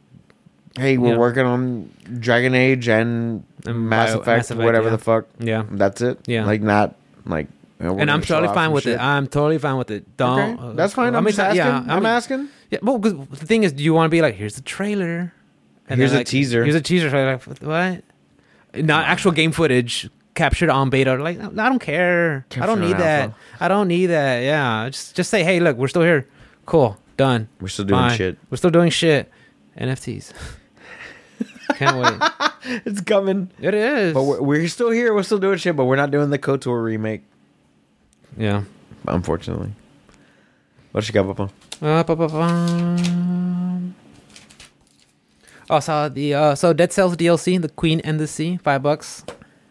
[SPEAKER 2] Hey, we're
[SPEAKER 1] Yeah.
[SPEAKER 2] working on Dragon Age and,
[SPEAKER 1] And
[SPEAKER 2] Mass,
[SPEAKER 1] Bio-
[SPEAKER 2] Effect,
[SPEAKER 1] Mass Effect,
[SPEAKER 2] whatever
[SPEAKER 1] yeah.
[SPEAKER 2] the fuck.
[SPEAKER 1] yeah.
[SPEAKER 2] That's it.
[SPEAKER 1] Yeah.
[SPEAKER 2] Like not like. you know, we're
[SPEAKER 1] And I'm
[SPEAKER 2] gonna show
[SPEAKER 1] totally
[SPEAKER 2] off
[SPEAKER 1] fine
[SPEAKER 2] some
[SPEAKER 1] with
[SPEAKER 2] shit.
[SPEAKER 1] it. I'm totally fine with it. Don't.
[SPEAKER 2] Okay. That's fine.
[SPEAKER 1] I
[SPEAKER 2] I'm
[SPEAKER 1] mean,
[SPEAKER 2] just asking.
[SPEAKER 1] yeah, I
[SPEAKER 2] I'm
[SPEAKER 1] mean-
[SPEAKER 2] asking.
[SPEAKER 1] Yeah, well, 'cause the thing is, do you want to be like, here's the trailer,
[SPEAKER 2] Here's
[SPEAKER 1] then,
[SPEAKER 2] a
[SPEAKER 1] like,
[SPEAKER 2] teaser.
[SPEAKER 1] here's a teaser, so you're like what? Not actual game footage captured on beta. Like, I don't care. I
[SPEAKER 2] Captured
[SPEAKER 1] don't
[SPEAKER 2] on
[SPEAKER 1] need that.
[SPEAKER 2] alpha.
[SPEAKER 1] I don't need that. Yeah, just just say, hey, look, we're still here. Cool, done.
[SPEAKER 2] We're still doing
[SPEAKER 1] Fine.
[SPEAKER 2] shit.
[SPEAKER 1] We're still doing shit. NFTs. Can't wait.
[SPEAKER 2] It's coming.
[SPEAKER 1] It is.
[SPEAKER 2] But we're, we're still here. We're still doing shit. But we're not doing the KOTOR remake,
[SPEAKER 1] yeah.
[SPEAKER 2] unfortunately. What you got, Papa?
[SPEAKER 1] Uh, ba- ba- bum. Oh, saw the uh, so Dead Cells DLC, The Queen and the Sea, five bucks.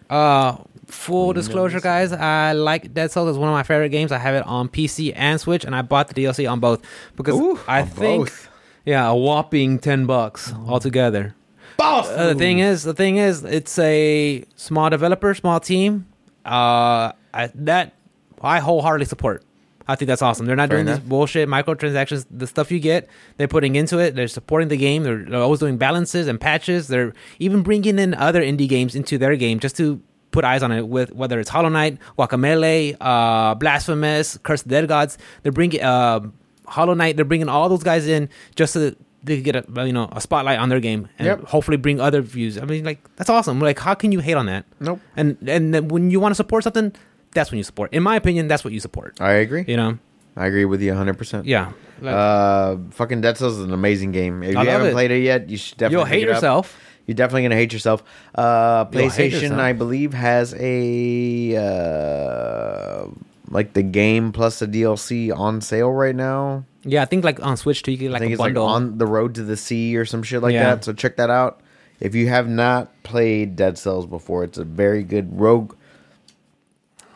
[SPEAKER 1] Uh, full disclosure, guys, I like Dead Cells. It's one of my favorite games. I have it on PC and Switch, and I bought the DLC on both because
[SPEAKER 2] Ooh,
[SPEAKER 1] I
[SPEAKER 2] on
[SPEAKER 1] think
[SPEAKER 2] both. Oh.
[SPEAKER 1] yeah, a whopping ten bucks altogether.
[SPEAKER 2] Boss.
[SPEAKER 1] Uh, the thing is, the thing is, it's a small developer, small team. Uh, I, that I wholeheartedly support. I think that's awesome. They're not
[SPEAKER 2] Fair
[SPEAKER 1] doing this
[SPEAKER 2] enough.
[SPEAKER 1] bullshit microtransactions. The stuff you get, they're putting into it. They're supporting the game. They're, they're always doing balances and patches. They're even bringing in other indie games into their game just to put eyes on it. With whether it's Hollow Knight, Guacamelee, uh, Blasphemous, Curse of the Dead Gods, they're bringing uh, Hollow Knight. They're bringing all those guys in just so that they could get a you know a spotlight on their game and
[SPEAKER 2] Yep.
[SPEAKER 1] hopefully bring other views. I mean, like that's awesome. Like, how can you hate on that?
[SPEAKER 2] Nope.
[SPEAKER 1] And and then when you want to support something, that's when you support. In my opinion, that's what you support.
[SPEAKER 2] I agree.
[SPEAKER 1] You know?
[SPEAKER 2] I agree with you 100. percent
[SPEAKER 1] Yeah. Like,
[SPEAKER 2] Uh, fucking Dead Cells is an amazing game. If
[SPEAKER 1] I love
[SPEAKER 2] you haven't
[SPEAKER 1] it.
[SPEAKER 2] played it yet, you should definitely
[SPEAKER 1] you'll
[SPEAKER 2] pick
[SPEAKER 1] hate
[SPEAKER 2] it up.
[SPEAKER 1] yourself.
[SPEAKER 2] You're definitely gonna hate yourself. Uh,
[SPEAKER 1] You'll hate
[SPEAKER 2] PlayStation,
[SPEAKER 1] yourself.
[SPEAKER 2] I believe, has a uh, like the game plus the DLC on sale right now.
[SPEAKER 1] Yeah, I think like on Switch too, you get
[SPEAKER 2] I
[SPEAKER 1] like
[SPEAKER 2] think
[SPEAKER 1] a
[SPEAKER 2] it's
[SPEAKER 1] bundle.
[SPEAKER 2] like on the road to the sea or some shit like
[SPEAKER 1] Yeah.
[SPEAKER 2] that. So check that out. If you have not played Dead Cells before, it's a very good rogue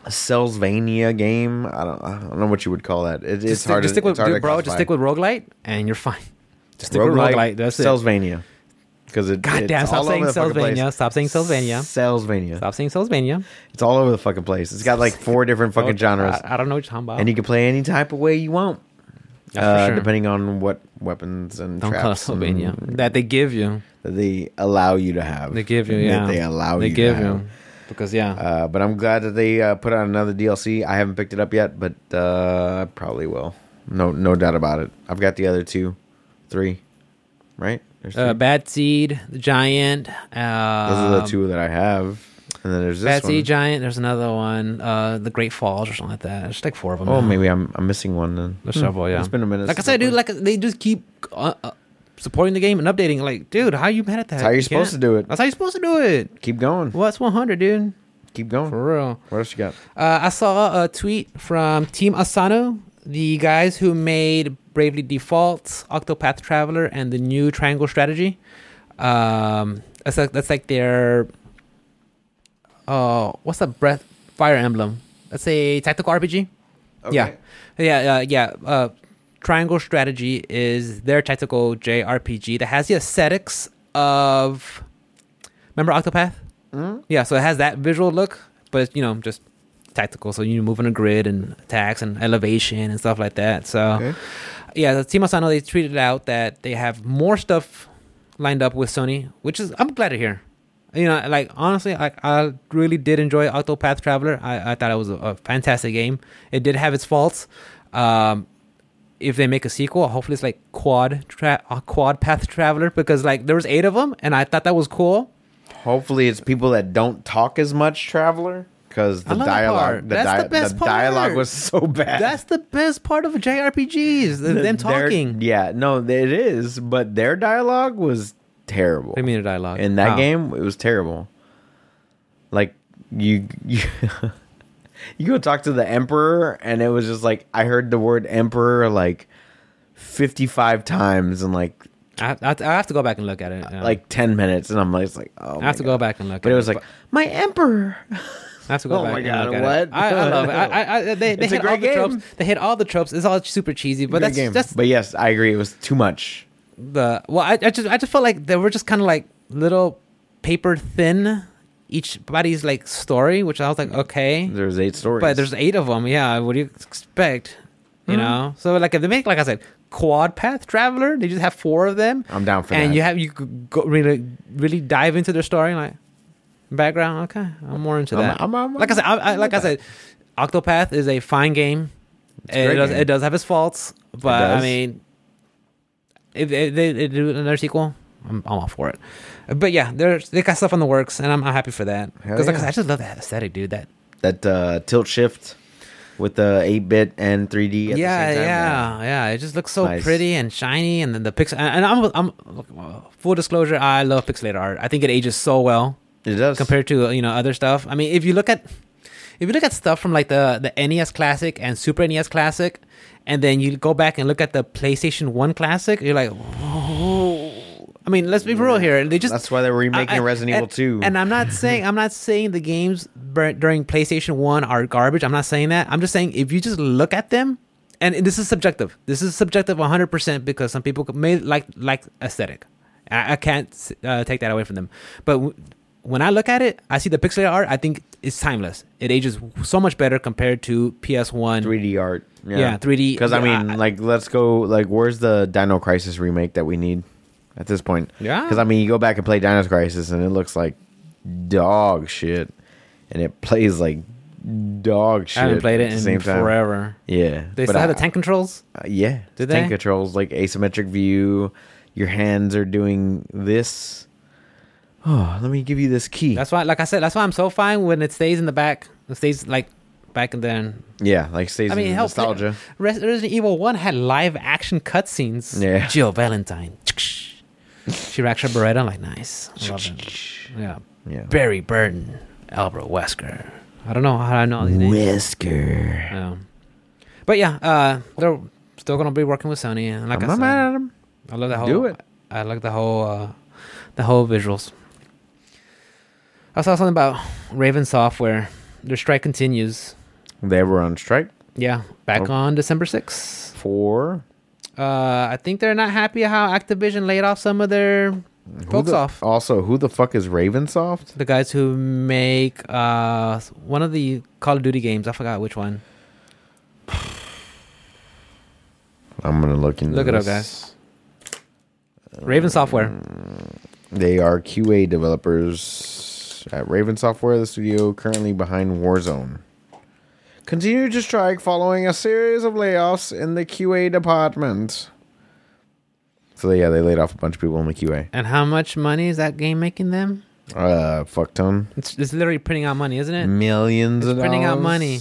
[SPEAKER 2] Cellsvania game. I don't, I don't know what you would call that. It, it's
[SPEAKER 1] just,
[SPEAKER 2] hard.
[SPEAKER 1] just
[SPEAKER 2] to,
[SPEAKER 1] stick with
[SPEAKER 2] it's hard
[SPEAKER 1] dude,
[SPEAKER 2] to
[SPEAKER 1] bro. Just
[SPEAKER 2] classify.
[SPEAKER 1] stick with roguelite, and you're fine. Just stick with roguelite. That's it.
[SPEAKER 2] Cellsvania. Because it,
[SPEAKER 1] God damn,
[SPEAKER 2] it's
[SPEAKER 1] stop
[SPEAKER 2] all
[SPEAKER 1] saying
[SPEAKER 2] over the fucking place.
[SPEAKER 1] Cellsvania. Stop saying Cellsvania.
[SPEAKER 2] Cellsvania.
[SPEAKER 1] Stop saying Soulsmania.
[SPEAKER 2] It's all over the fucking place. It's got like four different fucking genres,
[SPEAKER 1] I, I don't know what you're talking about.
[SPEAKER 2] and you can play any type of way you want,
[SPEAKER 1] That's for
[SPEAKER 2] uh,
[SPEAKER 1] sure.
[SPEAKER 2] depending on what weapens and
[SPEAKER 1] don't call it
[SPEAKER 2] traps. and-
[SPEAKER 1] Soulsmania. That they give you.
[SPEAKER 2] that they allow you to have.
[SPEAKER 1] They give you,
[SPEAKER 2] That
[SPEAKER 1] yeah.
[SPEAKER 2] they allow
[SPEAKER 1] They
[SPEAKER 2] you
[SPEAKER 1] give
[SPEAKER 2] to have.
[SPEAKER 1] you because yeah,
[SPEAKER 2] Uh, but I'm glad that they uh, put out another DLC. I haven't picked it up yet, but uh, I probably will. No, no doubt about it. I've got the other two, three, right? There's
[SPEAKER 1] uh,
[SPEAKER 2] three.
[SPEAKER 1] Bad Seed, the Giant.
[SPEAKER 2] Those
[SPEAKER 1] Uh,
[SPEAKER 2] are the two that I have, and then there's this
[SPEAKER 1] Bad
[SPEAKER 2] one.
[SPEAKER 1] Seed, Giant. There's another one, uh, the Great Falls or something like that. There's like four of them.
[SPEAKER 2] oh,
[SPEAKER 1] now.
[SPEAKER 2] maybe I'm I'm missing one then. Hmm.
[SPEAKER 1] There's several, yeah.
[SPEAKER 2] It's been a minute.
[SPEAKER 1] Like I
[SPEAKER 2] since
[SPEAKER 1] said, dude,
[SPEAKER 2] played.
[SPEAKER 1] like they just keep uh, uh, supporting the game and updating. Like, dude, how you mad at that?
[SPEAKER 2] That's how you're supposed to do it.
[SPEAKER 1] That's how you're supposed to do it.
[SPEAKER 2] keep going,
[SPEAKER 1] Well, it's 100, dude.
[SPEAKER 2] keep going.
[SPEAKER 1] For real.
[SPEAKER 2] What else you got?
[SPEAKER 1] Uh, I saw a tweet from Team Asano, the guys who made Bravely Default, Octopath Traveler, and the new Triangle Strategy. Um, that's like, that's like their uh, what's that breath Fire Emblem? That's a tactical RPG. Yeah, yeah, uh, yeah. Uh, Triangle Strategy is their tactical JRPG that has the aesthetics of. Remember Octopath?
[SPEAKER 2] Mm?
[SPEAKER 1] Yeah, so it has that visual look, but it's, you know, just tactical. So you move on a grid and attacks and elevation and stuff like that. So
[SPEAKER 2] Okay.
[SPEAKER 1] yeah, the Team Asano they tweeted out that they have more stuff lined up with Sony, which is I'm glad to hear. You know, like honestly, like I really did enjoy Octopath Traveler. I, I thought it was a, a fantastic game. It did have its faults. Um, if they make a sequel, hopefully it's like quad tra- uh, quad path traveler because like there was eight of them, and I thought that was cool.
[SPEAKER 2] Hopefully, it's people that don't talk as much, traveler, because
[SPEAKER 1] I
[SPEAKER 2] the
[SPEAKER 1] love that part.
[SPEAKER 2] dialogue, the,
[SPEAKER 1] That's
[SPEAKER 2] di-
[SPEAKER 1] the best part.
[SPEAKER 2] dialogue was so bad.
[SPEAKER 1] That's the best part of JRPGs. th- Them
[SPEAKER 2] Their-
[SPEAKER 1] talking.
[SPEAKER 2] yeah, no, it is, but their dialogue was terrible.
[SPEAKER 1] What do you mean a dialogue?
[SPEAKER 2] in that
[SPEAKER 1] Oh.
[SPEAKER 2] game, it was terrible. Like you, you, you go talk to the emperor, and it was just like I heard the word emperor like fifty-five times in like
[SPEAKER 1] I, I, I have to go back and look at it. yeah.
[SPEAKER 2] like ten minutes, and I'm like, it's like oh,
[SPEAKER 1] I have to go back and look.
[SPEAKER 2] But
[SPEAKER 1] at
[SPEAKER 2] it was like my emperor.
[SPEAKER 1] I have to go
[SPEAKER 2] Oh
[SPEAKER 1] back.
[SPEAKER 2] my
[SPEAKER 1] and
[SPEAKER 2] God,
[SPEAKER 1] look at
[SPEAKER 2] what?
[SPEAKER 1] it. I, I love it. I, I, I, they they
[SPEAKER 2] It's a
[SPEAKER 1] hit all
[SPEAKER 2] great
[SPEAKER 1] the
[SPEAKER 2] game.
[SPEAKER 1] tropes. They hit all the tropes. It's all super cheesy, but
[SPEAKER 2] Good
[SPEAKER 1] that's
[SPEAKER 2] game.
[SPEAKER 1] that's
[SPEAKER 2] but yes, I agree. It was too much.
[SPEAKER 1] the well. I, I just I just felt like they were just kind of like little paper thin each body's like story, which I was like okay,
[SPEAKER 2] There's eight stories,
[SPEAKER 1] but there's eight of them. Yeah, what do you expect?
[SPEAKER 2] Mm-hmm.
[SPEAKER 1] You know, so like if they make like I said, quad path traveler, they just have four of them.
[SPEAKER 2] I'm down for
[SPEAKER 1] and
[SPEAKER 2] that.
[SPEAKER 1] you have you could go really really dive into their story like background okay i'm more into
[SPEAKER 2] I'm-
[SPEAKER 1] that
[SPEAKER 2] I'm- I'm-
[SPEAKER 1] like i said I, I,
[SPEAKER 2] I'm
[SPEAKER 1] like i
[SPEAKER 2] with
[SPEAKER 1] said octopath is a fine game
[SPEAKER 2] a
[SPEAKER 1] it
[SPEAKER 2] great
[SPEAKER 1] does
[SPEAKER 2] game.
[SPEAKER 1] it does have its faults but i
[SPEAKER 2] does.
[SPEAKER 1] mean if they, they, they do another sequel I'm, I'm all for it but yeah there's they got stuff on the works and i'm, I'm happy for that
[SPEAKER 2] Hell
[SPEAKER 1] because like I,
[SPEAKER 2] yeah.
[SPEAKER 1] said, I just love that aesthetic dude that
[SPEAKER 2] that uh, tilt shift with the eight bit and three
[SPEAKER 1] yeah,
[SPEAKER 2] D. at the same time.
[SPEAKER 1] yeah, yeah. It just looks so
[SPEAKER 2] Nice.
[SPEAKER 1] pretty and shiny, and then the pixel. And I'm, I'm look, uh, full disclosure. I love pixelated art. I think it ages so well
[SPEAKER 2] it does.
[SPEAKER 1] compared to you know other stuff. I mean, if you look at if you look at stuff from like the the NES Classic and Super NES Classic, and then you go back and look at the PlayStation One Classic, you're like, whoa. I mean, let's be real here. They just
[SPEAKER 2] That's why they were remaking
[SPEAKER 1] I- I-
[SPEAKER 2] Resident Evil
[SPEAKER 1] and-
[SPEAKER 2] Two.
[SPEAKER 1] And I'm not saying I'm not saying the games bur- during PlayStation One are garbage. I'm not saying that. I'm just saying if you just look at them, and this is subjective. This is subjective 100 percent because some people may like like aesthetic. I, I can't uh, take that away from them. But w- when I look at it, I see the pixelated art. I think it's timeless. It ages so much better compared to PS One.
[SPEAKER 2] 3D art.
[SPEAKER 1] Yeah, 3D.
[SPEAKER 2] Because I
[SPEAKER 1] Yeah,
[SPEAKER 2] mean,
[SPEAKER 1] I-
[SPEAKER 2] like, let's go. Like, where's the Dino Crisis remake that we need at this point?
[SPEAKER 1] Yeah.
[SPEAKER 2] Because I mean, you go back and play Dino Crisis, and it looks like dog shit, and it plays like dog shit.
[SPEAKER 1] I haven't played
[SPEAKER 2] at
[SPEAKER 1] it
[SPEAKER 2] the
[SPEAKER 1] in
[SPEAKER 2] same time.
[SPEAKER 1] forever.
[SPEAKER 2] Yeah.
[SPEAKER 1] They
[SPEAKER 2] but
[SPEAKER 1] still have
[SPEAKER 2] I-
[SPEAKER 1] the tank controls.
[SPEAKER 2] uh, yeah.
[SPEAKER 1] Did
[SPEAKER 2] tank
[SPEAKER 1] they?
[SPEAKER 2] controls like asymmetric view. Your hands are doing this. Oh, let me give you this key.
[SPEAKER 1] That's why, like I said, that's why I'm so fine when it stays in the back. It stays like back in there.
[SPEAKER 2] yeah, like stays
[SPEAKER 1] I mean,
[SPEAKER 2] in
[SPEAKER 1] hell,
[SPEAKER 2] nostalgia.
[SPEAKER 1] Res- Resident Evil One had live action cutscenes.
[SPEAKER 2] Yeah.
[SPEAKER 1] Jill Valentine. she racks her Beretta. I'm like, nice. I Love it. Yeah.
[SPEAKER 2] Yeah.
[SPEAKER 1] Barry Burton, Albert Wesker. I don't know how I know all these names.
[SPEAKER 2] Whisker.
[SPEAKER 1] Yeah. But yeah, uh, they're still gonna be working with Sony, and like
[SPEAKER 2] I'm
[SPEAKER 1] i
[SPEAKER 2] not
[SPEAKER 1] said,
[SPEAKER 2] mad at him.
[SPEAKER 1] I love the whole.
[SPEAKER 2] Do it.
[SPEAKER 1] I like the whole, uh, the whole visuals. I saw something about Raven Software. Their strike continues.
[SPEAKER 2] They were on strike
[SPEAKER 1] Yeah, back
[SPEAKER 2] Oh.
[SPEAKER 1] on December sixth.
[SPEAKER 2] for
[SPEAKER 1] Uh, I think they're not happy how Activision laid off some of their
[SPEAKER 2] who
[SPEAKER 1] folks
[SPEAKER 2] the-
[SPEAKER 1] off.
[SPEAKER 2] Also, who the fuck is Ravensoft?
[SPEAKER 1] The guys who make uh one of the Call of Duty games. I forgot which one.
[SPEAKER 2] I'm gonna look into
[SPEAKER 1] Look it up,
[SPEAKER 2] this. Mm.
[SPEAKER 1] Raven Software.
[SPEAKER 2] They are QA developers at Raven Software, the studio currently behind Warzone. Continued to strike following a series of layoffs in the QA department. So they, yeah, they laid off a bunch of people in the QA.
[SPEAKER 1] And how much money is that game making them?
[SPEAKER 2] Uh, fuck ton.
[SPEAKER 1] It's, it's literally printing out money, isn't it?
[SPEAKER 2] Mm, Millions
[SPEAKER 1] It's
[SPEAKER 2] of
[SPEAKER 1] printing out
[SPEAKER 2] dollars.
[SPEAKER 1] money.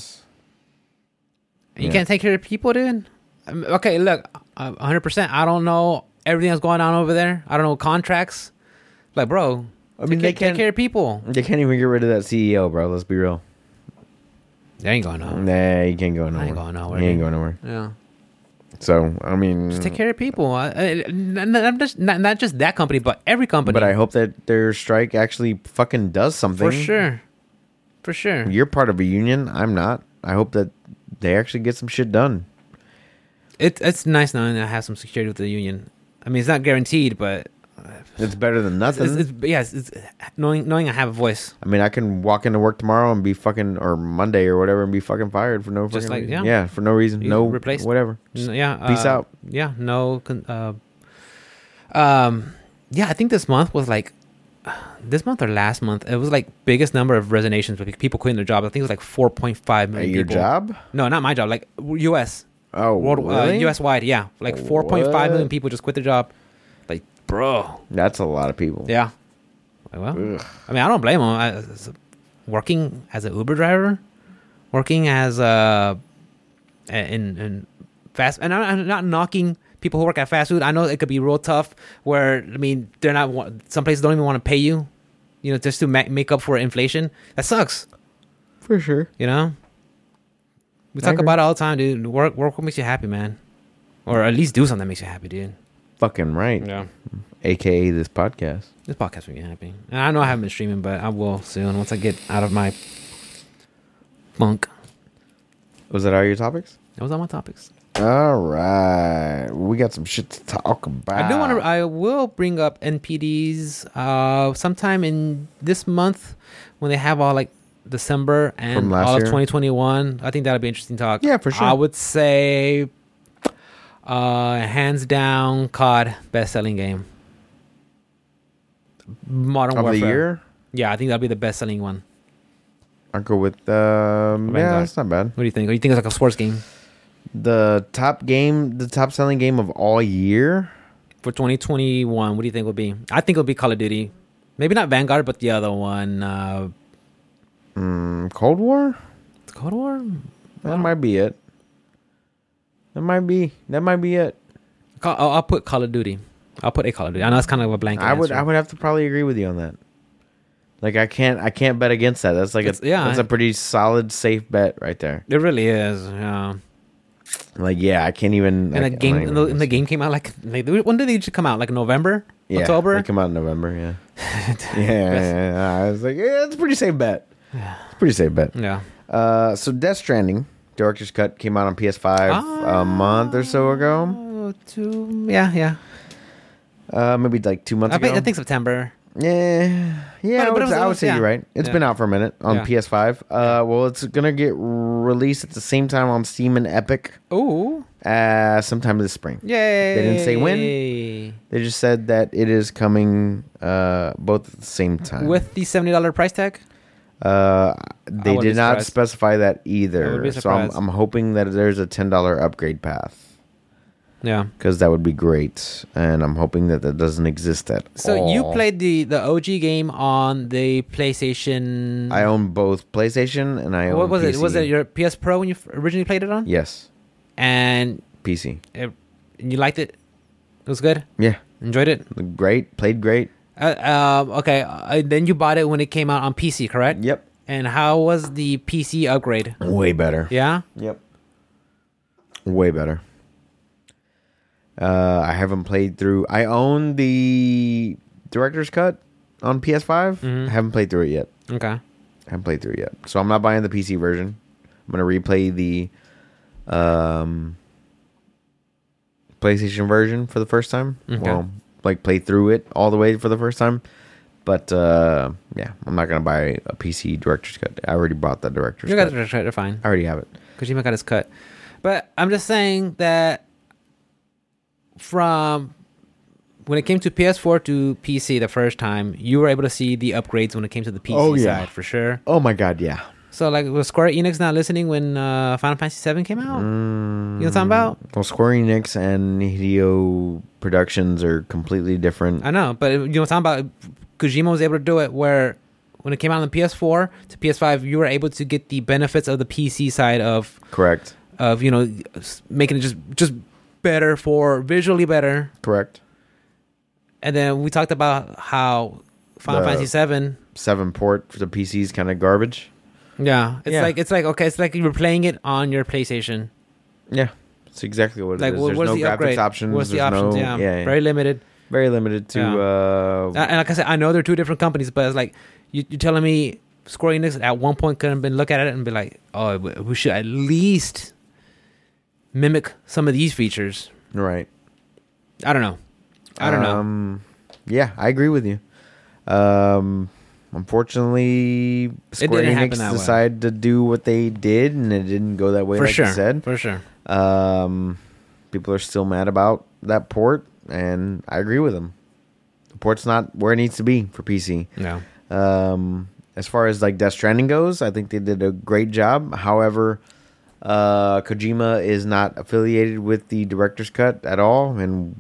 [SPEAKER 1] You
[SPEAKER 2] Yeah.
[SPEAKER 1] can't take care of people, dude. Um, okay, look, uh, 100%. I don't know everything that's going on over there. I don't know contracts. Like, bro, I mean,
[SPEAKER 2] mean, they
[SPEAKER 1] they take
[SPEAKER 2] can-
[SPEAKER 1] care of people.
[SPEAKER 2] They can't even get rid of that CEO, bro. Let's be real.
[SPEAKER 1] They ain't going on.
[SPEAKER 2] Nah, you can't go nowhere.
[SPEAKER 1] Oh. going nowhere,
[SPEAKER 2] You ain't
[SPEAKER 1] dude.
[SPEAKER 2] going nowhere.
[SPEAKER 1] Yeah.
[SPEAKER 2] So I mean,
[SPEAKER 1] Just take care of people. I, I, n- n- I'm just not, not just that company, but every company.
[SPEAKER 2] but I hope that their strike actually fucking does something.
[SPEAKER 1] for sure, for sure.
[SPEAKER 2] You're part of a union. I'm not. I hope that they actually get some shit done.
[SPEAKER 1] It, it's nice knowing that I have some security with the union. I mean, it's not guaranteed, but
[SPEAKER 2] It's better than nothing.
[SPEAKER 1] it's, it's, but yeah, it's, it's knowing knowing I have a voice.
[SPEAKER 2] I mean, I can walk into work tomorrow and be fucking, or Monday or whatever, and be fucking fired for no fucking
[SPEAKER 1] Just like-
[SPEAKER 2] reason.
[SPEAKER 1] yeah.
[SPEAKER 2] for no reason.
[SPEAKER 1] You
[SPEAKER 2] no
[SPEAKER 1] replaced.
[SPEAKER 2] whatever. Just-
[SPEAKER 1] N- yeah,
[SPEAKER 2] peace
[SPEAKER 1] uh,
[SPEAKER 2] out.
[SPEAKER 1] Yeah, no. con- Uh, um, yeah, I think this month was like this month or last month. It was like biggest number of resignations with people quitting their jobs. I think it was like four point five
[SPEAKER 2] At
[SPEAKER 1] million.
[SPEAKER 2] your
[SPEAKER 1] people.
[SPEAKER 2] job?
[SPEAKER 1] No, not my job. Like U.S.
[SPEAKER 2] Oh,
[SPEAKER 1] world,
[SPEAKER 2] really?
[SPEAKER 1] uh, U.S. wide. Yeah, like four point five million
[SPEAKER 2] What?
[SPEAKER 1] people just quit their job. Like, bro.
[SPEAKER 2] That's a lot of people.
[SPEAKER 1] Yeah. Like, well,
[SPEAKER 2] Ugh.
[SPEAKER 1] I mean, I don't blame him. I, as- working as an Uber driver, working as a in in fast, and I'm I'm not knocking people who work at fast food. I know it could be real tough. Where I mean, they're not wa- some places don't even want to pay you, you know, just to ma- make up for inflation. That sucks,
[SPEAKER 2] for sure.
[SPEAKER 1] you know. We
[SPEAKER 2] I
[SPEAKER 1] talk
[SPEAKER 2] agree.
[SPEAKER 1] about it all the time, dude. Work work what makes you happy, man, or at least do something that makes you happy, dude.
[SPEAKER 2] Fucking right.
[SPEAKER 1] Yeah.
[SPEAKER 2] AKA this podcast.
[SPEAKER 1] This podcast will be happy. And I know I haven't been streaming, but I will soon once I get out of my funk.
[SPEAKER 2] Was that all your topics?
[SPEAKER 1] That was all my topics.
[SPEAKER 2] All right, we got some shit to talk about.
[SPEAKER 1] I do want to. I will bring up NPDs uh, sometime in this month when they have all like December
[SPEAKER 2] From
[SPEAKER 1] and
[SPEAKER 2] last
[SPEAKER 1] all of
[SPEAKER 2] year?
[SPEAKER 1] 2021. I think that'll be interesting talk.
[SPEAKER 2] Yeah, for sure.
[SPEAKER 1] I would say, uh, hands down, COD best selling game. Modern
[SPEAKER 2] of the
[SPEAKER 1] Warfare.
[SPEAKER 2] year.
[SPEAKER 1] Yeah, I think that'll be the best selling one.
[SPEAKER 2] I'll go with um, yeah,
[SPEAKER 1] Vanguard.
[SPEAKER 2] that's not bad.
[SPEAKER 1] What do you think? Or you think it's like a sports game
[SPEAKER 2] The top game, the top selling game of all year.
[SPEAKER 1] for 2021 what do you think will be i think it'll be call of duty maybe not vanguard but the other one uh
[SPEAKER 2] Mm, Cold War.
[SPEAKER 1] cold war
[SPEAKER 2] That might be it. That might be. That might be it.
[SPEAKER 1] Call, I'll, I'll put call of duty i'll put a call of duty i know it's kind of a blank
[SPEAKER 2] I would. I would have to probably agree with you on that. Like I can't. I can't bet against that. That's like
[SPEAKER 1] It's-
[SPEAKER 2] a.
[SPEAKER 1] yeah, I-
[SPEAKER 2] That's a pretty solid, safe bet right there.
[SPEAKER 1] it really is yeah
[SPEAKER 2] Like yeah, I can't even.
[SPEAKER 1] and
[SPEAKER 2] I,
[SPEAKER 1] the
[SPEAKER 2] can't- I'm
[SPEAKER 1] game
[SPEAKER 2] not
[SPEAKER 1] and
[SPEAKER 2] even
[SPEAKER 1] the,
[SPEAKER 2] gonna
[SPEAKER 1] and the game came out like like, when did they just come out like november
[SPEAKER 2] Yeah,
[SPEAKER 1] october
[SPEAKER 2] They come out in November. Yeah. yeah, yeah, yeah, yeah. I was like, yeah, it's a pretty safe bet. It's a pretty safe bet.
[SPEAKER 1] yeah
[SPEAKER 2] Uh, so Death Stranding, Director's Cut, came out on PS5
[SPEAKER 1] Ah.
[SPEAKER 2] a month or so ago.
[SPEAKER 1] Oh, two, yeah yeah
[SPEAKER 2] Uh, maybe like two months
[SPEAKER 1] I,
[SPEAKER 2] ago.
[SPEAKER 1] think, I think september
[SPEAKER 2] Yeah, yeah.
[SPEAKER 1] But-
[SPEAKER 2] I
[SPEAKER 1] but
[SPEAKER 2] would,
[SPEAKER 1] it was-
[SPEAKER 2] I would say
[SPEAKER 1] yeah.
[SPEAKER 2] you're right. It's
[SPEAKER 1] Yeah.
[SPEAKER 2] been out for a minute on
[SPEAKER 1] Yeah.
[SPEAKER 2] PS5. Uh, well, it's gonna get released at the same time on Steam and Epic
[SPEAKER 1] oh
[SPEAKER 2] uh, sometime this spring.
[SPEAKER 1] yay
[SPEAKER 2] didn't say when? They just said that it is coming uh, both at the same time.
[SPEAKER 1] with the $70 price tag
[SPEAKER 2] Uh, they
[SPEAKER 1] wouldn't be
[SPEAKER 2] did not
[SPEAKER 1] surprised.
[SPEAKER 2] specify that
[SPEAKER 1] I would
[SPEAKER 2] either.
[SPEAKER 1] be
[SPEAKER 2] So I'm,
[SPEAKER 1] surprised.
[SPEAKER 2] I'm hoping that there's a ten dollar upgrade path
[SPEAKER 1] yeah
[SPEAKER 2] because that would be great, and I'm hoping that that doesn't exist at
[SPEAKER 1] So
[SPEAKER 2] all.
[SPEAKER 1] you played the the OG game on the PlayStation.
[SPEAKER 2] I own both PlayStation and I own.
[SPEAKER 1] what was it? Was
[SPEAKER 2] PC.
[SPEAKER 1] it your PS Pro when you f- originally played it on?
[SPEAKER 2] Yes,
[SPEAKER 1] And
[SPEAKER 2] PC.
[SPEAKER 1] it, you liked it. It was good.
[SPEAKER 2] Yeah,
[SPEAKER 1] Enjoyed it.
[SPEAKER 2] great. Played great.
[SPEAKER 1] Uh, um, okay. Uh, then you bought it when it came out on PC, correct?
[SPEAKER 2] Yep.
[SPEAKER 1] And how was the PC upgrade?
[SPEAKER 2] Way better.
[SPEAKER 1] Yeah.
[SPEAKER 2] Yep. Way better. Uh, I haven't played through. I own the director's cut on PS5. I haven't played through it yet.
[SPEAKER 1] Okay.
[SPEAKER 2] I haven't played through it yet. So I'm not buying the PC version. I'm gonna replay the um PlayStation version for the first time.
[SPEAKER 1] Okay.
[SPEAKER 2] Well, like play through it all the way for the first time. But uh yeah, I'm not gonna buy a PC director's cut. I already bought that director's
[SPEAKER 1] You
[SPEAKER 2] cut.
[SPEAKER 1] guys are trying to find.
[SPEAKER 2] I already have it.
[SPEAKER 1] Kojima got his cut. But I'm just saying that from when it came to PS4 to PC the first time, you were able to see the upgrades when it came to the PC
[SPEAKER 2] Oh, yeah.
[SPEAKER 1] side for sure.
[SPEAKER 2] Oh my god, yeah.
[SPEAKER 1] So like, was Square Enix not listening when uh, Final Fantasy VII came out? You know what I'm talking about?
[SPEAKER 2] Well, Square Enix and Hideo Productions are completely different.
[SPEAKER 1] I know, but you know what I'm talking about. Kojima was able to do it where when it came out on the PS4 to PS5, you were able to get the benefits of the PC side of
[SPEAKER 2] Correct.
[SPEAKER 1] of you know s- making it just just better for visually better.
[SPEAKER 2] Correct.
[SPEAKER 1] And then we talked about how Final
[SPEAKER 2] The-
[SPEAKER 1] Fantasy Seven.
[SPEAKER 2] Seven port for the PCs kind of garbage.
[SPEAKER 1] Yeah, it's
[SPEAKER 2] Yeah.
[SPEAKER 1] like it's like okay, it's like you were playing it on your PlayStation.
[SPEAKER 2] Yeah, it's exactly what it is.
[SPEAKER 1] Like, what,
[SPEAKER 2] There's
[SPEAKER 1] what's
[SPEAKER 2] no
[SPEAKER 1] the
[SPEAKER 2] graphics
[SPEAKER 1] upgrade?
[SPEAKER 2] options.
[SPEAKER 1] What's the
[SPEAKER 2] There's
[SPEAKER 1] options?
[SPEAKER 2] no-
[SPEAKER 1] yeah.
[SPEAKER 2] yeah, yeah.
[SPEAKER 1] very limited.
[SPEAKER 2] Very limited to.
[SPEAKER 1] Yeah.
[SPEAKER 2] Uh,
[SPEAKER 1] Uh, and like I said, I know they're two different companies, but it's like you, you're telling me Square Enix at one point could have been look at it and be like, oh, we we should at least mimic some of these features.
[SPEAKER 2] right.
[SPEAKER 1] I don't know. I don't know.
[SPEAKER 2] Um, yeah, I agree with you. Um, unfortunately, Square
[SPEAKER 1] didn't happen
[SPEAKER 2] Enix
[SPEAKER 1] that way.
[SPEAKER 2] decided to do what they did, and it didn't go that way.
[SPEAKER 1] for
[SPEAKER 2] like
[SPEAKER 1] sure.
[SPEAKER 2] you said,
[SPEAKER 1] For sure.
[SPEAKER 2] um, people are still mad about that port, and I agree with them. The port's not where it needs to be for PC.
[SPEAKER 1] Yeah.
[SPEAKER 2] Um, as far as like Death Stranding goes, I think they did a great job. However, uh, Kojima is not affiliated with the director's cut at all in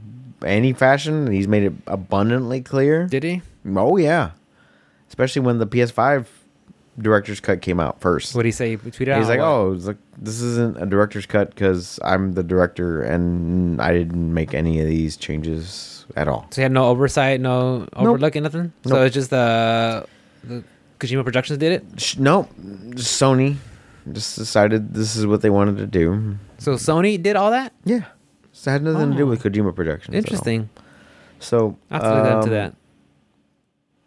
[SPEAKER 2] any fashion. He's made it abundantly clear.
[SPEAKER 1] Did he?
[SPEAKER 2] oh yeah, especially when the PS5 director's cut came out first.
[SPEAKER 1] What did he say? He tweeted out.
[SPEAKER 2] He's like,
[SPEAKER 1] what?
[SPEAKER 2] oh, it's like, this isn't a director's cut because I'm the director and I didn't make any of these changes at all.
[SPEAKER 1] So he had no oversight, no overlook, and nothing. So
[SPEAKER 2] Nope.
[SPEAKER 1] it's just the, the Kojima Productions did it.
[SPEAKER 2] Sh- No, Sony just decided this is what they wanted to do.
[SPEAKER 1] So Sony did all that.
[SPEAKER 2] Yeah, so it had nothing to do
[SPEAKER 1] Oh.
[SPEAKER 2] with Kojima Productions. at all.
[SPEAKER 1] Interesting.
[SPEAKER 2] So
[SPEAKER 1] I have to look into
[SPEAKER 2] um,
[SPEAKER 1] that.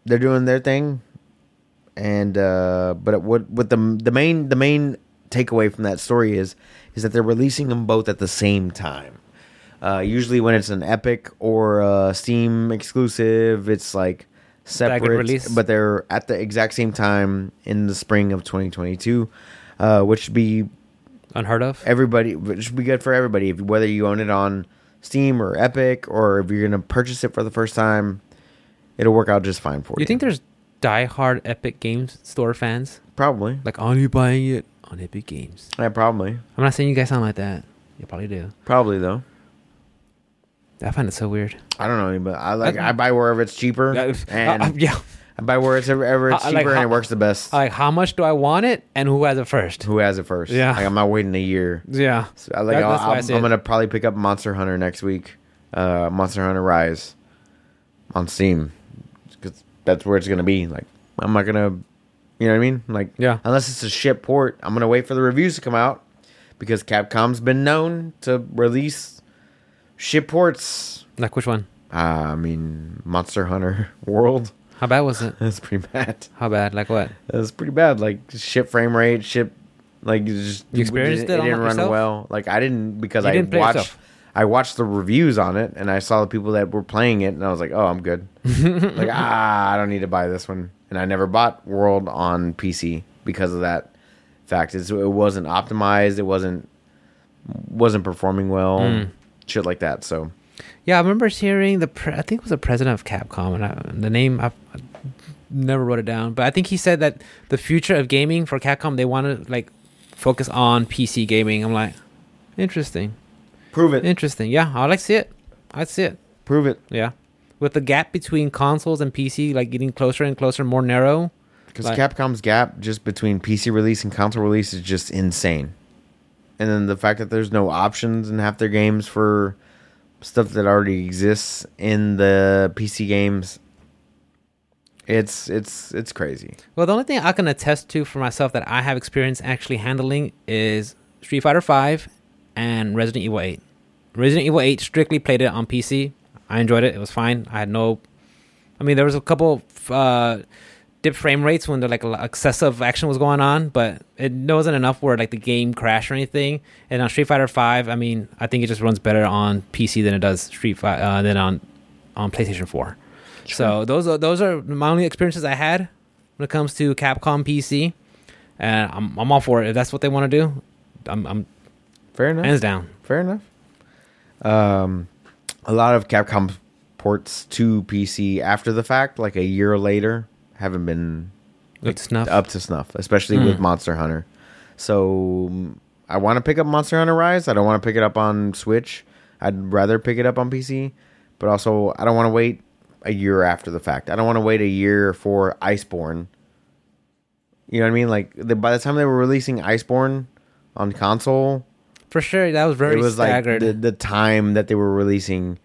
[SPEAKER 2] They're doing their thing, and uh, but what what the the main the main takeaway from that story is is that they're releasing them both at the same time. Uh, usually, when it's an Epic or a Steam exclusive, it's like separate,
[SPEAKER 1] release.
[SPEAKER 2] but they're at the exact same time in the spring of 2022, uh, which should be
[SPEAKER 1] Unheard of.
[SPEAKER 2] everybody it should be good for everybody if whether you own it on steam or epic or if you're going to purchase it for the first time it'll work out just fine for you
[SPEAKER 1] You think there's die-hard Epic Games Store fans?
[SPEAKER 2] probably
[SPEAKER 1] Like, are you buying it on Epic Games?
[SPEAKER 2] yeah probably
[SPEAKER 1] I'm not saying you guys sound like that. You probably do.
[SPEAKER 2] probably though
[SPEAKER 1] I find it so weird.
[SPEAKER 2] i don't know but i like
[SPEAKER 1] I-
[SPEAKER 2] i, buy wherever it's cheaper and
[SPEAKER 1] Uh, uh, yeah.
[SPEAKER 2] i buy where it's ever, ever it's
[SPEAKER 1] I- I
[SPEAKER 2] cheaper
[SPEAKER 1] like
[SPEAKER 2] and
[SPEAKER 1] how-
[SPEAKER 2] it works the best
[SPEAKER 1] Like, how much do I want it, and who has it first?
[SPEAKER 2] who has it first
[SPEAKER 1] Yeah.
[SPEAKER 2] like i'm not waiting a year
[SPEAKER 1] Yeah.
[SPEAKER 2] so, I like
[SPEAKER 1] That-
[SPEAKER 2] I'll,
[SPEAKER 1] that's why I
[SPEAKER 2] I'm,
[SPEAKER 1] said-
[SPEAKER 2] I'm gonna probably pick up monster hunter next week uh monster hunter rise on steam 'Cause that's where it's gonna be like i'm not gonna you know what i mean like
[SPEAKER 1] Yeah.
[SPEAKER 2] unless it's a shit port i'm gonna wait for the reviews to come out because capcom's been known to release shit ports
[SPEAKER 1] Like, which one?
[SPEAKER 2] uh, i mean monster hunter world
[SPEAKER 1] How bad was it?
[SPEAKER 2] that's pretty bad
[SPEAKER 1] How bad? Like what?
[SPEAKER 2] that's pretty bad like shit frame rate shit like you just
[SPEAKER 1] You experienced
[SPEAKER 2] didn't-
[SPEAKER 1] it on
[SPEAKER 2] didn't run
[SPEAKER 1] yourself?
[SPEAKER 2] well like i didn't because
[SPEAKER 1] You
[SPEAKER 2] i
[SPEAKER 1] didn't play
[SPEAKER 2] watched
[SPEAKER 1] yourself.
[SPEAKER 2] i watched the reviews on it and i saw the people that were playing it and i was like oh i'm good like ah i don't need to buy this one and i never bought world on pc because of that fact it's, it wasn't optimized it wasn't wasn't performing well
[SPEAKER 1] Hmm.
[SPEAKER 2] shit like that so
[SPEAKER 1] Yeah, I remember hearing the. Pre- I think it was the president of Capcom, and I, the name I, I never wrote it down. But I think he said that the future of gaming for Capcom, they want to like focus on PC gaming. I'm like, interesting,
[SPEAKER 2] prove it
[SPEAKER 1] interesting. Yeah, I like to see it. I'd see it.
[SPEAKER 2] prove it
[SPEAKER 1] Yeah, with the gap between consoles and PC like getting closer and closer, more narrow.
[SPEAKER 2] Because
[SPEAKER 1] Like-
[SPEAKER 2] Capcom's gap just between PC release and console release is just insane. And then the fact that there's no options in half their games for stuff that already exists in the PC games. It's it's it's crazy.
[SPEAKER 1] Well, the only thing I can attest to for myself that I have experience actually handling is Street Fighter Five and Resident Evil Eight. Resident Evil Eight strictly played it on PC. I enjoyed it. It was fine. I had no. I mean, there was a couple uh, dip frame rates when the like l- excessive action was going on, but it wasn't enough where like the game crashed or anything. And on Street Fighter Five, I mean, I think it just runs better on PC than it does Street Fi- uh, than on on PlayStation Four. So those are those are my only experiences I had when it comes to Capcom PC, and I'm I'm all for it. If that's what they want to do, I'm, I'm
[SPEAKER 2] Fair enough.
[SPEAKER 1] hands down.
[SPEAKER 2] Fair enough. Um, a lot of Capcom ports to PC after the fact, like a year later, haven't been
[SPEAKER 1] Good snuff.
[SPEAKER 2] up to snuff, especially with Monster Hunter. So mm, I want to pick up Monster Hunter Rise. I don't want to pick it up on Switch. I'd rather pick it up on PC, but also I don't want to wait a year after the fact. I don't want to wait a year for Iceborne. You know what I mean? Like the, by the time they were releasing Iceborne on console,
[SPEAKER 1] For sure, that was very
[SPEAKER 2] it was like
[SPEAKER 1] staggered.
[SPEAKER 2] the, the time that they were releasing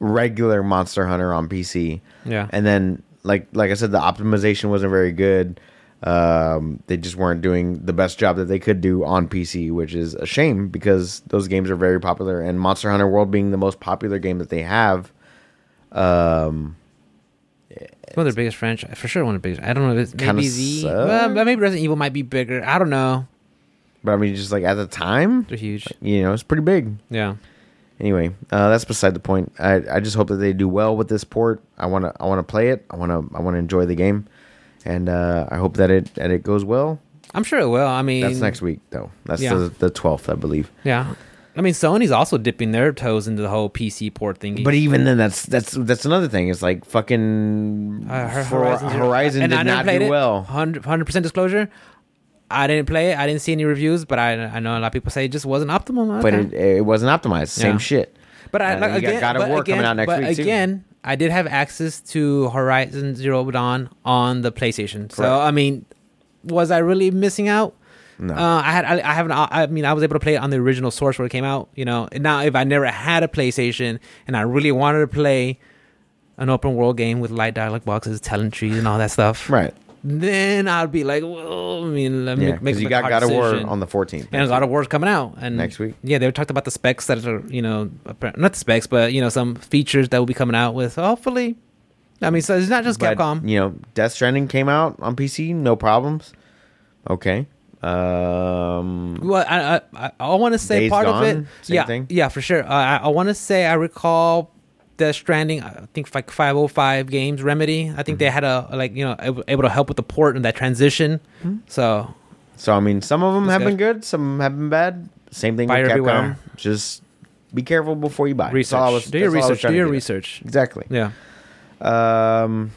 [SPEAKER 2] regular Monster Hunter on PC.
[SPEAKER 1] Yeah.
[SPEAKER 2] And then like like I said, the optimization wasn't very good. Um, they just weren't doing the best job that they could do on PC, which is a shame because those games are very popular and Monster Hunter World being the most popular game that they have.
[SPEAKER 1] It's one of their biggest franchise, for sure. One of the biggest. I don't know. If it's
[SPEAKER 2] Kinda
[SPEAKER 1] maybe the
[SPEAKER 2] sucks.
[SPEAKER 1] well, maybe Resident Evil might be bigger. I don't know.
[SPEAKER 2] But I mean, just like at the time,
[SPEAKER 1] They're huge.
[SPEAKER 2] you know, it's pretty big.
[SPEAKER 1] Yeah.
[SPEAKER 2] Anyway, uh, that's beside the point. I, I just hope that they do well with this port. I want to I want to play it. I want to I want to enjoy the game, and uh, I hope that it that it goes well.
[SPEAKER 1] I'm sure it will. I mean,
[SPEAKER 2] That's next week though. That's
[SPEAKER 1] Yeah.
[SPEAKER 2] the the twelfth, I believe.
[SPEAKER 1] Yeah. I mean, Sony's also dipping their toes into the whole PC port thingy.
[SPEAKER 2] But even then, that's that's that's another thing. It's like fucking
[SPEAKER 1] Uh, Her-
[SPEAKER 2] for- Horizon,
[SPEAKER 1] Zero- and I never
[SPEAKER 2] did not
[SPEAKER 1] played
[SPEAKER 2] do
[SPEAKER 1] it.
[SPEAKER 2] well.
[SPEAKER 1] 100 percent disclosure. I didn't play it. I didn't see any reviews, but I I know a lot of people say it just wasn't optimal.
[SPEAKER 2] But
[SPEAKER 1] Okay.
[SPEAKER 2] it, it wasn't optimized. Same
[SPEAKER 1] Yeah.
[SPEAKER 2] shit.
[SPEAKER 1] But I
[SPEAKER 2] And
[SPEAKER 1] like,
[SPEAKER 2] you got
[SPEAKER 1] again,
[SPEAKER 2] God of
[SPEAKER 1] but
[SPEAKER 2] War
[SPEAKER 1] again,
[SPEAKER 2] coming out next
[SPEAKER 1] but
[SPEAKER 2] week, too.
[SPEAKER 1] again, I did have access to Horizon Zero Dawn on the PlayStation. So
[SPEAKER 2] Correct.
[SPEAKER 1] I mean, was I really missing out?
[SPEAKER 2] No.
[SPEAKER 1] Uh, I had I, I haven't I mean I was able to play it on the original source where it came out. You know, And now if I never had a PlayStation and I really wanted to play an open world game with light dialogue boxes, telling trees, and all that stuff,
[SPEAKER 2] Right.
[SPEAKER 1] Then I'd be like, well, I mean, let me
[SPEAKER 2] Yeah.
[SPEAKER 1] make, make
[SPEAKER 2] Because you
[SPEAKER 1] a
[SPEAKER 2] got
[SPEAKER 1] hard
[SPEAKER 2] God of War
[SPEAKER 1] decision.
[SPEAKER 2] on the fourteenth.
[SPEAKER 1] And God of War's coming out and
[SPEAKER 2] Next week.
[SPEAKER 1] Yeah, they talked about the specs that are you know appar- not the specs, but you know some features that will be coming out with. Hopefully, I mean, so it's not just
[SPEAKER 2] But,
[SPEAKER 1] Capcom.
[SPEAKER 2] You know, Death Stranding came out on PC, no problems. Okay. Um,
[SPEAKER 1] Well, I I, I, I want to say
[SPEAKER 2] Days
[SPEAKER 1] part
[SPEAKER 2] Gone,
[SPEAKER 1] of it.
[SPEAKER 2] same
[SPEAKER 1] yeah,
[SPEAKER 2] thing?
[SPEAKER 1] yeah, for sure. Uh, I, I want to say I recall the Stranding. I think like five hundred five games Remedy. I
[SPEAKER 2] Mm-hmm.
[SPEAKER 1] think they had a like you know ab- able to help with the port and that transition.
[SPEAKER 2] Mm-hmm.
[SPEAKER 1] So
[SPEAKER 2] So I mean, some of them
[SPEAKER 1] That's
[SPEAKER 2] have been
[SPEAKER 1] good.
[SPEAKER 2] good, some have been bad. Same thing
[SPEAKER 1] Buyer
[SPEAKER 2] with Capcom.
[SPEAKER 1] beware.
[SPEAKER 2] Just be careful before you buy. That's
[SPEAKER 1] research,
[SPEAKER 2] all I was-
[SPEAKER 1] do your
[SPEAKER 2] that's all I was
[SPEAKER 1] research,
[SPEAKER 2] trying
[SPEAKER 1] do
[SPEAKER 2] to
[SPEAKER 1] your
[SPEAKER 2] get at.
[SPEAKER 1] research.
[SPEAKER 2] Exactly.
[SPEAKER 1] Yeah,
[SPEAKER 2] Um,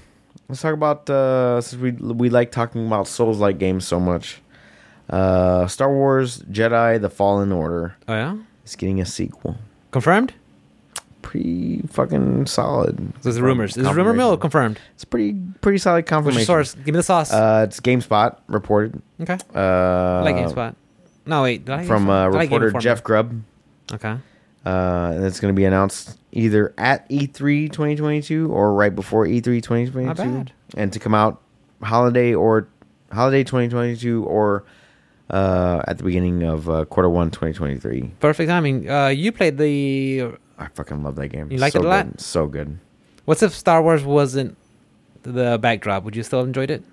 [SPEAKER 2] let's talk about uh, since we we like talking about Souls like games so much. Uh, Star Wars Jedi: The Fallen Order
[SPEAKER 1] oh yeah,
[SPEAKER 2] is getting a sequel.
[SPEAKER 1] confirmed.
[SPEAKER 2] Pretty fucking solid.
[SPEAKER 1] This is rumors. This is rumor mill or
[SPEAKER 2] Confirmation.
[SPEAKER 1] confirmed.
[SPEAKER 2] It's pretty pretty solid
[SPEAKER 1] Which
[SPEAKER 2] confirmation.
[SPEAKER 1] source? Give me the sauce.
[SPEAKER 2] Uh, it's GameSpot reported.
[SPEAKER 1] okay. I
[SPEAKER 2] Uh,
[SPEAKER 1] like GameSpot. No, wait. Did I like
[SPEAKER 2] from
[SPEAKER 1] GameSpot? I
[SPEAKER 2] uh,
[SPEAKER 1] like Game
[SPEAKER 2] reporter
[SPEAKER 1] Informer.
[SPEAKER 2] Jeff Grubb.
[SPEAKER 1] Okay.
[SPEAKER 2] Uh, and it's going to be announced either at E E3 2022 or right before E E3 2022.
[SPEAKER 1] Not bad.
[SPEAKER 2] And to come out holiday or holiday 2022 or uh, at the beginning of uh, quarter one 2023.
[SPEAKER 1] Perfect timing. Uh, you played the.
[SPEAKER 2] I fucking love that game.
[SPEAKER 1] You liked
[SPEAKER 2] so
[SPEAKER 1] it a lot?
[SPEAKER 2] Good. So good.
[SPEAKER 1] What's if Star Wars wasn't the backdrop? Would you still have enjoyed it?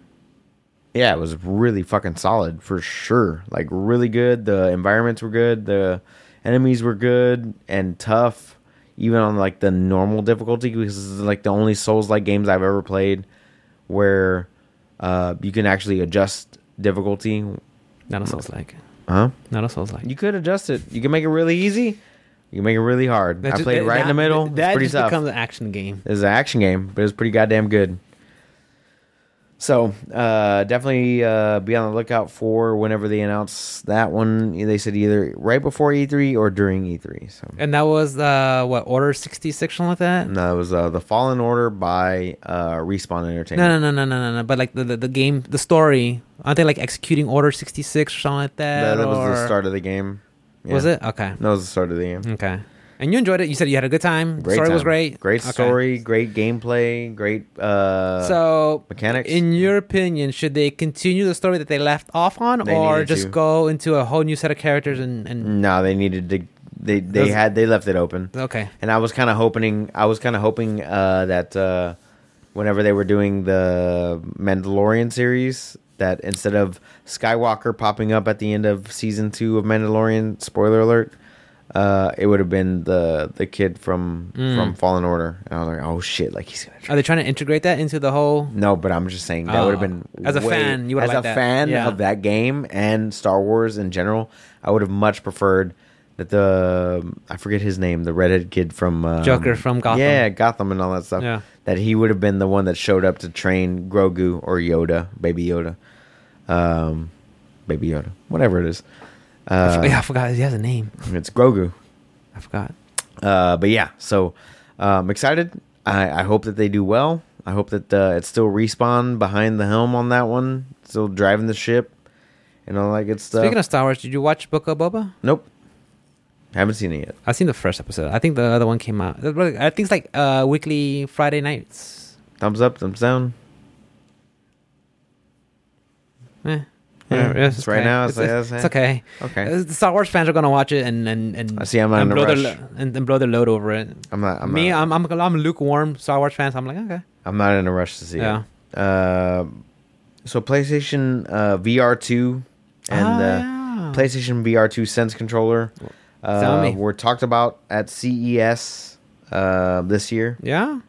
[SPEAKER 2] Yeah, it was really fucking solid for sure. Like really good. The environments were good. The enemies were good and tough, even on like the normal difficulty. Because this is like the only Souls like games I've ever played where uh, you can actually adjust difficulty.
[SPEAKER 1] Not a Souls like.
[SPEAKER 2] Huh?
[SPEAKER 1] Not a Souls like.
[SPEAKER 2] You could adjust it. You can make it really easy. You can make it really hard. I played right in the middle.
[SPEAKER 1] That,
[SPEAKER 2] it's pretty
[SPEAKER 1] just
[SPEAKER 2] tough.
[SPEAKER 1] becomes an action game.
[SPEAKER 2] It was an action game, but it was pretty goddamn good. So uh, definitely uh, be on the lookout for whenever they announce that one. They said either right before E3 or during E3. So
[SPEAKER 1] And that was uh, what Order sixty six, something like that.
[SPEAKER 2] no, it was uh, the Fallen Order by uh, Respawn Entertainment.
[SPEAKER 1] No, no, no, no, no, no, no. But like the, the, the game, the story, aren't they like executing Order sixty six or something like that?
[SPEAKER 2] that, that was
[SPEAKER 1] or-
[SPEAKER 2] the start of the game. Yeah.
[SPEAKER 1] Was it okay?
[SPEAKER 2] That was the start of the game.
[SPEAKER 1] Okay. And you enjoyed it. You said you had a good time.
[SPEAKER 2] Great
[SPEAKER 1] story was
[SPEAKER 2] time.
[SPEAKER 1] great.
[SPEAKER 2] Great
[SPEAKER 1] Okay.
[SPEAKER 2] story. Great gameplay. Great. Uh,
[SPEAKER 1] so
[SPEAKER 2] mechanics?
[SPEAKER 1] in your opinion should they continue the story that they left off on
[SPEAKER 2] They
[SPEAKER 1] or
[SPEAKER 2] needed
[SPEAKER 1] just
[SPEAKER 2] to.
[SPEAKER 1] go into a whole new set of characters and, and
[SPEAKER 2] no, they needed to. They they
[SPEAKER 1] Those-
[SPEAKER 2] had they left it open.
[SPEAKER 1] okay
[SPEAKER 2] and I was kind of hoping I was kind of hoping uh, that uh, whenever they were doing the Mandalorian series, that instead of Skywalker popping up at the end of season two of Mandalorian, spoiler alert, uh, it would have been the the kid from from Fallen Order, and I was like, oh shit, like he's gonna. Try.
[SPEAKER 1] are they trying to integrate that into the whole
[SPEAKER 2] No, but I'm just saying that
[SPEAKER 1] Oh.
[SPEAKER 2] would have been
[SPEAKER 1] As a
[SPEAKER 2] way-
[SPEAKER 1] fan, you would've
[SPEAKER 2] as
[SPEAKER 1] liked
[SPEAKER 2] a
[SPEAKER 1] that.
[SPEAKER 2] fan
[SPEAKER 1] Yeah.
[SPEAKER 2] of that game and Star Wars in general, I would have much preferred that the I forget his name, the redhead kid from um,
[SPEAKER 1] Joker from Gotham.
[SPEAKER 2] yeah, Gotham and all that stuff.
[SPEAKER 1] Yeah.
[SPEAKER 2] that he would have been the one that showed up to train Grogu or Yoda, Baby Yoda, um, Baby Yoda, whatever it is.
[SPEAKER 1] I f-
[SPEAKER 2] Uh,
[SPEAKER 1] yeah, I forgot. He has a name.
[SPEAKER 2] it's Grogu.
[SPEAKER 1] I forgot.
[SPEAKER 2] Uh, but yeah, so um, excited. I, I hope that they do well. I hope that uh, it's still respawn behind the helm on that one, still driving the ship and all that good stuff.
[SPEAKER 1] Speaking of Star Wars, did you watch Book of Boba?
[SPEAKER 2] nope, haven't seen it yet.
[SPEAKER 1] I've seen the first episode. I think the other one came out. I think it's like uh, weekly Friday nights.
[SPEAKER 2] Thumbs up, thumbs down.
[SPEAKER 1] Eh.
[SPEAKER 2] Yeah,
[SPEAKER 1] Whatever. It's
[SPEAKER 2] it's Hmm. right
[SPEAKER 1] okay.
[SPEAKER 2] now, it's
[SPEAKER 1] It's, it's,
[SPEAKER 2] like-
[SPEAKER 1] it's okay.
[SPEAKER 2] Okay,
[SPEAKER 1] Uh, The Star Wars fans are gonna watch it and and and
[SPEAKER 2] I see I'm not
[SPEAKER 1] and
[SPEAKER 2] in a
[SPEAKER 1] blow their
[SPEAKER 2] rush.
[SPEAKER 1] lo- and, and blow their load over it.
[SPEAKER 2] I'm not. I'm
[SPEAKER 1] Me,
[SPEAKER 2] not,
[SPEAKER 1] I'm, I'm I'm lukewarm Star Wars fans. I'm like okay,
[SPEAKER 2] I'm not in a rush to see
[SPEAKER 1] yeah.
[SPEAKER 2] it. Uh, so PlayStation uh, VR two and
[SPEAKER 1] Ah,
[SPEAKER 2] uh,
[SPEAKER 1] yeah.
[SPEAKER 2] PlayStation VR two Sense controller
[SPEAKER 1] Tell
[SPEAKER 2] uh,
[SPEAKER 1] me.
[SPEAKER 2] were talked about at CES uh, this year.
[SPEAKER 1] Yeah,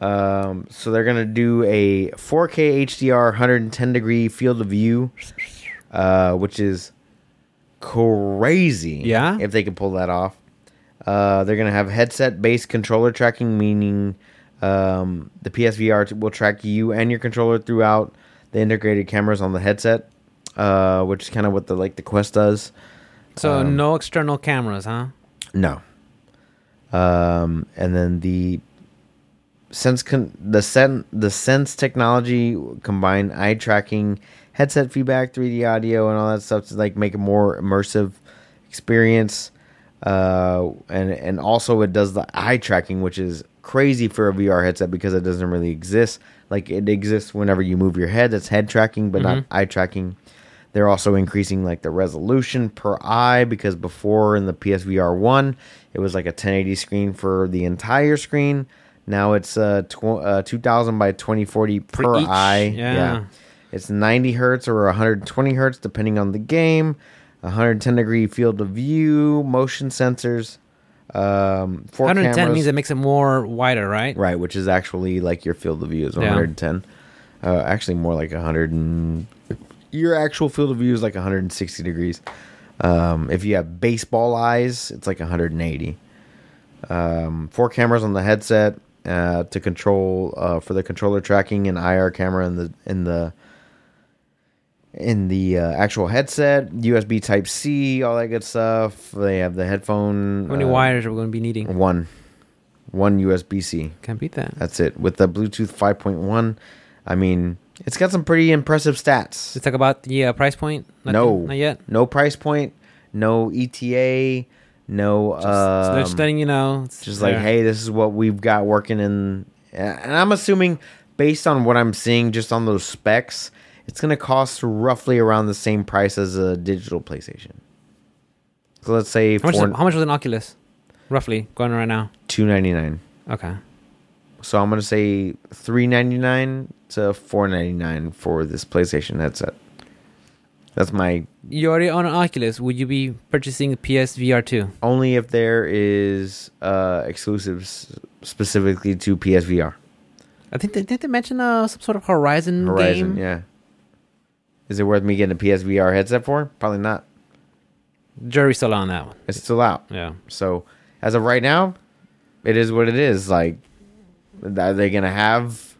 [SPEAKER 2] Um, so they're gonna do a 4K HDR 110 degree field of view, uh, which is crazy.
[SPEAKER 1] Yeah.
[SPEAKER 2] if they could pull that off. Uh, they're gonna have headset based controller tracking, meaning um, the PSVR t- will track you and your controller throughout the integrated cameras on the headset, uh, which is kind of what the like the Quest does.
[SPEAKER 1] so
[SPEAKER 2] Um,
[SPEAKER 1] no external cameras, huh?
[SPEAKER 2] No. Um, and then the sense con- the sen- the sense technology combined eye tracking, headset feedback, 3D audio, and all that stuff to like make a more immersive experience. Uh, and and also it does the eye tracking, which is crazy for a VR headset because it doesn't really exist. Like it exists whenever you move your head. That's head tracking, but not eye tracking. They're also increasing like the resolution per eye because before in the PSVR one, it was like a 1080 screen for the entire screen. Now it's uh, tw- uh 2000 by 2040
[SPEAKER 1] For
[SPEAKER 2] per
[SPEAKER 1] each,
[SPEAKER 2] eye.
[SPEAKER 1] yeah.
[SPEAKER 2] It's 90 hertz or 120 hertz depending on the game. 110 degree field of view, motion sensors, um, four
[SPEAKER 1] 110
[SPEAKER 2] cameras.
[SPEAKER 1] means it makes it more wider, right?
[SPEAKER 2] Right, which is actually like your field of view is
[SPEAKER 1] Yeah.
[SPEAKER 2] 110. Uh, actually, more like 100. And your actual field of view is like 160 degrees. Um, if you have baseball eyes, it's like 180. Um, four cameras on the headset uh, to control uh, for the controller tracking and IR camera in the in the in the uh, actual headset. USB Type C, all that good stuff. They have the headphone.
[SPEAKER 1] How many
[SPEAKER 2] uh,
[SPEAKER 1] wires are we going to be needing?
[SPEAKER 2] One, one USB C.
[SPEAKER 1] Can't beat that.
[SPEAKER 2] That's it. With the Bluetooth 5.1, I mean, it's got some pretty impressive stats.
[SPEAKER 1] Let's talk about the uh, price point. Nothing-
[SPEAKER 2] no,
[SPEAKER 1] not yet.
[SPEAKER 2] No price point, no ETA, no.
[SPEAKER 1] Just, so they're
[SPEAKER 2] um,
[SPEAKER 1] just letting you know. It's
[SPEAKER 2] just like
[SPEAKER 1] there.
[SPEAKER 2] hey this is what we've got working in and i'm assuming based on what i'm seeing just on those specs it's going to cost roughly around the same price as a digital playstation so let's say
[SPEAKER 1] how much, is-
[SPEAKER 2] four,
[SPEAKER 1] how much was an Oculus? Roughly going right now.
[SPEAKER 2] 299
[SPEAKER 1] Okay.
[SPEAKER 2] so i'm going to say 399 to 499 for this playstation headset that's my
[SPEAKER 1] You already own an Oculus. Would you be purchasing a PSVR two?
[SPEAKER 2] only if there is uh exclusives specifically to psvr
[SPEAKER 1] I think they, did they mention uh, some sort of Horizon,
[SPEAKER 2] Horizon,
[SPEAKER 1] game?
[SPEAKER 2] yeah. Is it worth me getting a PSVR headset for? Probably not.
[SPEAKER 1] Jury's still on that one.
[SPEAKER 2] It's still out.
[SPEAKER 1] Yeah.
[SPEAKER 2] So as of right now, it is what it is. Like, are they gonna have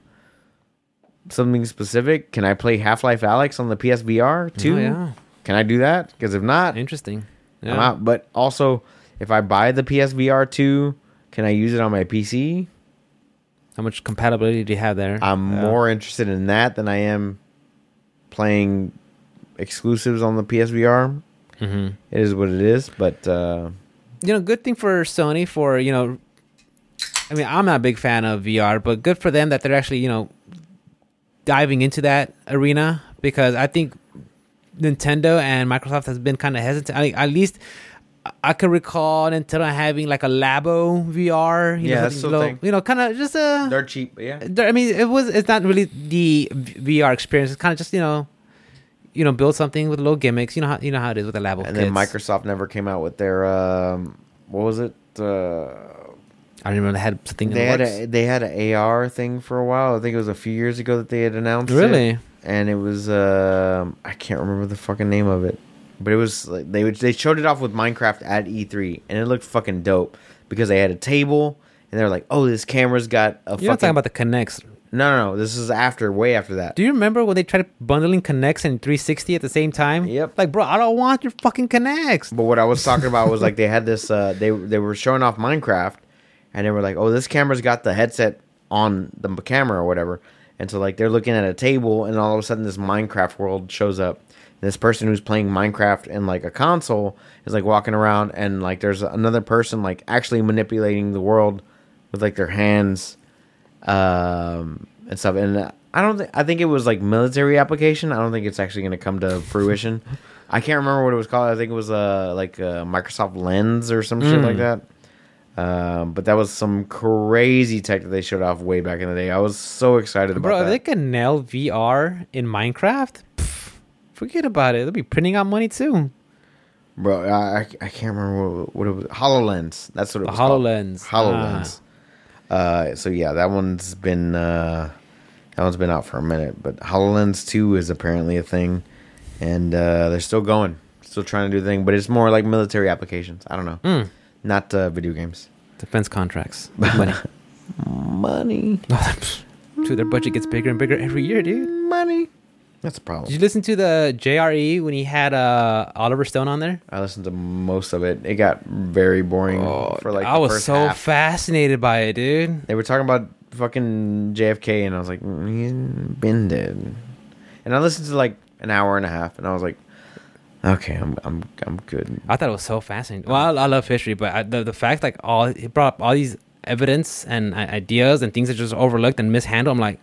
[SPEAKER 2] something specific? Can I play Half Life Alex on the PSVR too?
[SPEAKER 1] Oh, yeah.
[SPEAKER 2] Can I do that? Because if not,
[SPEAKER 1] Interesting.
[SPEAKER 2] I'm
[SPEAKER 1] Yeah.
[SPEAKER 2] out. But also, if I buy the PSVR two, can I use it on my PC?
[SPEAKER 1] How much compatibility do you have there?
[SPEAKER 2] I'm
[SPEAKER 1] Yeah.
[SPEAKER 2] more interested in that than I am playing exclusives on the PSVR.
[SPEAKER 1] Mhm.
[SPEAKER 2] It is what it is, but uh,
[SPEAKER 1] You know, good thing for Sony for you know. I mean, I'm not a big fan of VR, but good for them that they're actually you know diving into that arena because I think Nintendo and Microsoft has been kind of hesitant. I, at least I- I can recall Nintendo having like a Labo VR. You
[SPEAKER 2] Yeah,
[SPEAKER 1] know,
[SPEAKER 2] that's
[SPEAKER 1] something
[SPEAKER 2] the
[SPEAKER 1] low-
[SPEAKER 2] thing.
[SPEAKER 1] You know, kind of just a
[SPEAKER 2] they're cheap. Yeah,
[SPEAKER 1] there- I mean, it was. It's not really the v- VR experience. It's kind of just you know, you know, build something with little gimmicks. You know how you know how it is with the lab.
[SPEAKER 2] and then Microsoft never came out with their um, what was it? Uh,
[SPEAKER 1] I don't remember they had something.
[SPEAKER 2] they
[SPEAKER 1] in
[SPEAKER 2] had
[SPEAKER 1] the
[SPEAKER 2] a,
[SPEAKER 1] works.
[SPEAKER 2] they had an AR thing for a while. I think it was a few years ago that they had announced. it.
[SPEAKER 1] Really?
[SPEAKER 2] and it was um, I can't remember the fucking name of it. But it was like they would- they showed it off with Minecraft at E3, and it looked fucking dope because they had a table and they were like, "Oh, this camera's got a."
[SPEAKER 1] You're not talking about the connects.
[SPEAKER 2] No, no, no. This is after, way after that.
[SPEAKER 1] Do you remember when they tried bundling connects and 360 at the same time?
[SPEAKER 2] Yep.
[SPEAKER 1] Like, bro, I don't want your fucking connects.
[SPEAKER 2] But what I was talking about was like they had this. Uh, they they were showing off Minecraft, and they were like, "Oh, this camera's got the headset on the m- camera or whatever." And so like they're looking at a table, and all of a sudden this Minecraft world shows up. This person who's playing Minecraft in like a console is like walking around, and like there's another person like actually manipulating the world with like their hands um, and stuff. And I don't think I think it was like military application. I don't think it's actually going to come to fruition. I can't remember what it was called. I think it was uh, like uh, Microsoft Lens or some shit
[SPEAKER 1] Mm.
[SPEAKER 2] like that. Um, but that was some crazy tech that they showed off way back in the day. I was so excited about
[SPEAKER 1] Bro, if
[SPEAKER 2] that.
[SPEAKER 1] they can nail VR in Minecraft, pff, forget about it. They'll be printing out money too.
[SPEAKER 2] Bro, I, I I can't remember what, what it was. Hololens. That's what it
[SPEAKER 1] The
[SPEAKER 2] was. called.
[SPEAKER 1] HoloLens. Ah.
[SPEAKER 2] Hololens. Uh, so yeah, that one's been uh, that one's been out for a minute, but Hololens Two is apparently a thing, and uh, they're still going, still trying to do the thing, but it's more like military applications. I don't know,
[SPEAKER 1] Hmm.
[SPEAKER 2] not uh, video games.
[SPEAKER 1] Defense contracts. Money.
[SPEAKER 2] Money,
[SPEAKER 1] dude, their budget gets bigger and bigger every year, dude.
[SPEAKER 2] money. That's a
[SPEAKER 1] Did
[SPEAKER 2] problem.
[SPEAKER 1] you listen to the JRE when he had uh, Oliver Stone on there?
[SPEAKER 2] I listened to most of it. It got very boring for like
[SPEAKER 1] Oh, I
[SPEAKER 2] the
[SPEAKER 1] was
[SPEAKER 2] first
[SPEAKER 1] so
[SPEAKER 2] half.
[SPEAKER 1] fascinated by it, dude.
[SPEAKER 2] They were talking about fucking JFK, and I was like, mm, he's been dead. And I listened to like an hour and a half, and I was like, okay, I'm I'm I'm good.
[SPEAKER 1] I thought it was so fascinating. Well, I, I love history, but I, the the fact like all he brought up all these evidence and i- ideas and things that just overlooked and mishandled. I'm like,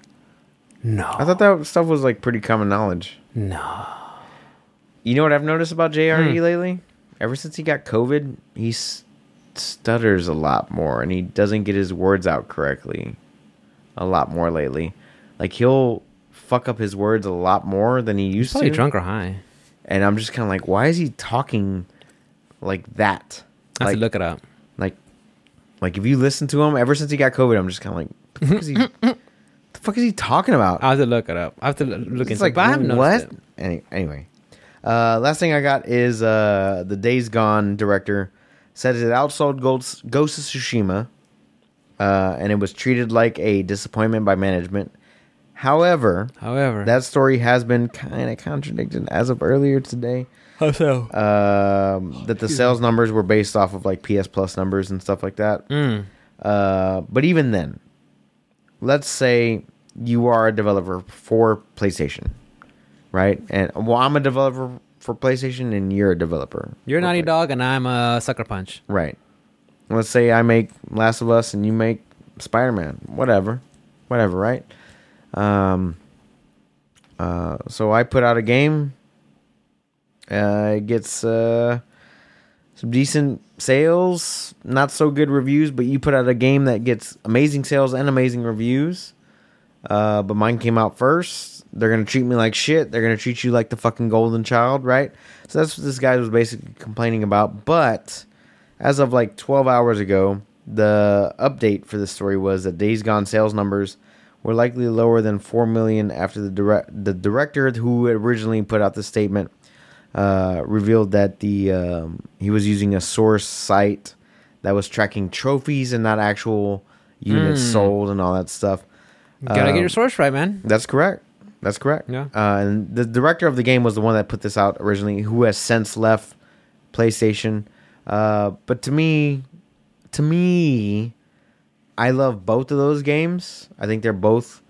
[SPEAKER 1] no,
[SPEAKER 2] I thought that stuff was like pretty common knowledge.
[SPEAKER 1] no.
[SPEAKER 2] You know what I've noticed about JRE lately? Ever since he got COVID, he s- stutters a lot more, and he doesn't get his words out correctly a lot more lately. Like he'll fuck up his words a lot more than he used
[SPEAKER 1] Probably
[SPEAKER 2] to.
[SPEAKER 1] drunk or high.
[SPEAKER 2] And I'm just kind of like, why is he talking like that?
[SPEAKER 1] I have
[SPEAKER 2] like,
[SPEAKER 1] to look it up.
[SPEAKER 2] Like, like if you listen to him ever since he got COVID, I'm just kind of like, the fuck is he? the fuck is he talking about?
[SPEAKER 1] I have to look it up. I have to l- look into. it.
[SPEAKER 2] it's like
[SPEAKER 1] but I haven't noticed
[SPEAKER 2] what?
[SPEAKER 1] it.
[SPEAKER 2] Any, anyway, uh, last thing I got is uh, the Days Gone director said it outsold Ghost, Ghost of Tsushima, uh, and it was treated like a disappointment by management. However,
[SPEAKER 1] However,
[SPEAKER 2] that story has been kind of contradicted as of earlier today
[SPEAKER 1] how so?
[SPEAKER 2] um, that the sales numbers were based off of like PS Plus numbers and stuff like that. Uh, but even then, let's say you are a developer for PlayStation, right? And well, I'm a developer for PlayStation, and you're a developer.
[SPEAKER 1] You're a
[SPEAKER 2] for
[SPEAKER 1] naughty
[SPEAKER 2] Play-
[SPEAKER 1] dog, and I'm a sucker punch.
[SPEAKER 2] right? Let's say I make Last of Us, and you make Spider Man, whatever, whatever, right? Um, uh, so I put out a game. Uh, it gets uh, some decent sales, not so good reviews, but you put out a game that gets amazing sales and amazing reviews. Uh, but mine came out first. They're gonna treat me like shit. They're gonna treat you like the fucking golden child, right? So that's what this guy was basically complaining about. But as of like 12 hours ago, the update for this story was that Days Gone sales numbers were likely lower than 4 million after the direct the director who originally put out the statement uh, revealed that the um, he was using a source site that was tracking trophies and not actual units sold and all that stuff.
[SPEAKER 1] Gotta
[SPEAKER 2] Um,
[SPEAKER 1] get your source right, man.
[SPEAKER 2] that's correct. That's correct.
[SPEAKER 1] Yeah.
[SPEAKER 2] Uh, and the director of the game was the one that put this out originally, who has since left PlayStation. Uh, but to me, to me, I love both of those games. I think they're both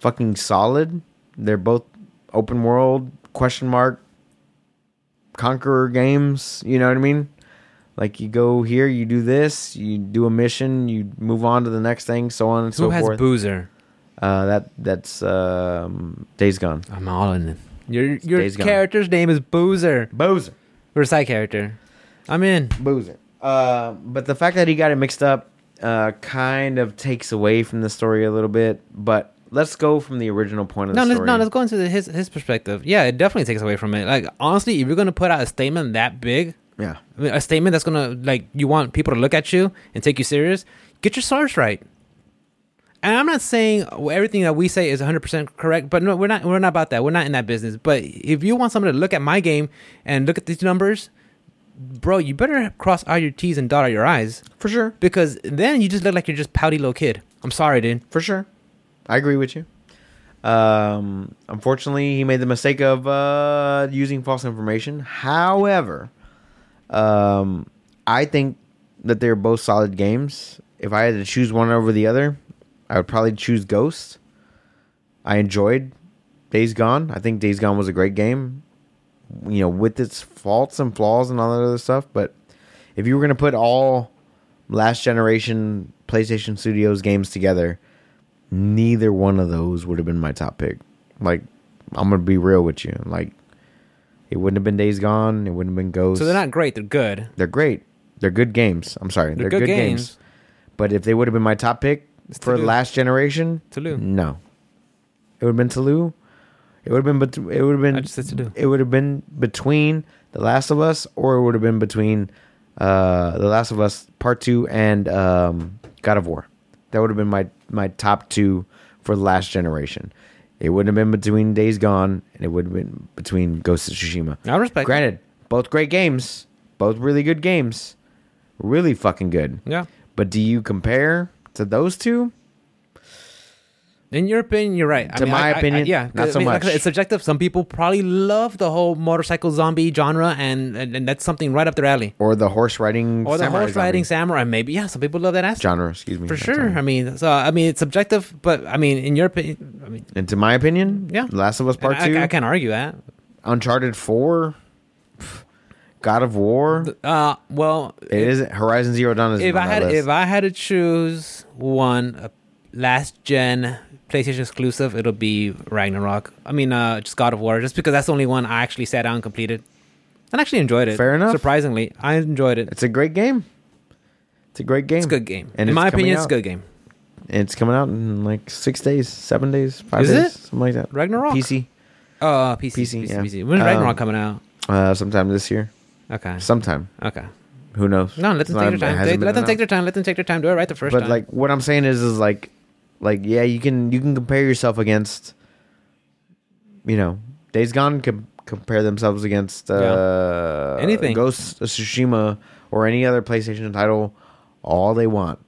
[SPEAKER 2] fucking solid. They're both open world question mark conqueror games. You know what I mean? Like you go here, you do this, you do a mission, you move on to the next thing, so on and
[SPEAKER 1] Who
[SPEAKER 2] so
[SPEAKER 1] has
[SPEAKER 2] forth.
[SPEAKER 1] Boozer?
[SPEAKER 2] Uh, that that's um, Days Gone.
[SPEAKER 1] I'm all in it. Your your
[SPEAKER 2] Days Gone.
[SPEAKER 1] character's name is Boozer.
[SPEAKER 2] Boozer,
[SPEAKER 1] Or side character. I'm in.
[SPEAKER 2] Boozer. Uh, but the fact that he got it mixed up uh, kind of takes away from the story a little bit. But let's go from the original point of the
[SPEAKER 1] No, let's,
[SPEAKER 2] story.
[SPEAKER 1] no, let's go into the, his his perspective. Yeah, it definitely takes away from it. Like honestly, if you're gonna put out a statement that big,
[SPEAKER 2] yeah,
[SPEAKER 1] I mean, a statement that's gonna like you want people to look at you and take you serious, get your source right. and I'm not saying everything that we say is 100% correct, but no, we're not we're not about that. We're not in that business. But if you want someone to look at my game and look at these numbers, bro, you better cross all your T's and dot all your I's
[SPEAKER 2] For sure.
[SPEAKER 1] because then you just look like you're just pouty little kid. I'm sorry, dude.
[SPEAKER 2] For sure. I agree with you. Um, unfortunately, he made the mistake of uh, using false information. However, um, I think that they're both solid games. If I had to choose one over the other, I would probably choose Ghost. I enjoyed Days Gone. I think Days Gone was a great game, you know, with its faults and flaws and all that other stuff. But if you were going to put all last generation PlayStation Studios games together, neither one of those would have been my top pick. Like, I'm going to be real with you. Like, it wouldn't have been Days Gone. It wouldn't have been Ghost.
[SPEAKER 1] So they're not great. They're good.
[SPEAKER 2] They're great. They're good games. I'm sorry. They're,
[SPEAKER 1] They're
[SPEAKER 2] good,
[SPEAKER 1] good
[SPEAKER 2] games.
[SPEAKER 1] games.
[SPEAKER 2] But if they would have been my top pick
[SPEAKER 1] It's
[SPEAKER 2] for
[SPEAKER 1] Tulum.
[SPEAKER 2] last generation,
[SPEAKER 1] Tulum.
[SPEAKER 2] No, it would have been Tulu. It would have been. Bet- it would have been.
[SPEAKER 1] I just said Tulum.
[SPEAKER 2] It would have been between The Last of Us, or it would have been between uh, The Last of Us Part Two and um, God of War. That would have been my my top two for last generation. It wouldn't have been between Days Gone, and it would have been between Ghost of Tsushima.
[SPEAKER 1] I respect. it.
[SPEAKER 2] Granted, both great games, both really good games, really fucking good.
[SPEAKER 1] Yeah.
[SPEAKER 2] But do you compare to those two?
[SPEAKER 1] In your opinion, you're right.
[SPEAKER 2] To my opinion,
[SPEAKER 1] yeah,
[SPEAKER 2] not so
[SPEAKER 1] like I said,
[SPEAKER 2] much.
[SPEAKER 1] it's subjective. Some people probably love the whole motorcycle zombie genre, and and, and that's something right up their alley.
[SPEAKER 2] Or the horse riding
[SPEAKER 1] Or the
[SPEAKER 2] samurai
[SPEAKER 1] horse riding
[SPEAKER 2] zombie
[SPEAKER 1] samurai, maybe. Yeah, some people love that aspect
[SPEAKER 2] genre? Excuse me.
[SPEAKER 1] for
[SPEAKER 2] not
[SPEAKER 1] sure.
[SPEAKER 2] zombie.
[SPEAKER 1] I mean, so I mean, it's subjective, but I mean, in your opinion, I mean,
[SPEAKER 2] And to my opinion,
[SPEAKER 1] Yeah.
[SPEAKER 2] Last of Us Part
[SPEAKER 1] and I-
[SPEAKER 2] Two,
[SPEAKER 1] I, can't argue that.
[SPEAKER 2] Uncharted Four, pff, God of War.
[SPEAKER 1] Uh, well,
[SPEAKER 2] it isn't Horizon Zero Dawn. Is
[SPEAKER 1] if I had if
[SPEAKER 2] I,
[SPEAKER 1] I had to choose one uh, last gen PlayStation exclusive, it'll be Ragnarok. I mean, uh, just God of War, just because that's the only one I actually sat down and completed, and actually enjoyed it.
[SPEAKER 2] Fair enough.
[SPEAKER 1] Surprisingly, I enjoyed it.
[SPEAKER 2] it's a great game. It's a great game.
[SPEAKER 1] It's a good game.
[SPEAKER 2] And
[SPEAKER 1] in
[SPEAKER 2] it's
[SPEAKER 1] my opinion,
[SPEAKER 2] coming
[SPEAKER 1] it's a
[SPEAKER 2] out-
[SPEAKER 1] good game.
[SPEAKER 2] It's coming out in like six days, seven days, five
[SPEAKER 1] Is
[SPEAKER 2] days,
[SPEAKER 1] it?
[SPEAKER 2] something like that.
[SPEAKER 1] Ragnarok?
[SPEAKER 2] PC,
[SPEAKER 1] Uh, PC,
[SPEAKER 2] PC,
[SPEAKER 1] PC,
[SPEAKER 2] yeah.
[SPEAKER 1] PC. When's
[SPEAKER 2] Um,
[SPEAKER 1] Ragnarok coming out?
[SPEAKER 2] uh, sometime this year,
[SPEAKER 1] Okay,
[SPEAKER 2] sometime.
[SPEAKER 1] okay.
[SPEAKER 2] Who knows?
[SPEAKER 1] No, let
[SPEAKER 2] It's
[SPEAKER 1] them
[SPEAKER 2] not-
[SPEAKER 1] take
[SPEAKER 2] it
[SPEAKER 1] their time.
[SPEAKER 2] hasn't
[SPEAKER 1] They-
[SPEAKER 2] been
[SPEAKER 1] let them take
[SPEAKER 2] announced.
[SPEAKER 1] their time. Let them take their time. Do it right the first
[SPEAKER 2] but
[SPEAKER 1] time.
[SPEAKER 2] like what I'm saying is is like like yeah you can you can compare yourself against you know Days Gone can compare themselves against uh,
[SPEAKER 1] Anything.
[SPEAKER 2] Ghost of Tsushima or any other PlayStation title all they want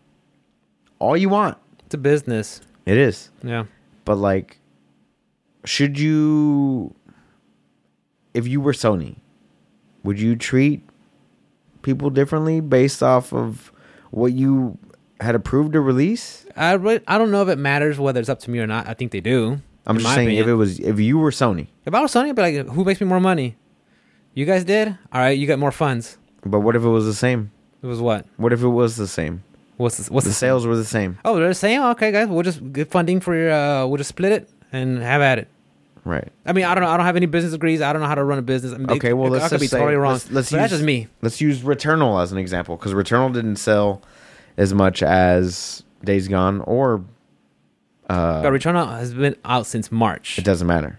[SPEAKER 2] all you want
[SPEAKER 1] it's a business.
[SPEAKER 2] it is
[SPEAKER 1] Yeah.
[SPEAKER 2] but like should you if you were Sony would you treat people differently based off of what you had approved to release
[SPEAKER 1] I re- I don't know if it matters whether it's up to me or not. I think they do.
[SPEAKER 2] I'm
[SPEAKER 1] in
[SPEAKER 2] just
[SPEAKER 1] my
[SPEAKER 2] saying
[SPEAKER 1] opinion.
[SPEAKER 2] if it was if you were Sony,
[SPEAKER 1] If I was Sony, I'd be like, who makes me more money? You guys did? All right, you got more funds.
[SPEAKER 2] but what if it was the same?
[SPEAKER 1] It was what?
[SPEAKER 2] What if it was the same?
[SPEAKER 1] What's the, what's
[SPEAKER 2] The
[SPEAKER 1] the,
[SPEAKER 2] sales were the same,
[SPEAKER 1] Oh, they're saying, okay, guys, we'll just get funding for your, uh, we'll just split it and have at it.
[SPEAKER 2] right?
[SPEAKER 1] I mean, I don't know. I don't have any business degrees. I don't know how to run a business. I mean, they-
[SPEAKER 2] Okay, well let's
[SPEAKER 1] I could
[SPEAKER 2] just
[SPEAKER 1] be
[SPEAKER 2] say,
[SPEAKER 1] totally wrong.
[SPEAKER 2] Let's, let's
[SPEAKER 1] But
[SPEAKER 2] use
[SPEAKER 1] that's just me.
[SPEAKER 2] Let's use Returnal as an example because Returnal didn't sell as much as Days Gone, or uh,
[SPEAKER 1] but Return Out has been out since March.
[SPEAKER 2] it doesn't matter.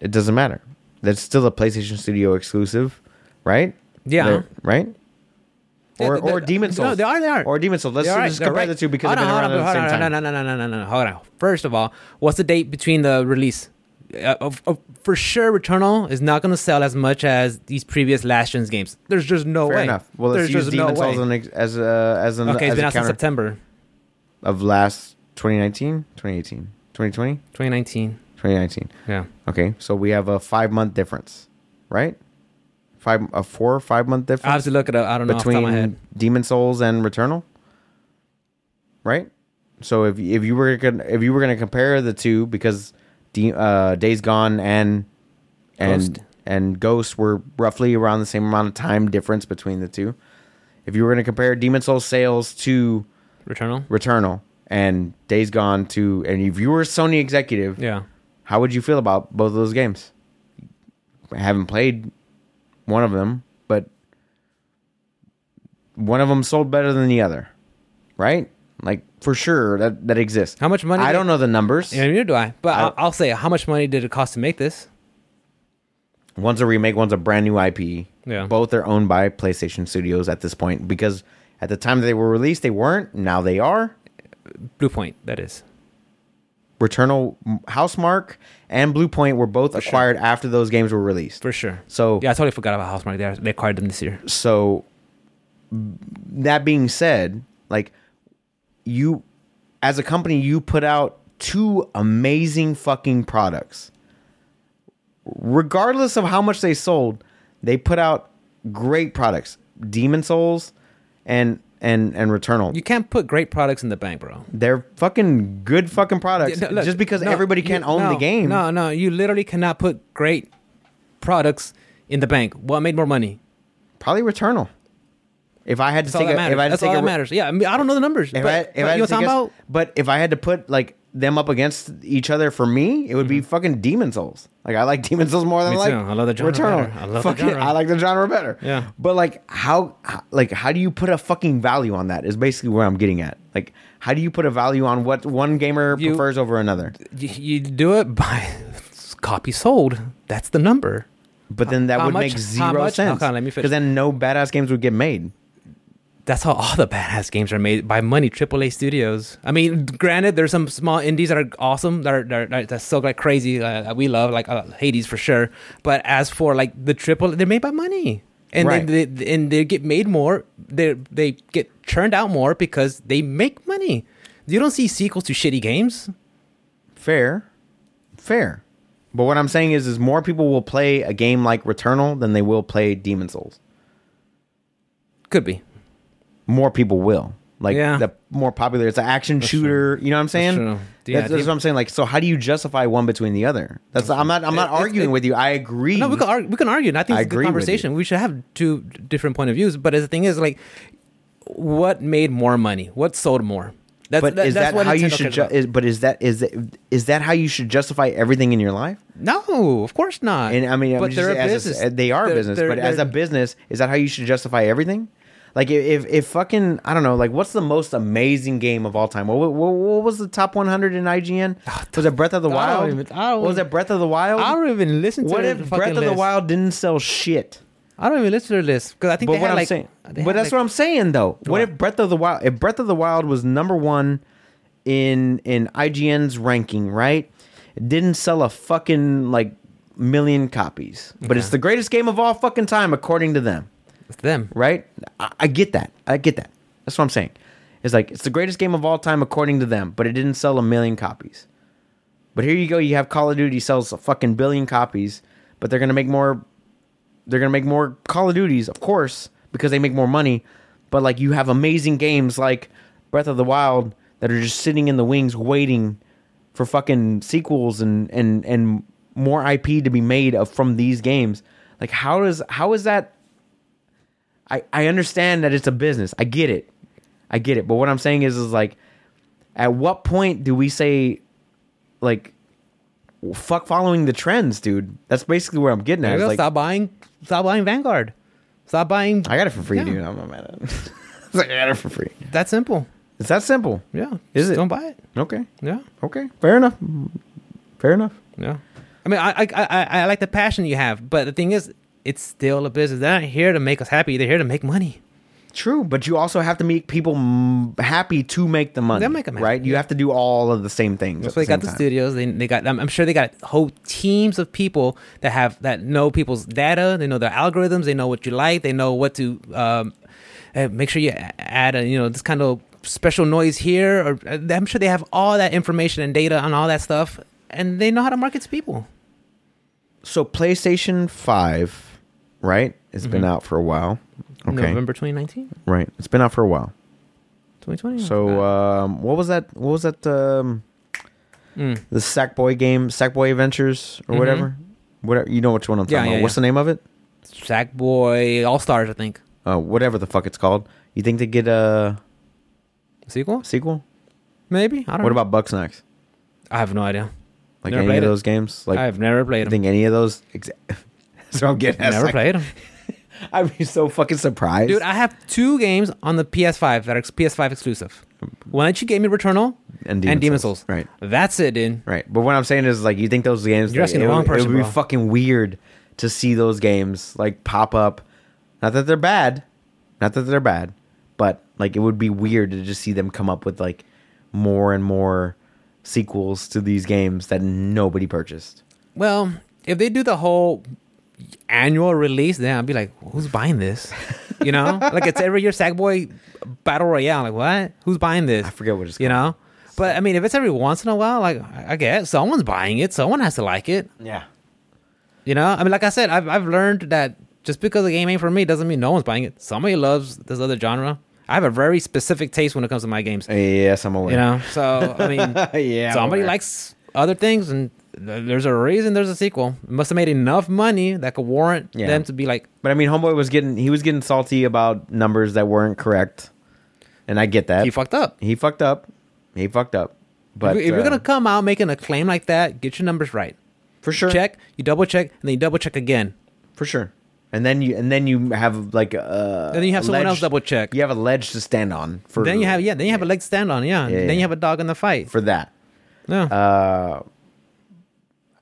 [SPEAKER 2] It doesn't matter. That's still a PlayStation Studio exclusive, right?
[SPEAKER 1] Yeah.
[SPEAKER 2] right.
[SPEAKER 1] Yeah,
[SPEAKER 2] Or,
[SPEAKER 1] th-
[SPEAKER 2] or
[SPEAKER 1] th-
[SPEAKER 2] Demon Souls.
[SPEAKER 1] No, they are. They are.
[SPEAKER 2] Or Demon Souls. Let's
[SPEAKER 1] They are,
[SPEAKER 2] just
[SPEAKER 1] they're
[SPEAKER 2] compare
[SPEAKER 1] right.
[SPEAKER 2] the two because
[SPEAKER 1] Hold
[SPEAKER 2] they've been
[SPEAKER 1] on,
[SPEAKER 2] around
[SPEAKER 1] hold
[SPEAKER 2] at the
[SPEAKER 1] on,
[SPEAKER 2] same
[SPEAKER 1] hold on,
[SPEAKER 2] time.
[SPEAKER 1] No, no, no, no, no, no, no. Hold on. First of all, what's the date between the release? Uh, of, of, for sure, Returnal is not going to sell as much as these previous last gen's games. There's just no
[SPEAKER 2] Fair
[SPEAKER 1] way.
[SPEAKER 2] enough. Well, let's
[SPEAKER 1] There's
[SPEAKER 2] use
[SPEAKER 1] just no
[SPEAKER 2] Demon
[SPEAKER 1] way.
[SPEAKER 2] Souls an ex- as a as an
[SPEAKER 1] okay,
[SPEAKER 2] as
[SPEAKER 1] it's been
[SPEAKER 2] a
[SPEAKER 1] out since
[SPEAKER 2] counter
[SPEAKER 1] September
[SPEAKER 2] of last 2019, 2018, 2020,
[SPEAKER 1] 2019.
[SPEAKER 2] 2019.
[SPEAKER 1] Yeah.
[SPEAKER 2] Okay, so we have a five month difference, right? Five a four or five month
[SPEAKER 1] I have
[SPEAKER 2] difference
[SPEAKER 1] to look it up. I don't know off the top of my head.
[SPEAKER 2] between Demon Souls and Returnal, right? So if if you were gonna, if you were going to compare the two because De- uh, Days Gone and and
[SPEAKER 1] Ghost.
[SPEAKER 2] and Ghost were roughly around the same amount of time difference between the two. If you were going to compare Demon Souls sales to
[SPEAKER 1] Returnal?
[SPEAKER 2] Returnal and Days Gone to and if you were a Sony executive,
[SPEAKER 1] Yeah.
[SPEAKER 2] how would you feel about both of those games? I haven't played one of them, but one of them sold better than the other, right? Like for sure that that exists.
[SPEAKER 1] How much money
[SPEAKER 2] I
[SPEAKER 1] did-
[SPEAKER 2] don't know the numbers.
[SPEAKER 1] Yeah, neither do I. But
[SPEAKER 2] I-
[SPEAKER 1] I'll, I'll say, how much money did it cost to make this?
[SPEAKER 2] One's a remake, one's a brand new IP.
[SPEAKER 1] Yeah.
[SPEAKER 2] Both are owned by PlayStation Studios at this point because at the time they were released they weren't, now they are.
[SPEAKER 1] Blue Point, that is.
[SPEAKER 2] Returnal, Housemark, and Blue Point were both acquired after those games were released.
[SPEAKER 1] For sure.
[SPEAKER 2] So-
[SPEAKER 1] yeah, I totally forgot about Housemark. They, they acquired them this year.
[SPEAKER 2] So that being said, like you as a company you put out two amazing fucking products. Regardless of how much they sold, they put out great products. Demon Souls and and and Returnal.
[SPEAKER 1] You can't put great products in the bank, bro.
[SPEAKER 2] They're fucking good fucking products.
[SPEAKER 1] Yeah, no, look,
[SPEAKER 2] just because
[SPEAKER 1] no,
[SPEAKER 2] everybody
[SPEAKER 1] you-
[SPEAKER 2] can't own
[SPEAKER 1] no,
[SPEAKER 2] the game.
[SPEAKER 1] No, no, you literally cannot put great products in the bank. What made more money?
[SPEAKER 2] Probably Returnal. If I had to
[SPEAKER 1] That's all
[SPEAKER 2] take
[SPEAKER 1] that
[SPEAKER 2] a,
[SPEAKER 1] matters.
[SPEAKER 2] if I had to
[SPEAKER 1] That's
[SPEAKER 2] take
[SPEAKER 1] all
[SPEAKER 2] a,
[SPEAKER 1] that matters. Yeah, I, mean, I don't know the numbers.
[SPEAKER 2] If
[SPEAKER 1] but,
[SPEAKER 2] I, if
[SPEAKER 1] but
[SPEAKER 2] I had
[SPEAKER 1] you know what
[SPEAKER 2] to
[SPEAKER 1] I'm
[SPEAKER 2] guess-
[SPEAKER 1] talking about?
[SPEAKER 2] but if I had to put like them up against each other for me, it would be fucking Demon Souls. Like I like Demon Souls more than
[SPEAKER 1] Mm-hmm. Me
[SPEAKER 2] like
[SPEAKER 1] too. I love the genre
[SPEAKER 2] Returnal.
[SPEAKER 1] better. I love the
[SPEAKER 2] Fuck it,
[SPEAKER 1] genre.
[SPEAKER 2] I like the genre better.
[SPEAKER 1] Yeah.
[SPEAKER 2] But like how how- like how do you put a fucking value on that? Is basically where I'm getting at. Like how do you put a value on what one gamer
[SPEAKER 1] You-
[SPEAKER 2] prefers over another?
[SPEAKER 1] You, you do it by copy sold. That's the number.
[SPEAKER 2] But then that
[SPEAKER 1] how
[SPEAKER 2] would
[SPEAKER 1] much-
[SPEAKER 2] make
[SPEAKER 1] how
[SPEAKER 2] zero
[SPEAKER 1] much-
[SPEAKER 2] sense.
[SPEAKER 1] Hold on, let me finish.
[SPEAKER 2] Because then no badass games would get made.
[SPEAKER 1] That's how all the badass games are made by money. AAA studios. I mean, granted, there's some small indies that are awesome that are that, are, that are so like crazy. Uh, that we love like uh, Hades for sure. But as for like the triple, they're made by money, and
[SPEAKER 2] Right.
[SPEAKER 1] they, they and they get made more. They they get churned out more because they make money. You don't see sequels to shitty games.
[SPEAKER 2] Fair. Fair. But what I'm saying is is more people will play a game like Returnal than they will play Demon Souls.
[SPEAKER 1] Could be.
[SPEAKER 2] more people will. Like
[SPEAKER 1] Yeah.
[SPEAKER 2] the more popular, it's an action shooter. You know what I'm saying?
[SPEAKER 1] true.
[SPEAKER 2] That's,
[SPEAKER 1] Yeah,
[SPEAKER 2] that's
[SPEAKER 1] people-
[SPEAKER 2] what I'm saying. Like, so how do you justify one between the other? That's I'm not I'm not
[SPEAKER 1] It's-
[SPEAKER 2] arguing
[SPEAKER 1] it-
[SPEAKER 2] with you. I agree.
[SPEAKER 1] No, we can argue. We can argue. And I think
[SPEAKER 2] I
[SPEAKER 1] it's a
[SPEAKER 2] agree
[SPEAKER 1] good
[SPEAKER 2] with
[SPEAKER 1] conversation. We should have two different point of views. But the thing is, like, what made more money? What sold more? That's,
[SPEAKER 2] but is that
[SPEAKER 1] what
[SPEAKER 2] how you
[SPEAKER 1] Nintendo
[SPEAKER 2] should?
[SPEAKER 1] cares
[SPEAKER 2] Ju-
[SPEAKER 1] about.
[SPEAKER 2] is, but is that is that is that how you should justify everything in your life?
[SPEAKER 1] no, of course not.
[SPEAKER 2] And I mean, I'm
[SPEAKER 1] but
[SPEAKER 2] just
[SPEAKER 1] they're
[SPEAKER 2] saying
[SPEAKER 1] a
[SPEAKER 2] as a-
[SPEAKER 1] business.
[SPEAKER 2] they are a
[SPEAKER 1] They're-
[SPEAKER 2] business.
[SPEAKER 1] they're-
[SPEAKER 2] but as
[SPEAKER 1] they're-
[SPEAKER 2] a business, is that how you should justify everything? Like if, if if fucking I don't know like what's the most amazing game of all time? What, what, what was the top 100 in IGN? Was it Breath of the
[SPEAKER 1] Ah, I don't
[SPEAKER 2] Wild?
[SPEAKER 1] even- I don't-
[SPEAKER 2] was it Breath of the Wild?
[SPEAKER 1] I don't even listen to
[SPEAKER 2] What
[SPEAKER 1] their
[SPEAKER 2] if
[SPEAKER 1] fucking
[SPEAKER 2] Breath of the
[SPEAKER 1] list.
[SPEAKER 2] Wild didn't sell shit?
[SPEAKER 1] I don't even listen to their list because I think.
[SPEAKER 2] But
[SPEAKER 1] they
[SPEAKER 2] what
[SPEAKER 1] had,
[SPEAKER 2] I'm
[SPEAKER 1] like,
[SPEAKER 2] saying, but
[SPEAKER 1] they
[SPEAKER 2] that's
[SPEAKER 1] had, like-
[SPEAKER 2] what I'm saying though. What,
[SPEAKER 1] What?
[SPEAKER 2] if Breath of the Wild, if Breath of the Wild was number one in in IGN's ranking, right? It didn't sell a fucking like million copies, but it's the greatest game of all fucking time according to them,
[SPEAKER 1] It's them.
[SPEAKER 2] right? I, I get that. I get that. That's what I'm saying. It's like it's the greatest game of all time according to them, but it didn't sell a million copies. But here you go, you have Call of Duty sells a fucking billion copies, but they're gonna make more they're gonna make more Call of Duties, of course, because they make more money. But like you have amazing games like Breath of the Wild that are just sitting in the wings waiting for fucking sequels and and and more IP to be made of from these games. Like how does how is that I I understand that it's a business. I get it. I get it. But what I'm saying is is like at what point do we say like fuck following the trends, dude? That's basically where I'm getting at.
[SPEAKER 1] There you
[SPEAKER 2] It's
[SPEAKER 1] go.
[SPEAKER 2] like-
[SPEAKER 1] stop buying. Stop buying Vanguard. Stop buying.
[SPEAKER 2] I got it for free,
[SPEAKER 1] Yeah.
[SPEAKER 2] dude. I'm not mad at it. It's like, I got it for free.
[SPEAKER 1] That's simple.
[SPEAKER 2] It's that simple.
[SPEAKER 1] Yeah.
[SPEAKER 2] Is
[SPEAKER 1] Just
[SPEAKER 2] it?
[SPEAKER 1] Don't buy it.
[SPEAKER 2] Okay.
[SPEAKER 1] Yeah.
[SPEAKER 2] Okay. Fair enough. Fair enough.
[SPEAKER 1] Yeah. I mean, I, I I I like the passion you have, but the thing is, it's still a business. They're not here to make us happy. They're here to make money.
[SPEAKER 2] True, but you also have to make people mm, happy to make the money.
[SPEAKER 1] They'll make 'em happy,
[SPEAKER 2] right. You have to do all of the same things.
[SPEAKER 1] That's
[SPEAKER 2] at
[SPEAKER 1] why they
[SPEAKER 2] the
[SPEAKER 1] got
[SPEAKER 2] same
[SPEAKER 1] the
[SPEAKER 2] time.
[SPEAKER 1] studios. They they got. I'm, I'm sure they got whole teams of people that have that know people's data. They know their algorithms. They know what you like. They know what to um, uh, make sure you a- add. A, you know this kind of special noise here. Or uh, I'm sure they have all that information and data on all that stuff, and they know how to market to people.
[SPEAKER 2] So PlayStation Five, right? It's been out for a while. Okay.
[SPEAKER 1] November 2019,
[SPEAKER 2] Right. It's been out for a while.
[SPEAKER 1] 2020.
[SPEAKER 2] So um, what was that? What was that? Um,
[SPEAKER 1] Mm.
[SPEAKER 2] the Sackboy game, Sackboy Adventures or whatever. Whatever. You know which one I'm talking
[SPEAKER 1] Mm-hmm. Yeah,
[SPEAKER 2] about.
[SPEAKER 1] yeah,
[SPEAKER 2] What's
[SPEAKER 1] yeah.
[SPEAKER 2] the name of it?
[SPEAKER 1] Sackboy All Stars, I think.
[SPEAKER 2] uh, whatever the fuck it's called. You think they get a
[SPEAKER 1] Sequel?
[SPEAKER 2] sequel?
[SPEAKER 1] Maybe. I don't.
[SPEAKER 2] What
[SPEAKER 1] know.
[SPEAKER 2] about Bugsnax?
[SPEAKER 1] I have no idea.
[SPEAKER 2] Like
[SPEAKER 1] Never
[SPEAKER 2] any
[SPEAKER 1] played
[SPEAKER 2] of
[SPEAKER 1] it.
[SPEAKER 2] those games? Like
[SPEAKER 1] I've never
[SPEAKER 2] I
[SPEAKER 1] played them.
[SPEAKER 2] think any of those? Exa- That's what I'm getting. at.
[SPEAKER 1] Never
[SPEAKER 2] It's like,
[SPEAKER 1] played them.
[SPEAKER 2] I'd be so fucking surprised,
[SPEAKER 1] Dude, I have two games on the PS5 that are ex- PS5 exclusive. One that you gave me, Returnal,
[SPEAKER 2] And
[SPEAKER 1] and
[SPEAKER 2] Demon
[SPEAKER 1] Demon,
[SPEAKER 2] Souls.
[SPEAKER 1] Souls.
[SPEAKER 2] Right.
[SPEAKER 1] That's it, dude.
[SPEAKER 2] right? But what I'm saying is, like, you think those games?
[SPEAKER 1] You're
[SPEAKER 2] like,
[SPEAKER 1] asking
[SPEAKER 2] it
[SPEAKER 1] the wrong
[SPEAKER 2] would- It
[SPEAKER 1] person,
[SPEAKER 2] would be
[SPEAKER 1] bro.
[SPEAKER 2] fucking weird to see those games like pop up. Not that they're bad. Not that they're bad, but like it would be weird to just see them come up with like more and more sequels to these games that nobody purchased.
[SPEAKER 1] Well, if they do the whole annual release, then I'd be like, who's buying this? You know, like it's every year Sackboy Battle Royale. Like what? Who's buying this?
[SPEAKER 2] I forget what it's
[SPEAKER 1] You
[SPEAKER 2] called.
[SPEAKER 1] know. But I mean, if it's every once in a while, like I I guess someone's buying it, someone has to like it.
[SPEAKER 2] Yeah.
[SPEAKER 1] You know, I mean, like I said, I've I've learned that just because the game ain't for me doesn't mean no one's buying it. Somebody loves this other genre. I have a very specific taste when it comes to my games.
[SPEAKER 2] Yes, I'm aware.
[SPEAKER 1] You know, so I mean,
[SPEAKER 2] yeah. I'm
[SPEAKER 1] somebody
[SPEAKER 2] aware.
[SPEAKER 1] likes other things, and th- there's a reason there's a sequel. It must have made enough money that could warrant
[SPEAKER 2] Yeah.
[SPEAKER 1] them to be like,
[SPEAKER 2] But I mean, homeboy was getting he was getting salty about numbers that weren't correct, and I get that.
[SPEAKER 1] "You fucked up."
[SPEAKER 2] He fucked up. He fucked up. But
[SPEAKER 1] if, you- if you're
[SPEAKER 2] uh,
[SPEAKER 1] gonna come out making a claim like that, get your numbers right.
[SPEAKER 2] for sure
[SPEAKER 1] Check, you double check, and then you double check again.
[SPEAKER 2] for sure, and then you and then you have like uh,
[SPEAKER 1] And then you have someone
[SPEAKER 2] ledge-
[SPEAKER 1] else double check.
[SPEAKER 2] You have a ledge to stand on for.
[SPEAKER 1] Then you have yeah. Then you have a leg to stand on. Yeah.
[SPEAKER 2] Yeah,
[SPEAKER 1] then
[SPEAKER 2] yeah.
[SPEAKER 1] you have a dog in the fight.
[SPEAKER 2] for that.
[SPEAKER 1] yeah.
[SPEAKER 2] Uh,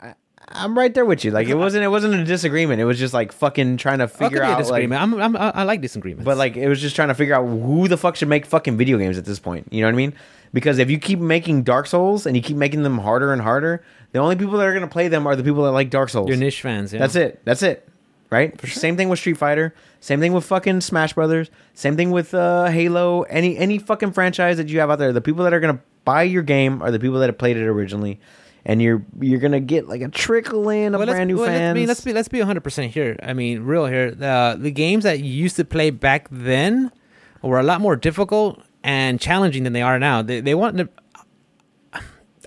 [SPEAKER 2] I, I'm right there with you. Like it wasn't it wasn't a disagreement. It was just like fucking trying to
[SPEAKER 1] Well, it could
[SPEAKER 2] figure
[SPEAKER 1] be a
[SPEAKER 2] out like
[SPEAKER 1] disagreement. I'm, I'm, I I like disagreements.
[SPEAKER 2] But like, it was just trying to figure out who the fuck should make fucking video games at this point. You know what I mean? Because if you keep making Dark Souls and you keep making them harder and harder, the only people that are gonna play them are the people that like Dark Souls.
[SPEAKER 1] your niche fans. Yeah.
[SPEAKER 2] That's it. That's it. Right? Same thing with Street Fighter. Same thing with fucking Smash Brothers. Same thing with uh, Halo. Any any fucking franchise that you have out there, the people that are gonna buy your game are the people that have played it originally, and you're you're gonna get like a trickle in of
[SPEAKER 1] Well, let's-
[SPEAKER 2] brand new
[SPEAKER 1] well,
[SPEAKER 2] fans.
[SPEAKER 1] Let's, I mean, let's be let's be 100 percent here. I mean, real here. The the games that you used to play back then were a lot more difficult and challenging than they are now. They they want to.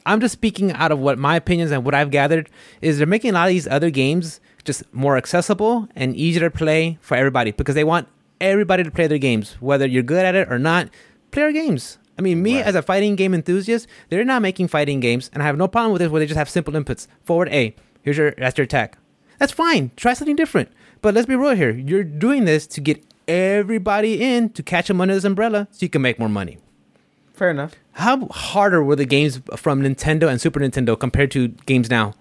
[SPEAKER 1] I'm just speaking out of what my opinions and what I've gathered is they're making a lot of these other games just more accessible and easier to play for everybody because they want everybody to play their games, whether you're good at it or not. Play our games. I mean, me as a fighting game enthusiast, they're not making fighting games, and I have no problem with this where they just have simple inputs. Forward A, here's your that's your attack. That's fine. Try something different. But let's be real here. You're doing this to get everybody in to catch them under this umbrella so you can make more money
[SPEAKER 2] Fair enough.
[SPEAKER 1] how harder were the games from Nintendo and Super Nintendo compared to games now?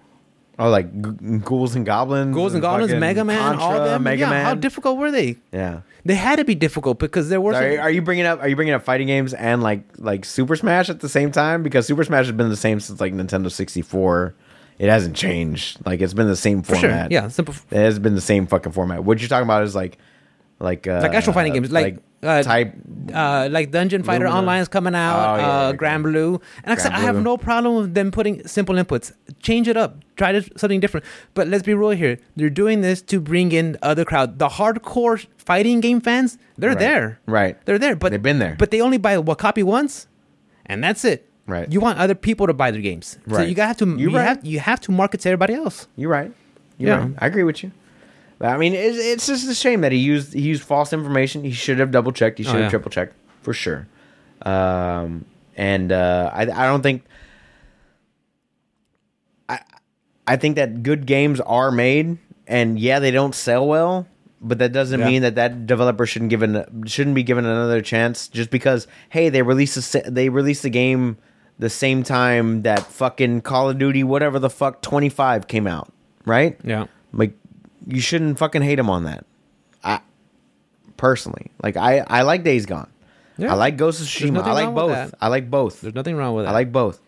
[SPEAKER 2] Oh, like g- ghouls and goblins,
[SPEAKER 1] Ghouls and Goblins,
[SPEAKER 2] fucking
[SPEAKER 1] Mega Man, all
[SPEAKER 2] Contra,
[SPEAKER 1] of them.
[SPEAKER 2] Mega
[SPEAKER 1] yeah,
[SPEAKER 2] Man.
[SPEAKER 1] how difficult were they?
[SPEAKER 2] yeah.
[SPEAKER 1] They had to be difficult because there were.
[SPEAKER 2] Are,
[SPEAKER 1] some-
[SPEAKER 2] are you bringing up? Are you bringing up fighting games and like like Super Smash at the same time? Because Super Smash has been the same since like Nintendo sixty four. It hasn't changed. Like it's been the same
[SPEAKER 1] for sure.
[SPEAKER 2] format.
[SPEAKER 1] Yeah, simple.
[SPEAKER 2] it has been the same fucking format. What you're talking about is like like uh,
[SPEAKER 1] Like actual fighting games, like, uh,
[SPEAKER 2] type.
[SPEAKER 1] Uh, like Dungeon Fighter
[SPEAKER 2] Lumina.
[SPEAKER 1] Online is coming out.
[SPEAKER 2] Oh, yeah,
[SPEAKER 1] uh,
[SPEAKER 2] okay.
[SPEAKER 1] Grand Blue, and like I said, I have
[SPEAKER 2] Blue.
[SPEAKER 1] no problem with them putting simple inputs. Change it up. Try to, something different. But let's be real here. They're doing this to bring in the other crowd. The hardcore fighting game fans, they're
[SPEAKER 2] Right.
[SPEAKER 1] there.
[SPEAKER 2] Right.
[SPEAKER 1] They're there. But
[SPEAKER 2] They've been there.
[SPEAKER 1] But they only buy what copy once, and that's it.
[SPEAKER 2] Right.
[SPEAKER 1] You want other people to buy their games. So
[SPEAKER 2] Right.
[SPEAKER 1] you gotta have to. you
[SPEAKER 2] You're right.
[SPEAKER 1] have you have to market to everybody else.
[SPEAKER 2] You're right. You're
[SPEAKER 1] Yeah.
[SPEAKER 2] right. I agree with you. But, I mean, it's, it's just a shame that he used he used false information. He should have double checked. He should have
[SPEAKER 1] Oh, yeah.
[SPEAKER 2] triple checked for sure. Um, and uh, I I don't think I I think that good games are made, and yeah, they don't sell well. But that doesn't
[SPEAKER 1] Yeah.
[SPEAKER 2] mean that that developer shouldn't given shouldn't be given another chance just because hey they released a, se- they released the game the same time that fucking Call of Duty whatever the fuck twenty five came out right
[SPEAKER 1] Yeah.
[SPEAKER 2] like you shouldn't fucking hate him on that. I personally like I I like Days Gone.
[SPEAKER 1] Yeah.
[SPEAKER 2] I like Ghost of Tsushima.
[SPEAKER 1] nothing
[SPEAKER 2] I like
[SPEAKER 1] wrong with
[SPEAKER 2] both.
[SPEAKER 1] that.
[SPEAKER 2] I like both.
[SPEAKER 1] There's nothing wrong with that.
[SPEAKER 2] I like both.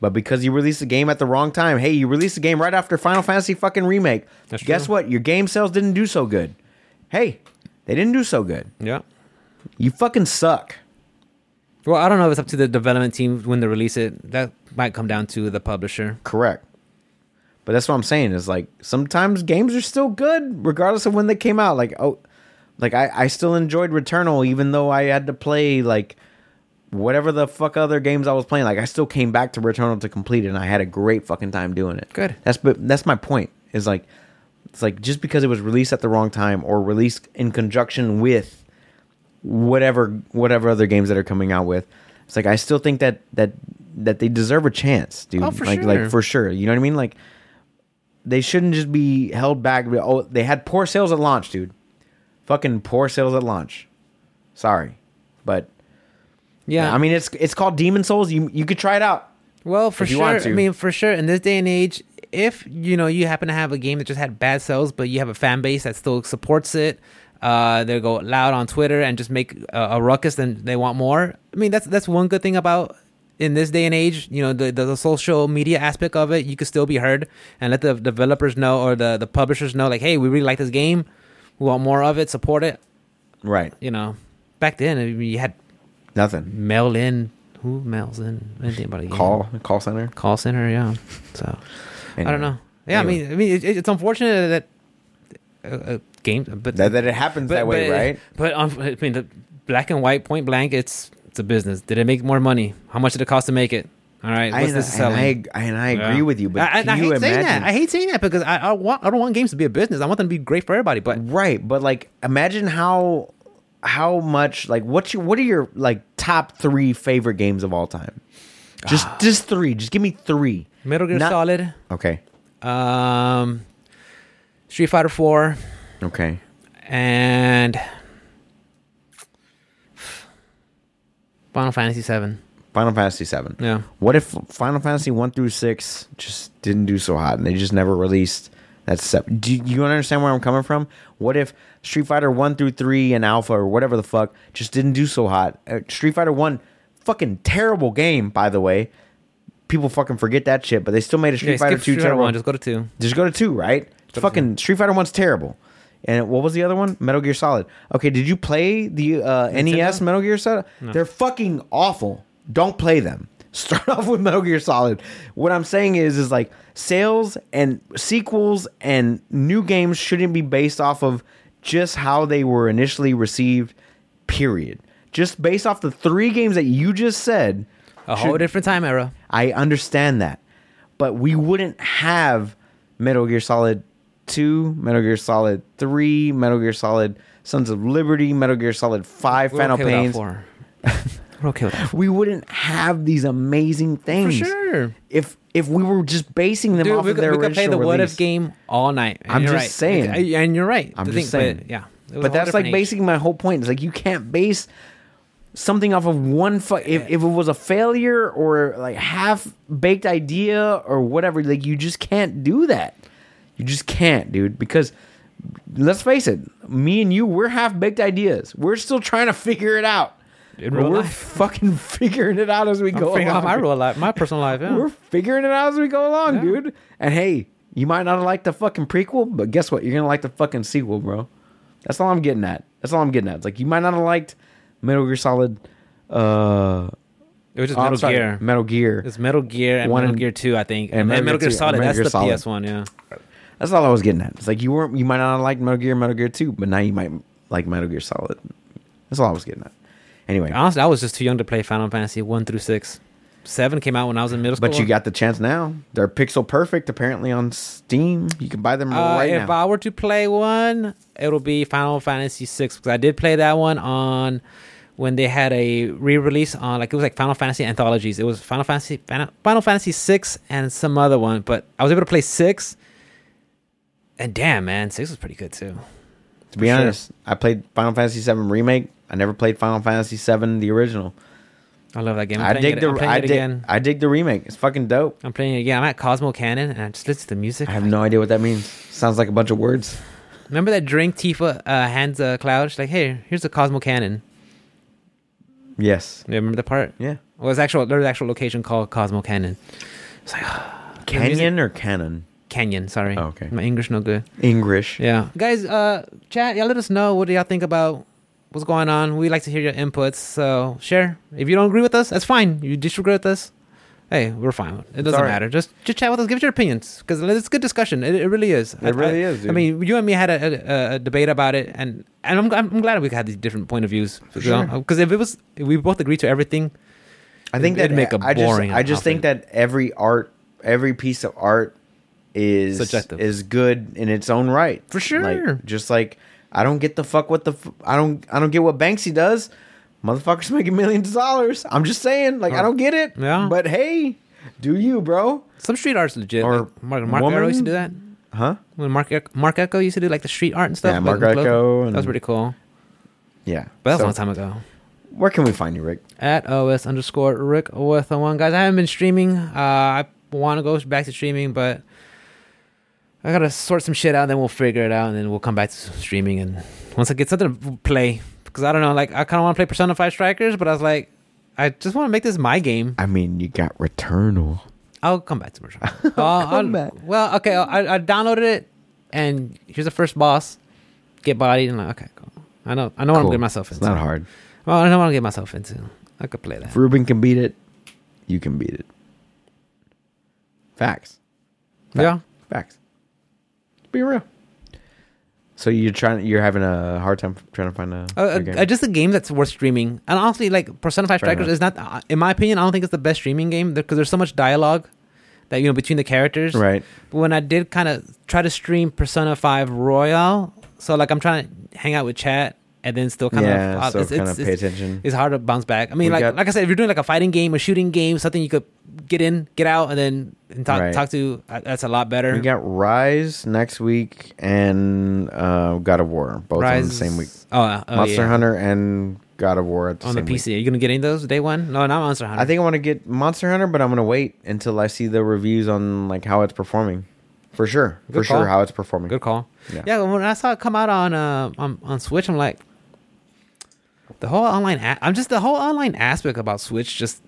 [SPEAKER 2] But because you released the game at the wrong time, hey, you released the game right after Final Fantasy fucking remake.
[SPEAKER 1] That's
[SPEAKER 2] Guess
[SPEAKER 1] true.
[SPEAKER 2] what? Your game sales didn't do so good. Hey, they didn't do so good.
[SPEAKER 1] Yeah.
[SPEAKER 2] You fucking suck.
[SPEAKER 1] Well, I don't know if it's up to the development team when they release it. That might come down to the publisher.
[SPEAKER 2] Correct. But that's what I'm saying is like sometimes games are still good regardless of when they came out. Like oh, like I I still enjoyed Returnal even though I had to play like whatever the fuck other games I was playing. Like I still came back to Returnal to complete it and I had a great fucking time doing it.
[SPEAKER 1] Good.
[SPEAKER 2] That's but that's my point. Is like it's like just because it was released at the wrong time or released in conjunction with whatever whatever other games that are coming out with. It's like I still think that that that they deserve a chance, dude.
[SPEAKER 1] Oh, for
[SPEAKER 2] like
[SPEAKER 1] sure.
[SPEAKER 2] like for sure. You know what I mean? Like they shouldn't just be held back. Oh, they had poor sales at launch, dude. Fucking poor sales at launch. Sorry, but
[SPEAKER 1] Yeah.
[SPEAKER 2] I mean it's it's called Demon Souls. You you could try it out.
[SPEAKER 1] Well, for
[SPEAKER 2] if you
[SPEAKER 1] sure.
[SPEAKER 2] want
[SPEAKER 1] I
[SPEAKER 2] to.
[SPEAKER 1] mean, for sure. In this day and age, if you know you happen to have a game that just had bad sales, but you have a fan base that still supports it, uh, they go loud on Twitter and just make a, a ruckus, and they want more. I mean, that's that's one good thing about in this day and age, you know, the, the, the social media aspect of it, you could still be heard and let the developers know or the, the publishers know, like, hey, we really like this game. We want more of it. Support it.
[SPEAKER 2] Right.
[SPEAKER 1] You know, back then, I mean, you had
[SPEAKER 2] Nothing.
[SPEAKER 1] mail in. Who mails in? Anything about a game?
[SPEAKER 2] Call call center.
[SPEAKER 1] Call center, yeah. So, I
[SPEAKER 2] Anyway.
[SPEAKER 1] don't know. Yeah,
[SPEAKER 2] Anyway.
[SPEAKER 1] I mean, I mean, it, it- it's unfortunate that uh, uh, game, but
[SPEAKER 2] That, that it happens that way, right?
[SPEAKER 1] But on, I mean, the black and white, point blank, it's it's a business. Did it make more money? How much did it cost to make it? All right,
[SPEAKER 2] I,
[SPEAKER 1] what's
[SPEAKER 2] and,
[SPEAKER 1] this
[SPEAKER 2] I, and
[SPEAKER 1] selling?
[SPEAKER 2] I and I agree
[SPEAKER 1] Yeah.
[SPEAKER 2] with you, but
[SPEAKER 1] I, I-
[SPEAKER 2] can
[SPEAKER 1] I hate
[SPEAKER 2] you
[SPEAKER 1] saying that.
[SPEAKER 2] imagine?
[SPEAKER 1] I hate saying that because I, I want I don't want games to be a business. I want them to be great for everybody. But
[SPEAKER 2] Right, but like imagine how how much like what's your what are your like top three favorite games of all time? Just just three. Just give me three.
[SPEAKER 1] Metal Gear
[SPEAKER 2] Not-
[SPEAKER 1] Solid,
[SPEAKER 2] Okay.
[SPEAKER 1] um, Street Fighter Four,
[SPEAKER 2] Okay.
[SPEAKER 1] and Final Fantasy Seven.
[SPEAKER 2] Final Fantasy Seven.
[SPEAKER 1] Yeah.
[SPEAKER 2] What if Final Fantasy one through six just didn't do so hot and they just never released that seven? Do you, you understand where I'm coming from? What if Street Fighter one through three and Alpha or whatever the fuck just didn't do so hot? Uh, Street Fighter one, fucking terrible game, by the way. People fucking forget that shit, but they still made a Street
[SPEAKER 1] Yeah,
[SPEAKER 2] Fighter
[SPEAKER 1] skip
[SPEAKER 2] two
[SPEAKER 1] Street Fighter
[SPEAKER 2] terrible.
[SPEAKER 1] One. Just go to two.
[SPEAKER 2] Just go to two, right? fucking Street Fighter One's terrible. And what was the other one? Metal Gear Solid. Okay, did you play the uh, NES Metal Gear Solid? They're fucking awful. Don't play them. Start off with Metal Gear Solid. What I'm saying is, is like sales and sequels and new games shouldn't be based off of just how they were initially received. Period. Just based off the three games that you just said,
[SPEAKER 1] A whole
[SPEAKER 2] should-
[SPEAKER 1] different time era.
[SPEAKER 2] I understand that. But we wouldn't have Metal Gear Solid 2, Metal Gear Solid 3, Metal Gear Solid Sons of Liberty, Metal Gear Solid 5,
[SPEAKER 1] We're
[SPEAKER 2] Final
[SPEAKER 1] okay without
[SPEAKER 2] Pains.
[SPEAKER 1] four. We're okay with that.
[SPEAKER 2] We wouldn't have these amazing things.
[SPEAKER 1] sure.
[SPEAKER 2] If if we were just basing them
[SPEAKER 1] Dude,
[SPEAKER 2] off
[SPEAKER 1] we
[SPEAKER 2] of
[SPEAKER 1] could,
[SPEAKER 2] their
[SPEAKER 1] we
[SPEAKER 2] original
[SPEAKER 1] could play the
[SPEAKER 2] release.
[SPEAKER 1] what if game all night. and
[SPEAKER 2] I'm
[SPEAKER 1] you're
[SPEAKER 2] just
[SPEAKER 1] right.
[SPEAKER 2] saying.
[SPEAKER 1] Like, I- and you're right.
[SPEAKER 2] I'm
[SPEAKER 1] The
[SPEAKER 2] just
[SPEAKER 1] thing-
[SPEAKER 2] saying.
[SPEAKER 1] But, yeah, It was a whole
[SPEAKER 2] But that's like
[SPEAKER 1] different age.
[SPEAKER 2] basing my whole point. It's like you can't base something off of one fu- if, if it was a failure or like half baked idea or whatever like you just can't do that you just can't dude because let's face it me and you we're half baked ideas we're still trying to figure it out
[SPEAKER 1] In real
[SPEAKER 2] we're
[SPEAKER 1] life.
[SPEAKER 2] fucking figuring it out as we go
[SPEAKER 1] I'm figuring out
[SPEAKER 2] along.
[SPEAKER 1] my real life, my personal life. Yeah.
[SPEAKER 2] we're figuring it out as we go along
[SPEAKER 1] Oh. Yeah.
[SPEAKER 2] dude and hey you might not like the fucking prequel but guess what you're gonna like the fucking sequel bro that's all i'm getting at that's all i'm getting at it's like you might not have liked metal gear solid uh
[SPEAKER 1] It was just
[SPEAKER 2] Oh, I'm
[SPEAKER 1] Metal
[SPEAKER 2] sorry,
[SPEAKER 1] Gear.
[SPEAKER 2] Metal Gear.
[SPEAKER 1] It's Metal Gear and
[SPEAKER 2] One
[SPEAKER 1] Metal
[SPEAKER 2] and-
[SPEAKER 1] Gear Two, I think,
[SPEAKER 2] and
[SPEAKER 1] and,
[SPEAKER 2] Metal
[SPEAKER 1] Metal,
[SPEAKER 2] Gear
[SPEAKER 1] Gear
[SPEAKER 2] two,
[SPEAKER 1] Solid.
[SPEAKER 2] and Metal
[SPEAKER 1] that's
[SPEAKER 2] Gear
[SPEAKER 1] the
[SPEAKER 2] Solid.
[SPEAKER 1] PS One. Yeah,
[SPEAKER 2] That's all I was getting at. It's like you weren't. You might not like Metal Gear, Metal Gear Two, but now you might like Metal Gear Solid. That's all I was getting at. Anyway,
[SPEAKER 1] honestly, I was just too young to play Final Fantasy one through six. Seven came out when I was in middle school.
[SPEAKER 2] but you got the chance now. They're pixel perfect apparently on Steam. You can buy them
[SPEAKER 1] Uh,
[SPEAKER 2] right
[SPEAKER 1] if
[SPEAKER 2] now.
[SPEAKER 1] I were to play one, it'll be Final Fantasy six because I did play that one on when they had a re-release on like it was like Final Fantasy anthologies. It was Final Fantasy Final, Final Fantasy six and some other one, but I was able to play six. And damn, man, six was pretty good too.
[SPEAKER 2] to be
[SPEAKER 1] sure.
[SPEAKER 2] honest, I played Final Fantasy VII remake. I never played Final Fantasy VII the original.
[SPEAKER 1] I love that game.
[SPEAKER 2] I
[SPEAKER 1] I'm playing
[SPEAKER 2] dig
[SPEAKER 1] it,
[SPEAKER 2] the
[SPEAKER 1] I'm playing
[SPEAKER 2] I
[SPEAKER 1] it
[SPEAKER 2] dig
[SPEAKER 1] again.
[SPEAKER 2] I dig the remake. It's fucking dope.
[SPEAKER 1] I'm playing it again. I'm at Cosmo Cannon and I just listen to the music.
[SPEAKER 2] I have no idea what that means. Sounds like a bunch of words.
[SPEAKER 1] Remember that drink Tifa uh, hands uh, Cloud? She's like, "Hey, here's a Cosmo Cannon."
[SPEAKER 2] Yes.
[SPEAKER 1] You remember the part?
[SPEAKER 2] Yeah.
[SPEAKER 1] Well, it's actual. There's an actual location called Cosmo Canyon. It's like ah, the music-
[SPEAKER 2] Canyon or canon?
[SPEAKER 1] Canyon. Sorry.
[SPEAKER 2] Oh, okay.
[SPEAKER 1] My English no good.
[SPEAKER 2] English.
[SPEAKER 1] Yeah. Guys, uh, chat. Y'all let us know what do y'all think about what's going on. We like to hear your inputs. So share. If you don't agree with us, that's fine. You disagree with us. Hey, we're fine. It doesn't
[SPEAKER 2] all right.
[SPEAKER 1] matter. Just just chat with us. Give us your opinions because it's a good discussion. It, it really is. It
[SPEAKER 2] really is, dude.
[SPEAKER 1] I mean, you and me had a, a, a debate about it, and and I'm, I'm glad we had these different point of views. Because
[SPEAKER 2] sure.
[SPEAKER 1] if it was, if we both agreed to everything.
[SPEAKER 2] I think
[SPEAKER 1] It'd
[SPEAKER 2] that
[SPEAKER 1] make a
[SPEAKER 2] I just-
[SPEAKER 1] boring
[SPEAKER 2] I just, think that every art, every piece of art, is
[SPEAKER 1] Subjective.
[SPEAKER 2] is good in its own right.
[SPEAKER 1] For sure.
[SPEAKER 2] Like, just like I don't get the fuck what the f- I don't I don't get what Banksy does. Motherfuckers making millions of dollars. I'm just saying, like I don't get it.
[SPEAKER 1] Yeah.
[SPEAKER 2] But hey, do you, bro?
[SPEAKER 1] Some street art's legit.
[SPEAKER 2] Or
[SPEAKER 1] Like, Mark, Mark
[SPEAKER 2] woman?
[SPEAKER 1] Echo used to do that.
[SPEAKER 2] Huh?
[SPEAKER 1] When Mark Ec- Mark Echo used to do like the street art and stuff.
[SPEAKER 2] Yeah,
[SPEAKER 1] like,
[SPEAKER 2] Mark
[SPEAKER 1] with clothes.
[SPEAKER 2] Echo and-
[SPEAKER 1] That was pretty cool.
[SPEAKER 2] Yeah.
[SPEAKER 1] But that was
[SPEAKER 2] So,
[SPEAKER 1] a long time ago.
[SPEAKER 2] Where can we find you, Rick?
[SPEAKER 1] At OS underscore Rick with a one. Guys, I haven't been streaming. Uh, I want to go back to streaming, but I got to sort some shit out. Then we'll figure it out. And then we'll come back to streaming. And once I get something to play, because I don't know, like I kind of want to play Persona 5 Strikers, but I was like, I just want to make this my game.
[SPEAKER 2] I mean, you got Returnal.
[SPEAKER 1] I'll come back to Bergeron. I'll,
[SPEAKER 2] Come
[SPEAKER 1] I'll-
[SPEAKER 2] back.
[SPEAKER 1] Well, okay, I, I downloaded it, and here's the first boss. Get bodied, and like, okay, cool. I know, I know what Oh, I'm
[SPEAKER 2] Cool.
[SPEAKER 1] getting myself
[SPEAKER 2] It's
[SPEAKER 1] into.
[SPEAKER 2] not hard.
[SPEAKER 1] Well, I know what I'm getting myself into. I could play that.
[SPEAKER 2] If Ruben can beat it, you can beat it. Facts. Facts.
[SPEAKER 1] Yeah.
[SPEAKER 2] Facts. Be real. So you're trying. You're having a hard time trying to find a.
[SPEAKER 1] Uh,
[SPEAKER 2] a game.
[SPEAKER 1] uh, just a game that's worth streaming. And honestly, like Persona Five
[SPEAKER 2] Fair
[SPEAKER 1] Strikers
[SPEAKER 2] enough.
[SPEAKER 1] is not, uh, in my opinion, I don't think it's the best streaming game because there's so much dialogue that you know between the characters.
[SPEAKER 2] right.
[SPEAKER 1] But when I did kind of try to stream Persona Five Royal, so like I'm trying to hang out with chat and then still kind
[SPEAKER 2] yeah.
[SPEAKER 1] of uh,
[SPEAKER 2] so
[SPEAKER 1] it's,
[SPEAKER 2] kind
[SPEAKER 1] it's,
[SPEAKER 2] of
[SPEAKER 1] it's,
[SPEAKER 2] pay attention.
[SPEAKER 1] it's hard to bounce back. I mean,
[SPEAKER 2] We
[SPEAKER 1] like
[SPEAKER 2] got-
[SPEAKER 1] like I said, if you're doing like a fighting game, a shooting game, something you could get in, get out, and then and talk
[SPEAKER 2] Right.
[SPEAKER 1] talk to, uh, that's a lot better.
[SPEAKER 2] We got Rise next week and uh, God of War both on the
[SPEAKER 1] Rise-
[SPEAKER 2] same week.
[SPEAKER 1] Oh, uh, oh
[SPEAKER 2] Monster
[SPEAKER 1] yeah.
[SPEAKER 2] Hunter and God of War at the
[SPEAKER 1] on the
[SPEAKER 2] same week.
[SPEAKER 1] PC. Are you gonna get any of those day one? No, not Monster Hunter.
[SPEAKER 2] I think I want to get Monster Hunter, but I'm gonna wait until I see the reviews on like how it's performing. For sure,
[SPEAKER 1] Good
[SPEAKER 2] for
[SPEAKER 1] call.
[SPEAKER 2] sure, how it's performing.
[SPEAKER 1] Good call. Yeah.
[SPEAKER 2] Yeah.
[SPEAKER 1] when I saw it come out on uh, on, on Switch, I'm like, the whole online. A- I'm just the whole online aspect about Switch. Just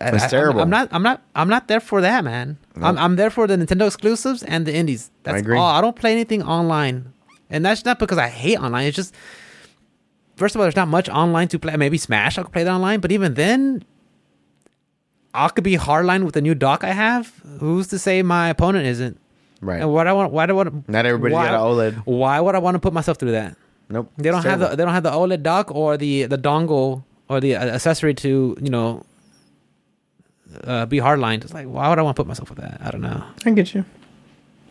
[SPEAKER 1] I-
[SPEAKER 2] It's
[SPEAKER 1] I- I'm-
[SPEAKER 2] terrible.
[SPEAKER 1] I'm not. I'm not. I'm not there for that, man. I'm, I'm there for the Nintendo exclusives and the indies. That's
[SPEAKER 2] agree.
[SPEAKER 1] all. I don't play anything online, and that's not because I hate online. It's just first of all, there's not much online to play. Maybe Smash, I could play that online, but even then. I could be hardline with the new dock I have. Who's to say my opponent isn't?
[SPEAKER 2] Right.
[SPEAKER 1] And what I want, why do I want?
[SPEAKER 2] Not everybody's
[SPEAKER 1] why,
[SPEAKER 2] got an OLED.
[SPEAKER 1] Why would I want to put myself through that?
[SPEAKER 2] Nope.
[SPEAKER 1] They don't
[SPEAKER 2] it's
[SPEAKER 1] have the
[SPEAKER 2] terrible.
[SPEAKER 1] they don't have the OLED dock or the the dongle or the uh, accessory to you know uh, be hardlined. It's like why would I want to put myself with that? I don't know.
[SPEAKER 2] I get you.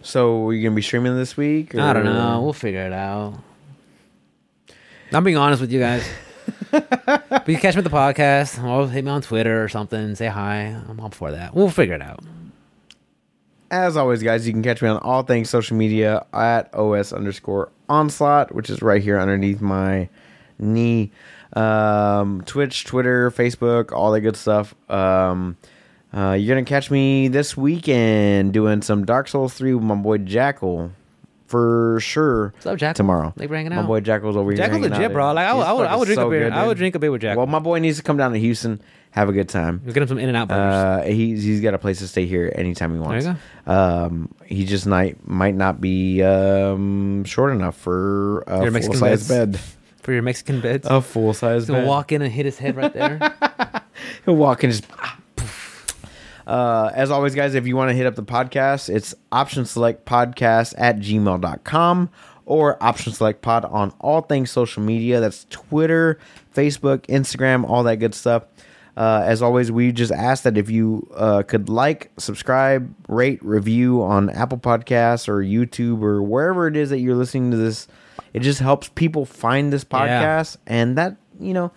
[SPEAKER 2] So are you gonna be streaming this week?
[SPEAKER 1] I don't
[SPEAKER 2] or-
[SPEAKER 1] know. We'll figure it out. I'm being honest with you guys. but you catch me at the podcast or hit me on Twitter or something. Say hi. I'm all for that. We'll figure it out.
[SPEAKER 2] As always, guys, you can catch me on all things social media at os underscore onslaught, which is right here underneath my knee. Um, Twitch, Twitter, Facebook, all that good stuff. Um, uh, you're gonna catch me this weekend doing some Dark Souls three with my boy Jackal for sure.
[SPEAKER 1] What's up, Jackal?
[SPEAKER 2] Tomorrow,
[SPEAKER 1] Thanks for hanging
[SPEAKER 2] My
[SPEAKER 1] out.
[SPEAKER 2] boy Jackal's over here.
[SPEAKER 1] Jackal's
[SPEAKER 2] hanging
[SPEAKER 1] legit,
[SPEAKER 2] out.
[SPEAKER 1] bro. Like, I
[SPEAKER 2] He's
[SPEAKER 1] would- I would- I
[SPEAKER 2] fucking
[SPEAKER 1] would drink a beer- I
[SPEAKER 2] dude.
[SPEAKER 1] would drink a beer with Jackal.
[SPEAKER 2] Well, my boy needs to come down to Houston, have a good time.
[SPEAKER 1] We'll get him some in and out burgers.
[SPEAKER 2] Uh, he's he's got a place to stay here anytime he wants.
[SPEAKER 1] There
[SPEAKER 2] Um, he just might might not be um short enough for
[SPEAKER 1] Your
[SPEAKER 2] a full
[SPEAKER 1] Mexican
[SPEAKER 2] size
[SPEAKER 1] beds.
[SPEAKER 2] bed.
[SPEAKER 1] for your Mexican beds.
[SPEAKER 2] A full size
[SPEAKER 1] He's gonna
[SPEAKER 2] bed.
[SPEAKER 1] walk in and hit his head right there.
[SPEAKER 2] He'll walk and just. ah, poof. Uh, as always, guys, if you want to hit up the podcast, it's option select podcast at gmail.com or option select pod on all things social media. That's Twitter, Facebook, Instagram, all that good stuff. Uh, as always, we just ask that if you uh, could like, subscribe, rate, review on Apple Podcasts or YouTube or wherever it is that you're listening to this. It just helps people find this podcast
[SPEAKER 1] Yeah.
[SPEAKER 2] us, and that you know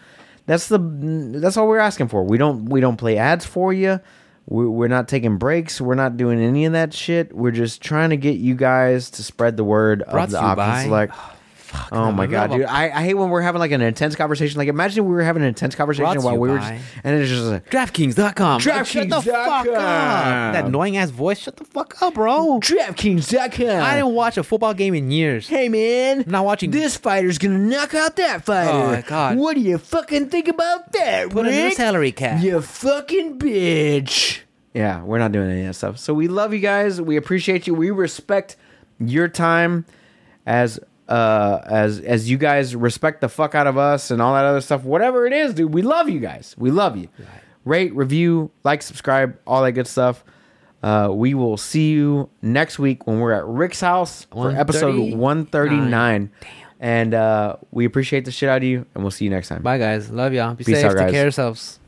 [SPEAKER 2] that's the that's all we're asking for we don't we don't play ads for you we're, we're not taking breaks we're not doing any of that shit we're just trying to get you guys to spread the word
[SPEAKER 1] Brought
[SPEAKER 2] of the
[SPEAKER 1] to you by-
[SPEAKER 2] options like oh,
[SPEAKER 1] no,
[SPEAKER 2] my
[SPEAKER 1] we
[SPEAKER 2] god
[SPEAKER 1] have a-
[SPEAKER 2] dude I, I hate when we're having like an intense conversation like imagine we were having an intense
[SPEAKER 1] Brought
[SPEAKER 2] conversation
[SPEAKER 1] to
[SPEAKER 2] while
[SPEAKER 1] you
[SPEAKER 2] we were
[SPEAKER 1] by-
[SPEAKER 2] just, and it's just like
[SPEAKER 1] DraftKings.com. Shut the fuck up.
[SPEAKER 2] DraftKings.com.
[SPEAKER 1] That annoying ass voice. Shut the fuck up, bro.
[SPEAKER 2] DraftKings.com.
[SPEAKER 1] I didn't watch a football game in years.
[SPEAKER 2] Hey man,
[SPEAKER 1] I'm not watching-
[SPEAKER 2] This fighter's gonna knock out that fighter.
[SPEAKER 1] Oh, my God.
[SPEAKER 2] What do you fucking think about that?
[SPEAKER 1] Put in your
[SPEAKER 2] Rick?
[SPEAKER 1] salary cap.
[SPEAKER 2] You fucking bitch. Yeah, we're not doing any of that stuff. So we love you guys. We appreciate you. We respect your time as uh as as you guys respect the fuck out of us and all that other stuff. Whatever it is, dude, we love you guys. We love you. Rate, review, like, subscribe, all that good stuff. Uh, we will see you next week when we're at Rick's house for episode
[SPEAKER 1] 139.
[SPEAKER 2] 139. And uh, we appreciate the shit out of you, and we'll see you next time.
[SPEAKER 1] Bye, guys. Love y'all. Be
[SPEAKER 2] Peace
[SPEAKER 1] safe.
[SPEAKER 2] out,
[SPEAKER 1] Take
[SPEAKER 2] guys.
[SPEAKER 1] care of yourselves.